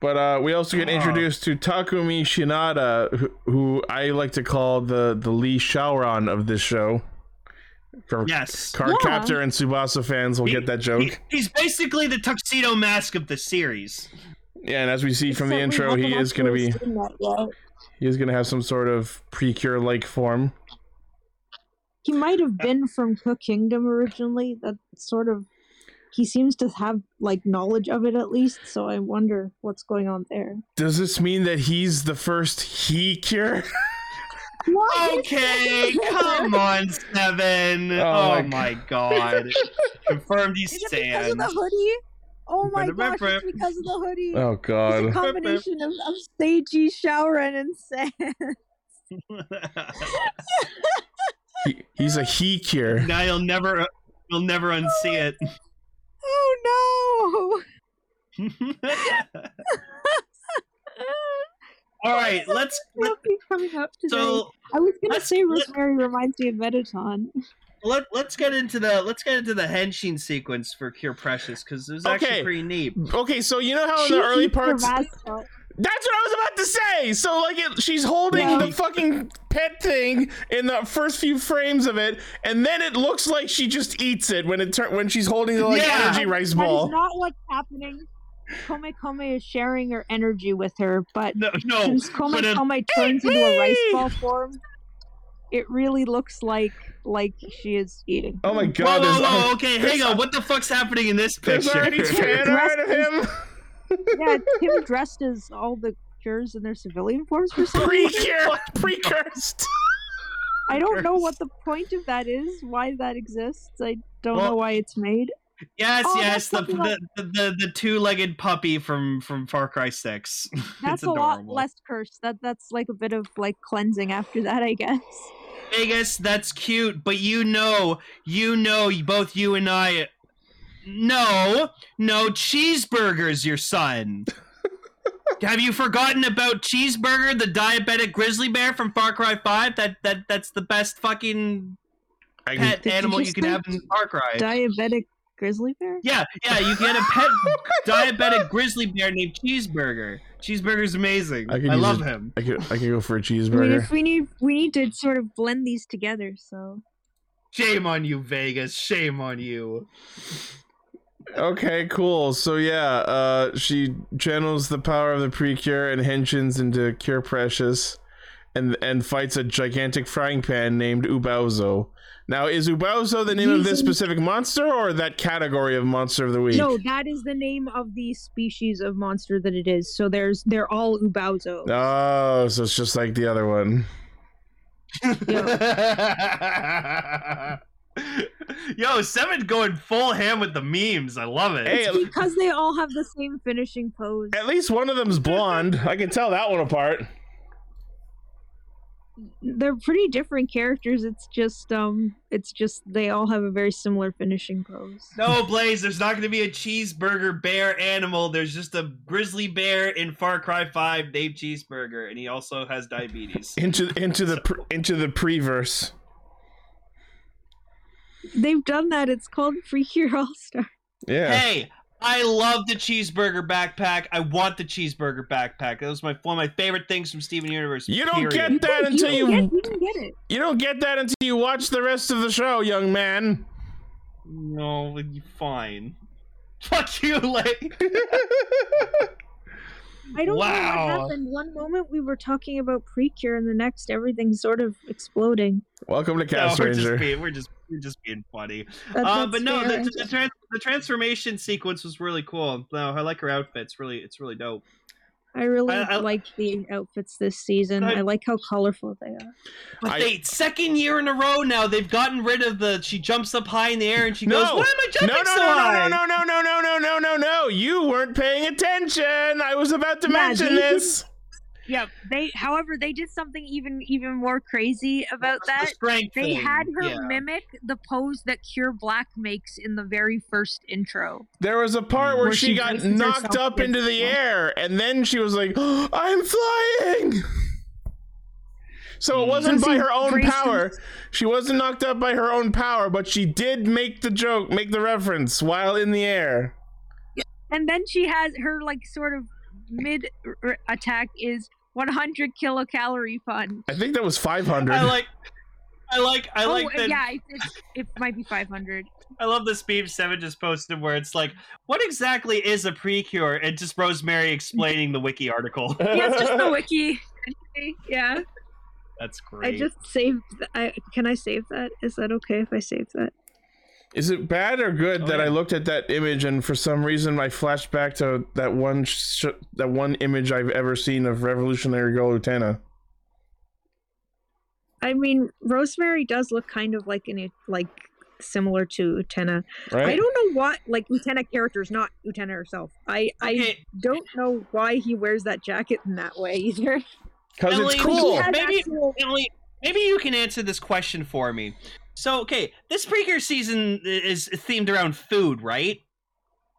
[SPEAKER 1] but uh, we also get
[SPEAKER 3] Ah.
[SPEAKER 1] introduced to Takumi Shinada, who, who I like to call the the Lee Shaoran of this show. For
[SPEAKER 3] yes
[SPEAKER 1] Card Captor and Subasa fans will
[SPEAKER 3] He-
[SPEAKER 1] get that joke.
[SPEAKER 3] he- he's basically the tuxedo mask of the series
[SPEAKER 1] yeah, and as we see from the
[SPEAKER 8] Except we
[SPEAKER 1] intro, he
[SPEAKER 8] haven't
[SPEAKER 1] is going to
[SPEAKER 8] actually
[SPEAKER 1] be
[SPEAKER 8] seen that yet.
[SPEAKER 1] he is going to have some sort of precure like form.
[SPEAKER 8] He might have been from Cook Kingdom originally. That sort of. He seems to have like knowledge of it at least, so I wonder what's going on there.
[SPEAKER 1] Does this mean that he's the first he cure?
[SPEAKER 3] Okay,
[SPEAKER 8] [LAUGHS]
[SPEAKER 3] come on, Seven.
[SPEAKER 1] Oh my
[SPEAKER 3] Oh, my
[SPEAKER 1] [LAUGHS]
[SPEAKER 3] god. Confirmed you
[SPEAKER 8] Is it because of
[SPEAKER 3] stand.
[SPEAKER 8] the hoodie? Oh my
[SPEAKER 3] Rip,
[SPEAKER 8] gosh!
[SPEAKER 3] rip,
[SPEAKER 8] It's because of the hoodie.
[SPEAKER 1] [LAUGHS] Oh
[SPEAKER 8] It's a
[SPEAKER 1] god.
[SPEAKER 8] combination of, of Seiji, Shouren, and Sam. [LAUGHS]
[SPEAKER 1] He, he's a he cure.
[SPEAKER 3] [LAUGHS] now you'll never you'll never unsee it. [LAUGHS]
[SPEAKER 8] Oh
[SPEAKER 3] All right, let's
[SPEAKER 8] no! It'll be coming up today.
[SPEAKER 3] so
[SPEAKER 8] I was gonna
[SPEAKER 3] let's-
[SPEAKER 8] say
[SPEAKER 3] let-
[SPEAKER 8] Rosemary reminds me of Metaton.
[SPEAKER 3] let let's get into the let's get into the henshin sequence for Cure Precious because it was actually
[SPEAKER 1] Okay.
[SPEAKER 3] pretty neat.
[SPEAKER 1] Okay, so you know
[SPEAKER 3] Oh,
[SPEAKER 1] how in
[SPEAKER 2] She
[SPEAKER 1] the early
[SPEAKER 2] keeps her
[SPEAKER 1] parts.
[SPEAKER 2] vassal.
[SPEAKER 1] That's what I was about to say. So like, it, she's holding
[SPEAKER 2] Yeah.
[SPEAKER 1] the fucking pet thing in the first few frames of it, and then it looks like she just eats it when it tur- when she's holding the like
[SPEAKER 3] Yeah.
[SPEAKER 1] energy rice
[SPEAKER 2] That is
[SPEAKER 1] ball.
[SPEAKER 2] not what's happening. Kome Kome is sharing her energy with her, but
[SPEAKER 3] No, no,
[SPEAKER 2] since Kome
[SPEAKER 3] but um, it-
[SPEAKER 2] Kome turns
[SPEAKER 1] Eat
[SPEAKER 2] into a rice
[SPEAKER 1] me!
[SPEAKER 2] ball form, it really looks like like she is eating.
[SPEAKER 1] oh my
[SPEAKER 3] whoa,
[SPEAKER 1] god!
[SPEAKER 3] whoa,
[SPEAKER 1] there's- [LAUGHS]
[SPEAKER 3] whoa, okay, hang
[SPEAKER 1] there's-
[SPEAKER 3] on. What the fuck's happening in this
[SPEAKER 1] There's
[SPEAKER 3] picture?
[SPEAKER 1] already
[SPEAKER 3] [LAUGHS]
[SPEAKER 1] fan art of
[SPEAKER 2] [LAUGHS]
[SPEAKER 1] him.
[SPEAKER 2] Yeah, it's him dressed as all the cures in their civilian forms for
[SPEAKER 3] [LAUGHS]
[SPEAKER 2] some reason.
[SPEAKER 1] [LAUGHS] Precure, precursed.
[SPEAKER 2] I don't know what the point of that is, why that exists. I don't
[SPEAKER 3] Well-
[SPEAKER 2] know why it's made.
[SPEAKER 3] yes,
[SPEAKER 2] Oh,
[SPEAKER 3] yes,
[SPEAKER 2] that's
[SPEAKER 3] the,
[SPEAKER 2] something
[SPEAKER 3] the, the the the two-legged puppy from from Far Cry Six. [LAUGHS]
[SPEAKER 2] That's
[SPEAKER 3] it's
[SPEAKER 2] a lot
[SPEAKER 3] adorable.
[SPEAKER 2] less cursed. That that's like a bit of like cleansing after that, I guess.
[SPEAKER 3] Vegas, that's cute, but you know, you know, both you and I. No, no, cheeseburgers, your son. Have you forgotten about Cheeseburger, the diabetic grizzly bear from Far Cry Five? That that that's the best fucking pet
[SPEAKER 2] Did you
[SPEAKER 3] animal you
[SPEAKER 2] just
[SPEAKER 3] can have
[SPEAKER 2] think
[SPEAKER 3] in Far Cry.
[SPEAKER 2] Diabetic grizzly bear?
[SPEAKER 3] yeah, yeah, you can get a pet diabetic grizzly bear named Cheeseburger. Cheeseburger's amazing.
[SPEAKER 1] I
[SPEAKER 3] I,
[SPEAKER 1] could use
[SPEAKER 3] love
[SPEAKER 1] a-
[SPEAKER 3] him.
[SPEAKER 1] I could I could go for a
[SPEAKER 2] I mean,
[SPEAKER 1] cheeseburger.
[SPEAKER 2] if we need we need to sort of blend these together. So
[SPEAKER 3] Shame on you, Vegas. Shame on you.
[SPEAKER 1] Okay, cool. So yeah, uh, she channels the power of the Precure and henshins into Cure Precious, and and fights a gigantic frying pan named Ubaozo. Now, is Ubaozo the name of this
[SPEAKER 2] Using-
[SPEAKER 1] specific monster or that category of monster of the week?
[SPEAKER 2] no, that is the name of the species of monster that it is. So there's they're all ubaozo.
[SPEAKER 1] Oh, so it's just like the other one.
[SPEAKER 3] [LAUGHS] Yo, Seven going full ham with the memes. I love it.
[SPEAKER 1] Hey, at-
[SPEAKER 2] because they all have the same finishing pose.
[SPEAKER 1] at least one of them's blonde. I can tell that one apart.
[SPEAKER 2] They're pretty different characters. It's just um, it's just they all have a very similar finishing pose.
[SPEAKER 3] no, Blaze, there's not going to be a cheeseburger bear animal. There's just a grizzly bear in Far Cry 5 named Cheeseburger, and he also has diabetes.
[SPEAKER 1] Into into the pre, into the preverse.
[SPEAKER 2] They've done that. It's called Freakier All Star.
[SPEAKER 3] [LAUGHS]
[SPEAKER 1] Yeah.
[SPEAKER 3] Hey, I love the cheeseburger backpack. I want the cheeseburger backpack. That was my one of my favorite things from Steven Universe.
[SPEAKER 1] You don't
[SPEAKER 3] period.
[SPEAKER 1] get that until
[SPEAKER 2] you,
[SPEAKER 1] you
[SPEAKER 2] didn't get, you didn't get it.
[SPEAKER 1] you don't get that until you watch the rest of the show, young man. [LAUGHS]
[SPEAKER 3] No, fine. [LAUGHS] Fuck you, like. [LAUGHS]
[SPEAKER 2] I don't know
[SPEAKER 3] Wow.
[SPEAKER 2] what happened. One moment we were talking about Precure, and the next everything's sort of exploding.
[SPEAKER 1] Welcome to
[SPEAKER 3] No,
[SPEAKER 1] Cast
[SPEAKER 3] we're just
[SPEAKER 1] Ranger.
[SPEAKER 3] being we're just we're just being funny.
[SPEAKER 2] That-
[SPEAKER 3] Uh,
[SPEAKER 2] that's
[SPEAKER 3] but no, the,
[SPEAKER 2] fair.
[SPEAKER 3] the, trans- the transformation sequence was really cool. No, I like her outfit. It's really it's really dope.
[SPEAKER 2] I really
[SPEAKER 3] I- I-
[SPEAKER 2] like the outfits this season.
[SPEAKER 3] I-
[SPEAKER 2] I, like how colorful they are.
[SPEAKER 3] But
[SPEAKER 1] I-
[SPEAKER 3] they second year in a row now they've gotten rid of the she jumps up high in the air and she
[SPEAKER 1] No.
[SPEAKER 3] goes, "Why am I
[SPEAKER 1] No,
[SPEAKER 3] jumping
[SPEAKER 1] no, no,
[SPEAKER 3] so
[SPEAKER 1] no,
[SPEAKER 3] high?"
[SPEAKER 1] no, no, no, no, no, no, no, no! You weren't paying attention. I was about to
[SPEAKER 2] Yeah,
[SPEAKER 1] mention
[SPEAKER 2] they
[SPEAKER 1] this.
[SPEAKER 2] Yeah, they. However, they did something even even more crazy about
[SPEAKER 3] It's the
[SPEAKER 2] that.
[SPEAKER 3] strength
[SPEAKER 2] They
[SPEAKER 3] thing.
[SPEAKER 2] had her
[SPEAKER 3] Yeah.
[SPEAKER 2] mimic the pose that Cure Black makes in the very first intro.
[SPEAKER 1] There was a part where
[SPEAKER 2] Where
[SPEAKER 1] she
[SPEAKER 2] she
[SPEAKER 1] got
[SPEAKER 2] braces
[SPEAKER 1] knocked
[SPEAKER 2] herself
[SPEAKER 1] up into the
[SPEAKER 2] against
[SPEAKER 1] air, and then she was like, "Oh, "I'm flying." So it wasn't
[SPEAKER 2] So
[SPEAKER 1] by
[SPEAKER 2] she
[SPEAKER 1] her own
[SPEAKER 2] braced
[SPEAKER 1] power. She wasn't knocked up by her own power, but she did make the joke, make the reference while in the air.
[SPEAKER 2] And then she has her like sort of mid r- attack is 100 kilocalorie punch.
[SPEAKER 1] I think that was 500.
[SPEAKER 3] I like I like I like
[SPEAKER 2] oh,
[SPEAKER 3] that
[SPEAKER 2] yeah, it, it's it might be 500.
[SPEAKER 3] I love this meme Seven just posted where it's like, what exactly is a precure? And just Rosemary explaining the wiki
[SPEAKER 1] [LAUGHS]
[SPEAKER 3] article. [LAUGHS]
[SPEAKER 2] Yeah, it's just the wiki. Yeah,
[SPEAKER 3] That's
[SPEAKER 2] I
[SPEAKER 3] great.
[SPEAKER 2] just saved. th- I can I save that? Is that okay if I save that?
[SPEAKER 1] Is it bad or good
[SPEAKER 3] Oh,
[SPEAKER 1] that I
[SPEAKER 3] yeah.
[SPEAKER 1] looked at that image and for some reason I flashed back to that one sh- that one image I've ever seen of Revolutionary Girl Utena?
[SPEAKER 2] I mean, Rosemary does look kind of like an like similar to Utena.
[SPEAKER 1] Right?
[SPEAKER 2] I don't know what like Utena characters, not Utena herself. I I
[SPEAKER 3] Okay,
[SPEAKER 2] don't know why he wears that jacket in that way either. [LAUGHS]
[SPEAKER 1] because it's
[SPEAKER 3] Emily,
[SPEAKER 1] cool.
[SPEAKER 2] He has
[SPEAKER 3] Maybe-
[SPEAKER 2] actual-
[SPEAKER 3] Emily, maybe you can answer this question for me. So, okay, this Precure season i- is themed around food, right?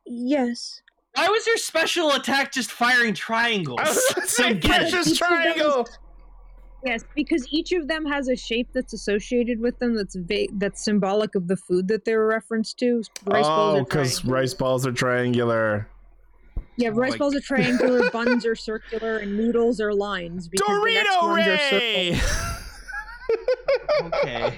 [SPEAKER 2] yes.
[SPEAKER 3] Why was
[SPEAKER 1] [LAUGHS]
[SPEAKER 3] your special attack just firing triangles?
[SPEAKER 2] [LAUGHS]
[SPEAKER 1] I was gonna say
[SPEAKER 3] Don't get it.
[SPEAKER 1] precious triangle.
[SPEAKER 2] Yes, because each of them has a shape that's associated with them that's va- that's symbolic of the food that they're referenced to. Rice balls
[SPEAKER 1] oh,
[SPEAKER 2] are
[SPEAKER 1] because
[SPEAKER 2] triangular.
[SPEAKER 1] rice balls are triangular. Oh
[SPEAKER 2] yeah, rice balls
[SPEAKER 1] [LAUGHS]
[SPEAKER 2] are triangular, buns are circular, and noodles are lines. Because the next
[SPEAKER 1] Dorito
[SPEAKER 2] ones are
[SPEAKER 1] Ray.
[SPEAKER 2] circles.
[SPEAKER 3] Okay.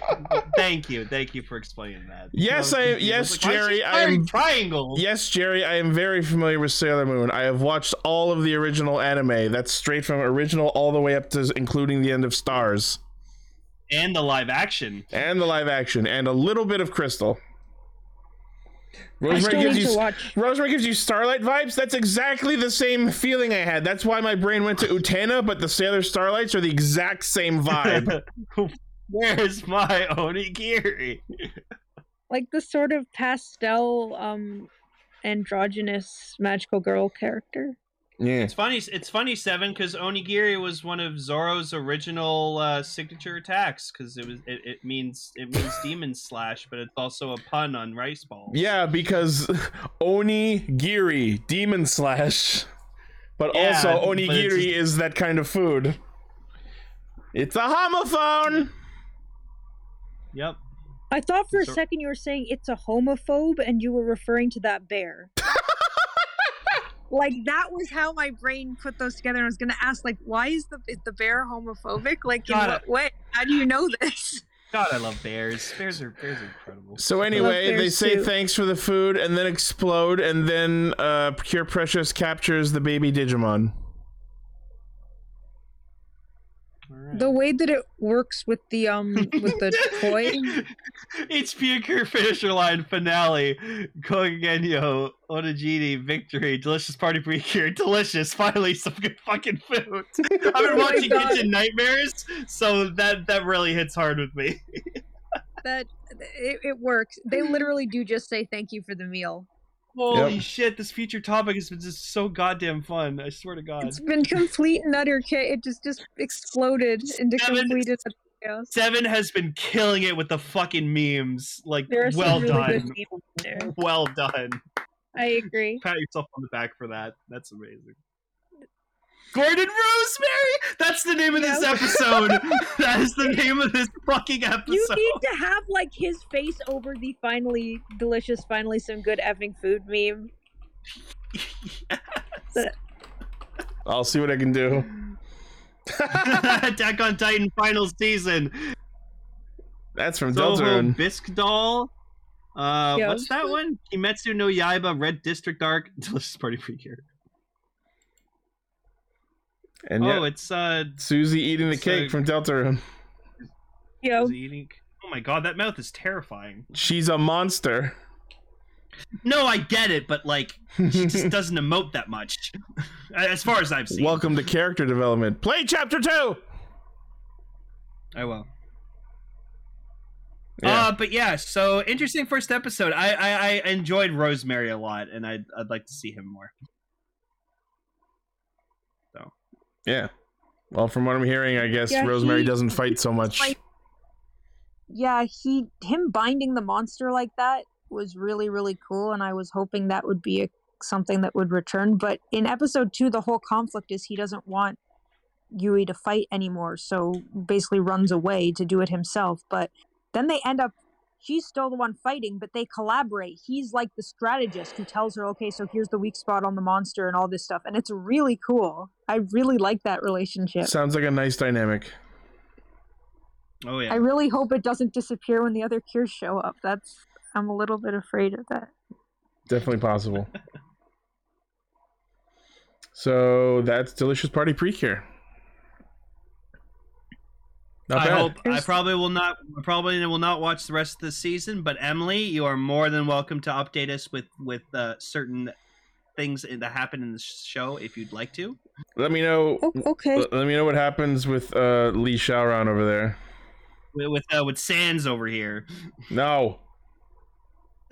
[SPEAKER 3] thank you. Thank you for explaining that.
[SPEAKER 1] Yes,
[SPEAKER 3] was
[SPEAKER 1] I-
[SPEAKER 3] confused.
[SPEAKER 1] yes,
[SPEAKER 3] was like, why is she
[SPEAKER 1] Jerry, I
[SPEAKER 3] firing
[SPEAKER 1] am-
[SPEAKER 3] triangles.
[SPEAKER 1] Yes, Jerry, I am very familiar with Sailor Moon. I have watched all of the original anime. That's straight from original all the way up to including the end of Stars
[SPEAKER 3] And the live action.
[SPEAKER 1] and the live action and a little bit of Crystal.
[SPEAKER 2] I
[SPEAKER 1] Rosemary
[SPEAKER 2] still
[SPEAKER 1] gives
[SPEAKER 2] need to
[SPEAKER 1] you
[SPEAKER 2] watch.
[SPEAKER 1] Rosemary gives you Starlight vibes. That's exactly the same feeling I had. That's why my brain went to Utana, but the Sailor Starlights are the exact same vibe.
[SPEAKER 3] [LAUGHS]
[SPEAKER 2] [LAUGHS]
[SPEAKER 3] Where's my onigiri?
[SPEAKER 2] Like the sort of pastel, um, androgynous magical girl character.
[SPEAKER 1] yeah.
[SPEAKER 3] It's funny. It's funny, Seven, because onigiri was one of Zoro's original uh, signature attacks. Because it was it, it means it [LAUGHS] means demon slash, but it's also a pun on rice balls.
[SPEAKER 1] Yeah, because Oni Giri, demon slash, but
[SPEAKER 3] Yeah,
[SPEAKER 1] also
[SPEAKER 3] but it's
[SPEAKER 1] onigiri is that kind of food. It's a homophone.
[SPEAKER 3] Yep.
[SPEAKER 2] I thought for a
[SPEAKER 3] So-
[SPEAKER 2] second you were saying it's a homophobe and you were referring to
[SPEAKER 3] [LAUGHS]
[SPEAKER 2] that bear.
[SPEAKER 11] Like that was how my brain put those together. I was gonna ask, like, why is the is the bear homophobic? Like, in
[SPEAKER 3] Got
[SPEAKER 11] what way? How do you know this?
[SPEAKER 3] God, I love bears. Bears are bears are incredible.
[SPEAKER 1] So anyway,
[SPEAKER 2] bears
[SPEAKER 1] they say
[SPEAKER 2] too.
[SPEAKER 1] thanks for the food and then explode and then uh Pure Precious captures the baby Digimon.
[SPEAKER 3] Alright.
[SPEAKER 2] the way that it works with the um with
[SPEAKER 3] [LAUGHS]
[SPEAKER 2] the toy.
[SPEAKER 3] it's Puker finisher line finale. Kogenyo, Onigiri, victory, delicious party precure, delicious, finally some good fucking food. I've [LAUGHS]
[SPEAKER 2] Oh
[SPEAKER 3] been
[SPEAKER 2] my
[SPEAKER 3] watching
[SPEAKER 2] God.
[SPEAKER 3] Kitchen Nightmares, so that that really hits hard with me.
[SPEAKER 2] That it, it works. They literally do just say thank you for the meal.
[SPEAKER 3] Holy shit, this future topic has been just so goddamn fun. I swear to God.
[SPEAKER 2] It's been complete and utter chaos. It just just exploded into
[SPEAKER 3] Seven-
[SPEAKER 2] complete and utter chaos.
[SPEAKER 3] Seven has been killing it with the fucking memes. Like,
[SPEAKER 2] There are some
[SPEAKER 3] well
[SPEAKER 2] really good
[SPEAKER 3] done.
[SPEAKER 2] people in there.
[SPEAKER 3] Well done.
[SPEAKER 2] I agree.
[SPEAKER 3] pat yourself on the back for that. That's amazing. Gordon Rosemary? That's the name of this
[SPEAKER 2] No.
[SPEAKER 3] episode.
[SPEAKER 2] [LAUGHS]
[SPEAKER 3] that is the name of this fucking
[SPEAKER 2] You
[SPEAKER 3] episode.
[SPEAKER 2] need to have like his face over the finally delicious, finally some good effing food meme.
[SPEAKER 1] I'll see what I can do.
[SPEAKER 3] [LAUGHS] Attack on Titan final season.
[SPEAKER 1] That's from
[SPEAKER 3] Zoho
[SPEAKER 1] Deltarune.
[SPEAKER 3] Bisque Doll. Uh,
[SPEAKER 2] Yeah.
[SPEAKER 3] what's that one? Kimetsu no Yaiba, Red District Arc, [LAUGHS] Delicious Party Precure.
[SPEAKER 1] And
[SPEAKER 3] Oh,
[SPEAKER 1] yeah,
[SPEAKER 3] it's uh,
[SPEAKER 1] Susie eating the
[SPEAKER 3] so-
[SPEAKER 1] cake from Deltarune.
[SPEAKER 2] Yo,
[SPEAKER 3] is it eating. Oh my god, that mouth is terrifying.
[SPEAKER 1] She's a monster.
[SPEAKER 3] No, I get it, but like,
[SPEAKER 1] [LAUGHS]
[SPEAKER 3] she just doesn't emote that much, [LAUGHS] as far as I've seen.
[SPEAKER 1] Welcome to character development. Play chapter 2.
[SPEAKER 3] I will.
[SPEAKER 1] Yeah.
[SPEAKER 3] Uh, but yeah, so interesting first episode. I, I I enjoyed Rosemary a lot, and I'd I'd like to see him more.
[SPEAKER 1] Yeah. Well, from what I'm hearing, I guess
[SPEAKER 2] Yeah,
[SPEAKER 1] Rosemary
[SPEAKER 2] he-
[SPEAKER 1] doesn't fight so much.
[SPEAKER 2] like- yeah, he him binding the monster like that was really really cool, and I was hoping that would be a, something that would return. But in episode two, the whole conflict is he doesn't want Yui to fight anymore, so basically runs away to do it himself. But then they end up. She's still the one fighting, but they collaborate. He's like the strategist who tells her, "Okay, so here's the weak spot on the monster and all this stuff." And it's really cool. I really like that relationship.
[SPEAKER 1] Sounds like a nice dynamic.
[SPEAKER 3] Oh
[SPEAKER 2] I
[SPEAKER 3] yeah,
[SPEAKER 2] really hope it doesn't disappear when the other cures show up. That's I'm a little bit afraid of that.
[SPEAKER 1] Definitely possible. so that's delicious party precure. Not
[SPEAKER 3] I
[SPEAKER 1] bad.
[SPEAKER 3] hope I probably will not probably will not watch the rest of the season. But Emily, you are more than welcome to update us with with uh, certain things in- that happen in the show if you'd like to.
[SPEAKER 1] Let me know.
[SPEAKER 3] Mm,
[SPEAKER 2] okay.
[SPEAKER 1] Let let me know what happens with uh, Lee Xiaoran over there.
[SPEAKER 3] With with, uh, with Sans over here,
[SPEAKER 1] No,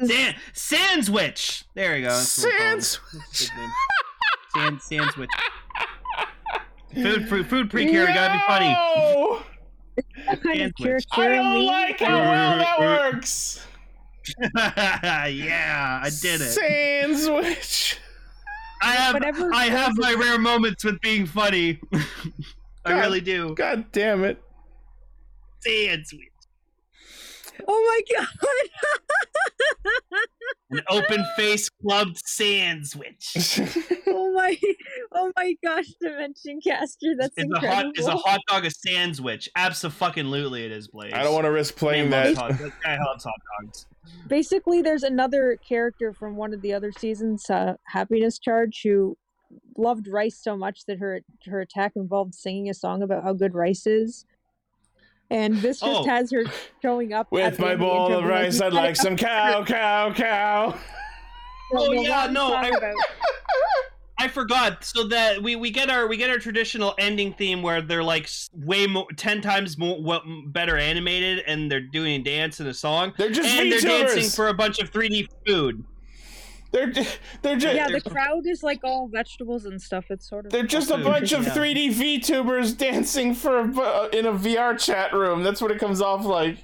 [SPEAKER 3] San, Sans Witch. There you go. That's what we'll call him.
[SPEAKER 1] Sans.
[SPEAKER 3] That's a good name. Sans
[SPEAKER 1] [LAUGHS]
[SPEAKER 3] Sans Witch. Food, food, food precure. Gotta be funny.
[SPEAKER 1] No!
[SPEAKER 2] What kind of cure,
[SPEAKER 3] Sandwich.
[SPEAKER 2] cure me?
[SPEAKER 1] how [LAUGHS]
[SPEAKER 3] well that
[SPEAKER 1] works.
[SPEAKER 3] [LAUGHS] yeah, I did it.
[SPEAKER 1] Sandwich.
[SPEAKER 3] I have
[SPEAKER 2] Whatever
[SPEAKER 3] I have
[SPEAKER 2] goes
[SPEAKER 3] my rare moments with being funny. [LAUGHS] I really do.
[SPEAKER 1] God damn
[SPEAKER 3] [LAUGHS]
[SPEAKER 1] it.
[SPEAKER 3] See, it's weird.
[SPEAKER 2] Oh my god.
[SPEAKER 3] An open face clubbed sand switch. Is
[SPEAKER 2] Oh my oh my gosh, Dimension Caster, that's
[SPEAKER 3] a hot is a hot dog a sandwich? Absolutely, it is, Blaze.
[SPEAKER 1] I don't want to risk playing that.
[SPEAKER 3] Hot, that guy loves hot dogs.
[SPEAKER 12] Basically, there's another character from one of the other seasons, uh, Happiness Charge, who loved rice so much that her her attack involved singing a song about how good rice is. And this just
[SPEAKER 3] Oh.
[SPEAKER 12] has her showing up at
[SPEAKER 1] With
[SPEAKER 12] the
[SPEAKER 1] my
[SPEAKER 12] end the
[SPEAKER 1] bowl
[SPEAKER 12] intro
[SPEAKER 1] of
[SPEAKER 12] being
[SPEAKER 1] rice,
[SPEAKER 12] "You
[SPEAKER 2] [LAUGHS]
[SPEAKER 1] I'd
[SPEAKER 12] gotta
[SPEAKER 1] like some cow, cow, cow.
[SPEAKER 12] tell
[SPEAKER 3] Oh,
[SPEAKER 12] me
[SPEAKER 3] yeah,
[SPEAKER 12] what
[SPEAKER 3] no,
[SPEAKER 12] song
[SPEAKER 3] I-
[SPEAKER 12] about."
[SPEAKER 3] I forgot. So that we, we get our we get our traditional ending theme where they're like s- way more ten times more what, better animated and they're doing a dance and a song
[SPEAKER 1] They're just
[SPEAKER 3] and they're dancing
[SPEAKER 1] VTubers.
[SPEAKER 3] for a bunch of 3D food.
[SPEAKER 1] They're they're just
[SPEAKER 12] Yeah, the crowd is like all vegetables and stuff. It's sort of
[SPEAKER 1] they're just a
[SPEAKER 3] Food,
[SPEAKER 1] bunch of
[SPEAKER 3] yeah.
[SPEAKER 1] 3D VTubers dancing for a bu- uh, in a VR chat room. That's what it comes off like.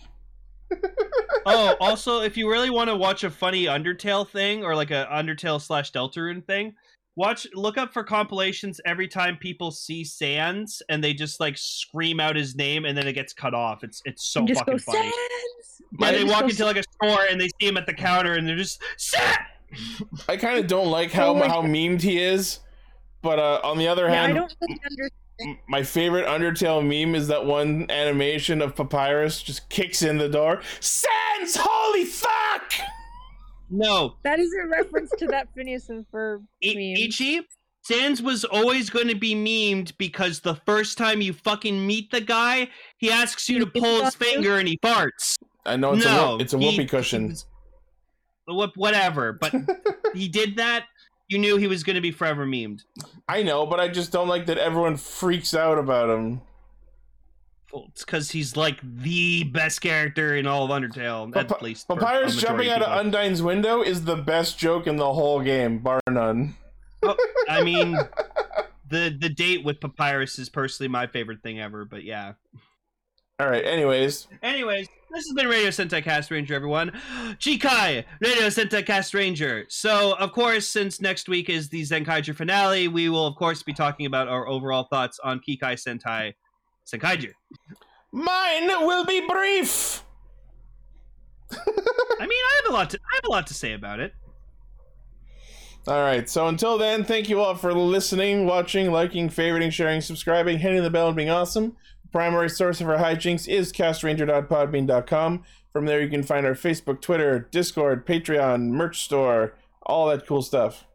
[SPEAKER 3] oh, also, if you really want to watch a funny Undertale thing or like a Undertale slash Deltarune thing, watch look up for compilations every time people see Sans and they just like scream out his name and then it gets cut off. It's it's so
[SPEAKER 12] just
[SPEAKER 3] fucking
[SPEAKER 12] go
[SPEAKER 3] funny.
[SPEAKER 12] "Sans!"
[SPEAKER 3] Yeah, they
[SPEAKER 1] I-
[SPEAKER 3] walk into like a store and they see him at the counter and they're just Sans!
[SPEAKER 1] I kind of don't like how
[SPEAKER 12] Oh my
[SPEAKER 1] how memed he is, but uh, on the other
[SPEAKER 12] Yeah, I
[SPEAKER 1] hand,
[SPEAKER 12] don't really understand.
[SPEAKER 1] m- my favorite Undertale meme is that one animation of Papyrus just kicks in the door. Sans, holy fuck!
[SPEAKER 3] No,
[SPEAKER 12] That is a reference to that Phineas and Ferb
[SPEAKER 3] I-
[SPEAKER 12] meme.
[SPEAKER 3] Ichi, Sans was always going to be memed because the first time you fucking meet the guy, he asks you to pull his finger and he farts.
[SPEAKER 1] I know it's a
[SPEAKER 3] no,
[SPEAKER 1] whoop, it's a
[SPEAKER 3] he-
[SPEAKER 1] whoopee cushion.
[SPEAKER 3] he was- whoop, whatever.
[SPEAKER 1] [LAUGHS]
[SPEAKER 3] But he did that. You knew he was going to be forever memed.
[SPEAKER 1] I know, but I just don't like that everyone freaks out about him.
[SPEAKER 3] Well, It's because he's like the best character in all of Undertale,
[SPEAKER 1] Papa-
[SPEAKER 3] at least. for
[SPEAKER 1] Papyrus
[SPEAKER 3] a
[SPEAKER 1] jumping
[SPEAKER 3] majority
[SPEAKER 1] out
[SPEAKER 3] people.
[SPEAKER 1] of Undyne's window is the best joke in the whole game, bar none. [LAUGHS]
[SPEAKER 3] I mean, the the date with Papyrus is personally my favorite thing ever. But yeah.
[SPEAKER 1] All right, anyways,
[SPEAKER 3] Anyways, this has been Radio Sentai Cast Ranger, everyone. [GASPS] Jikai, Radio Sentai Cast Ranger. So, of course, since next week is the Zenkaiju finale, we will, of course, be talking about our overall thoughts on Kikai Sentai Senkaiju.
[SPEAKER 1] mine will be brief.
[SPEAKER 3] I mean, I have a lot to I have a lot to say about it.
[SPEAKER 1] All right, so until then, thank you all for listening, watching, liking, favoriting, sharing, subscribing, hitting the bell, and being awesome. The primary source of our hijinks is castranger.podbean.com. From there, you can find our Facebook, Twitter, Discord, Patreon, merch store, all that cool stuff.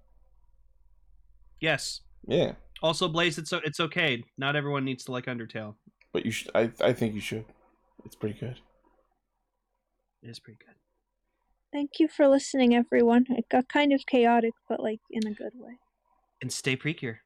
[SPEAKER 3] Yes.
[SPEAKER 1] Yeah,
[SPEAKER 3] Also, Blaze, it's o- it's okay. Not everyone needs to like Undertale.
[SPEAKER 1] but you should. I, I think you should. It's pretty good.
[SPEAKER 3] It is pretty good.
[SPEAKER 8] Thank you for listening, everyone. It got kind of chaotic, but like in a good way.
[SPEAKER 3] And stay precure.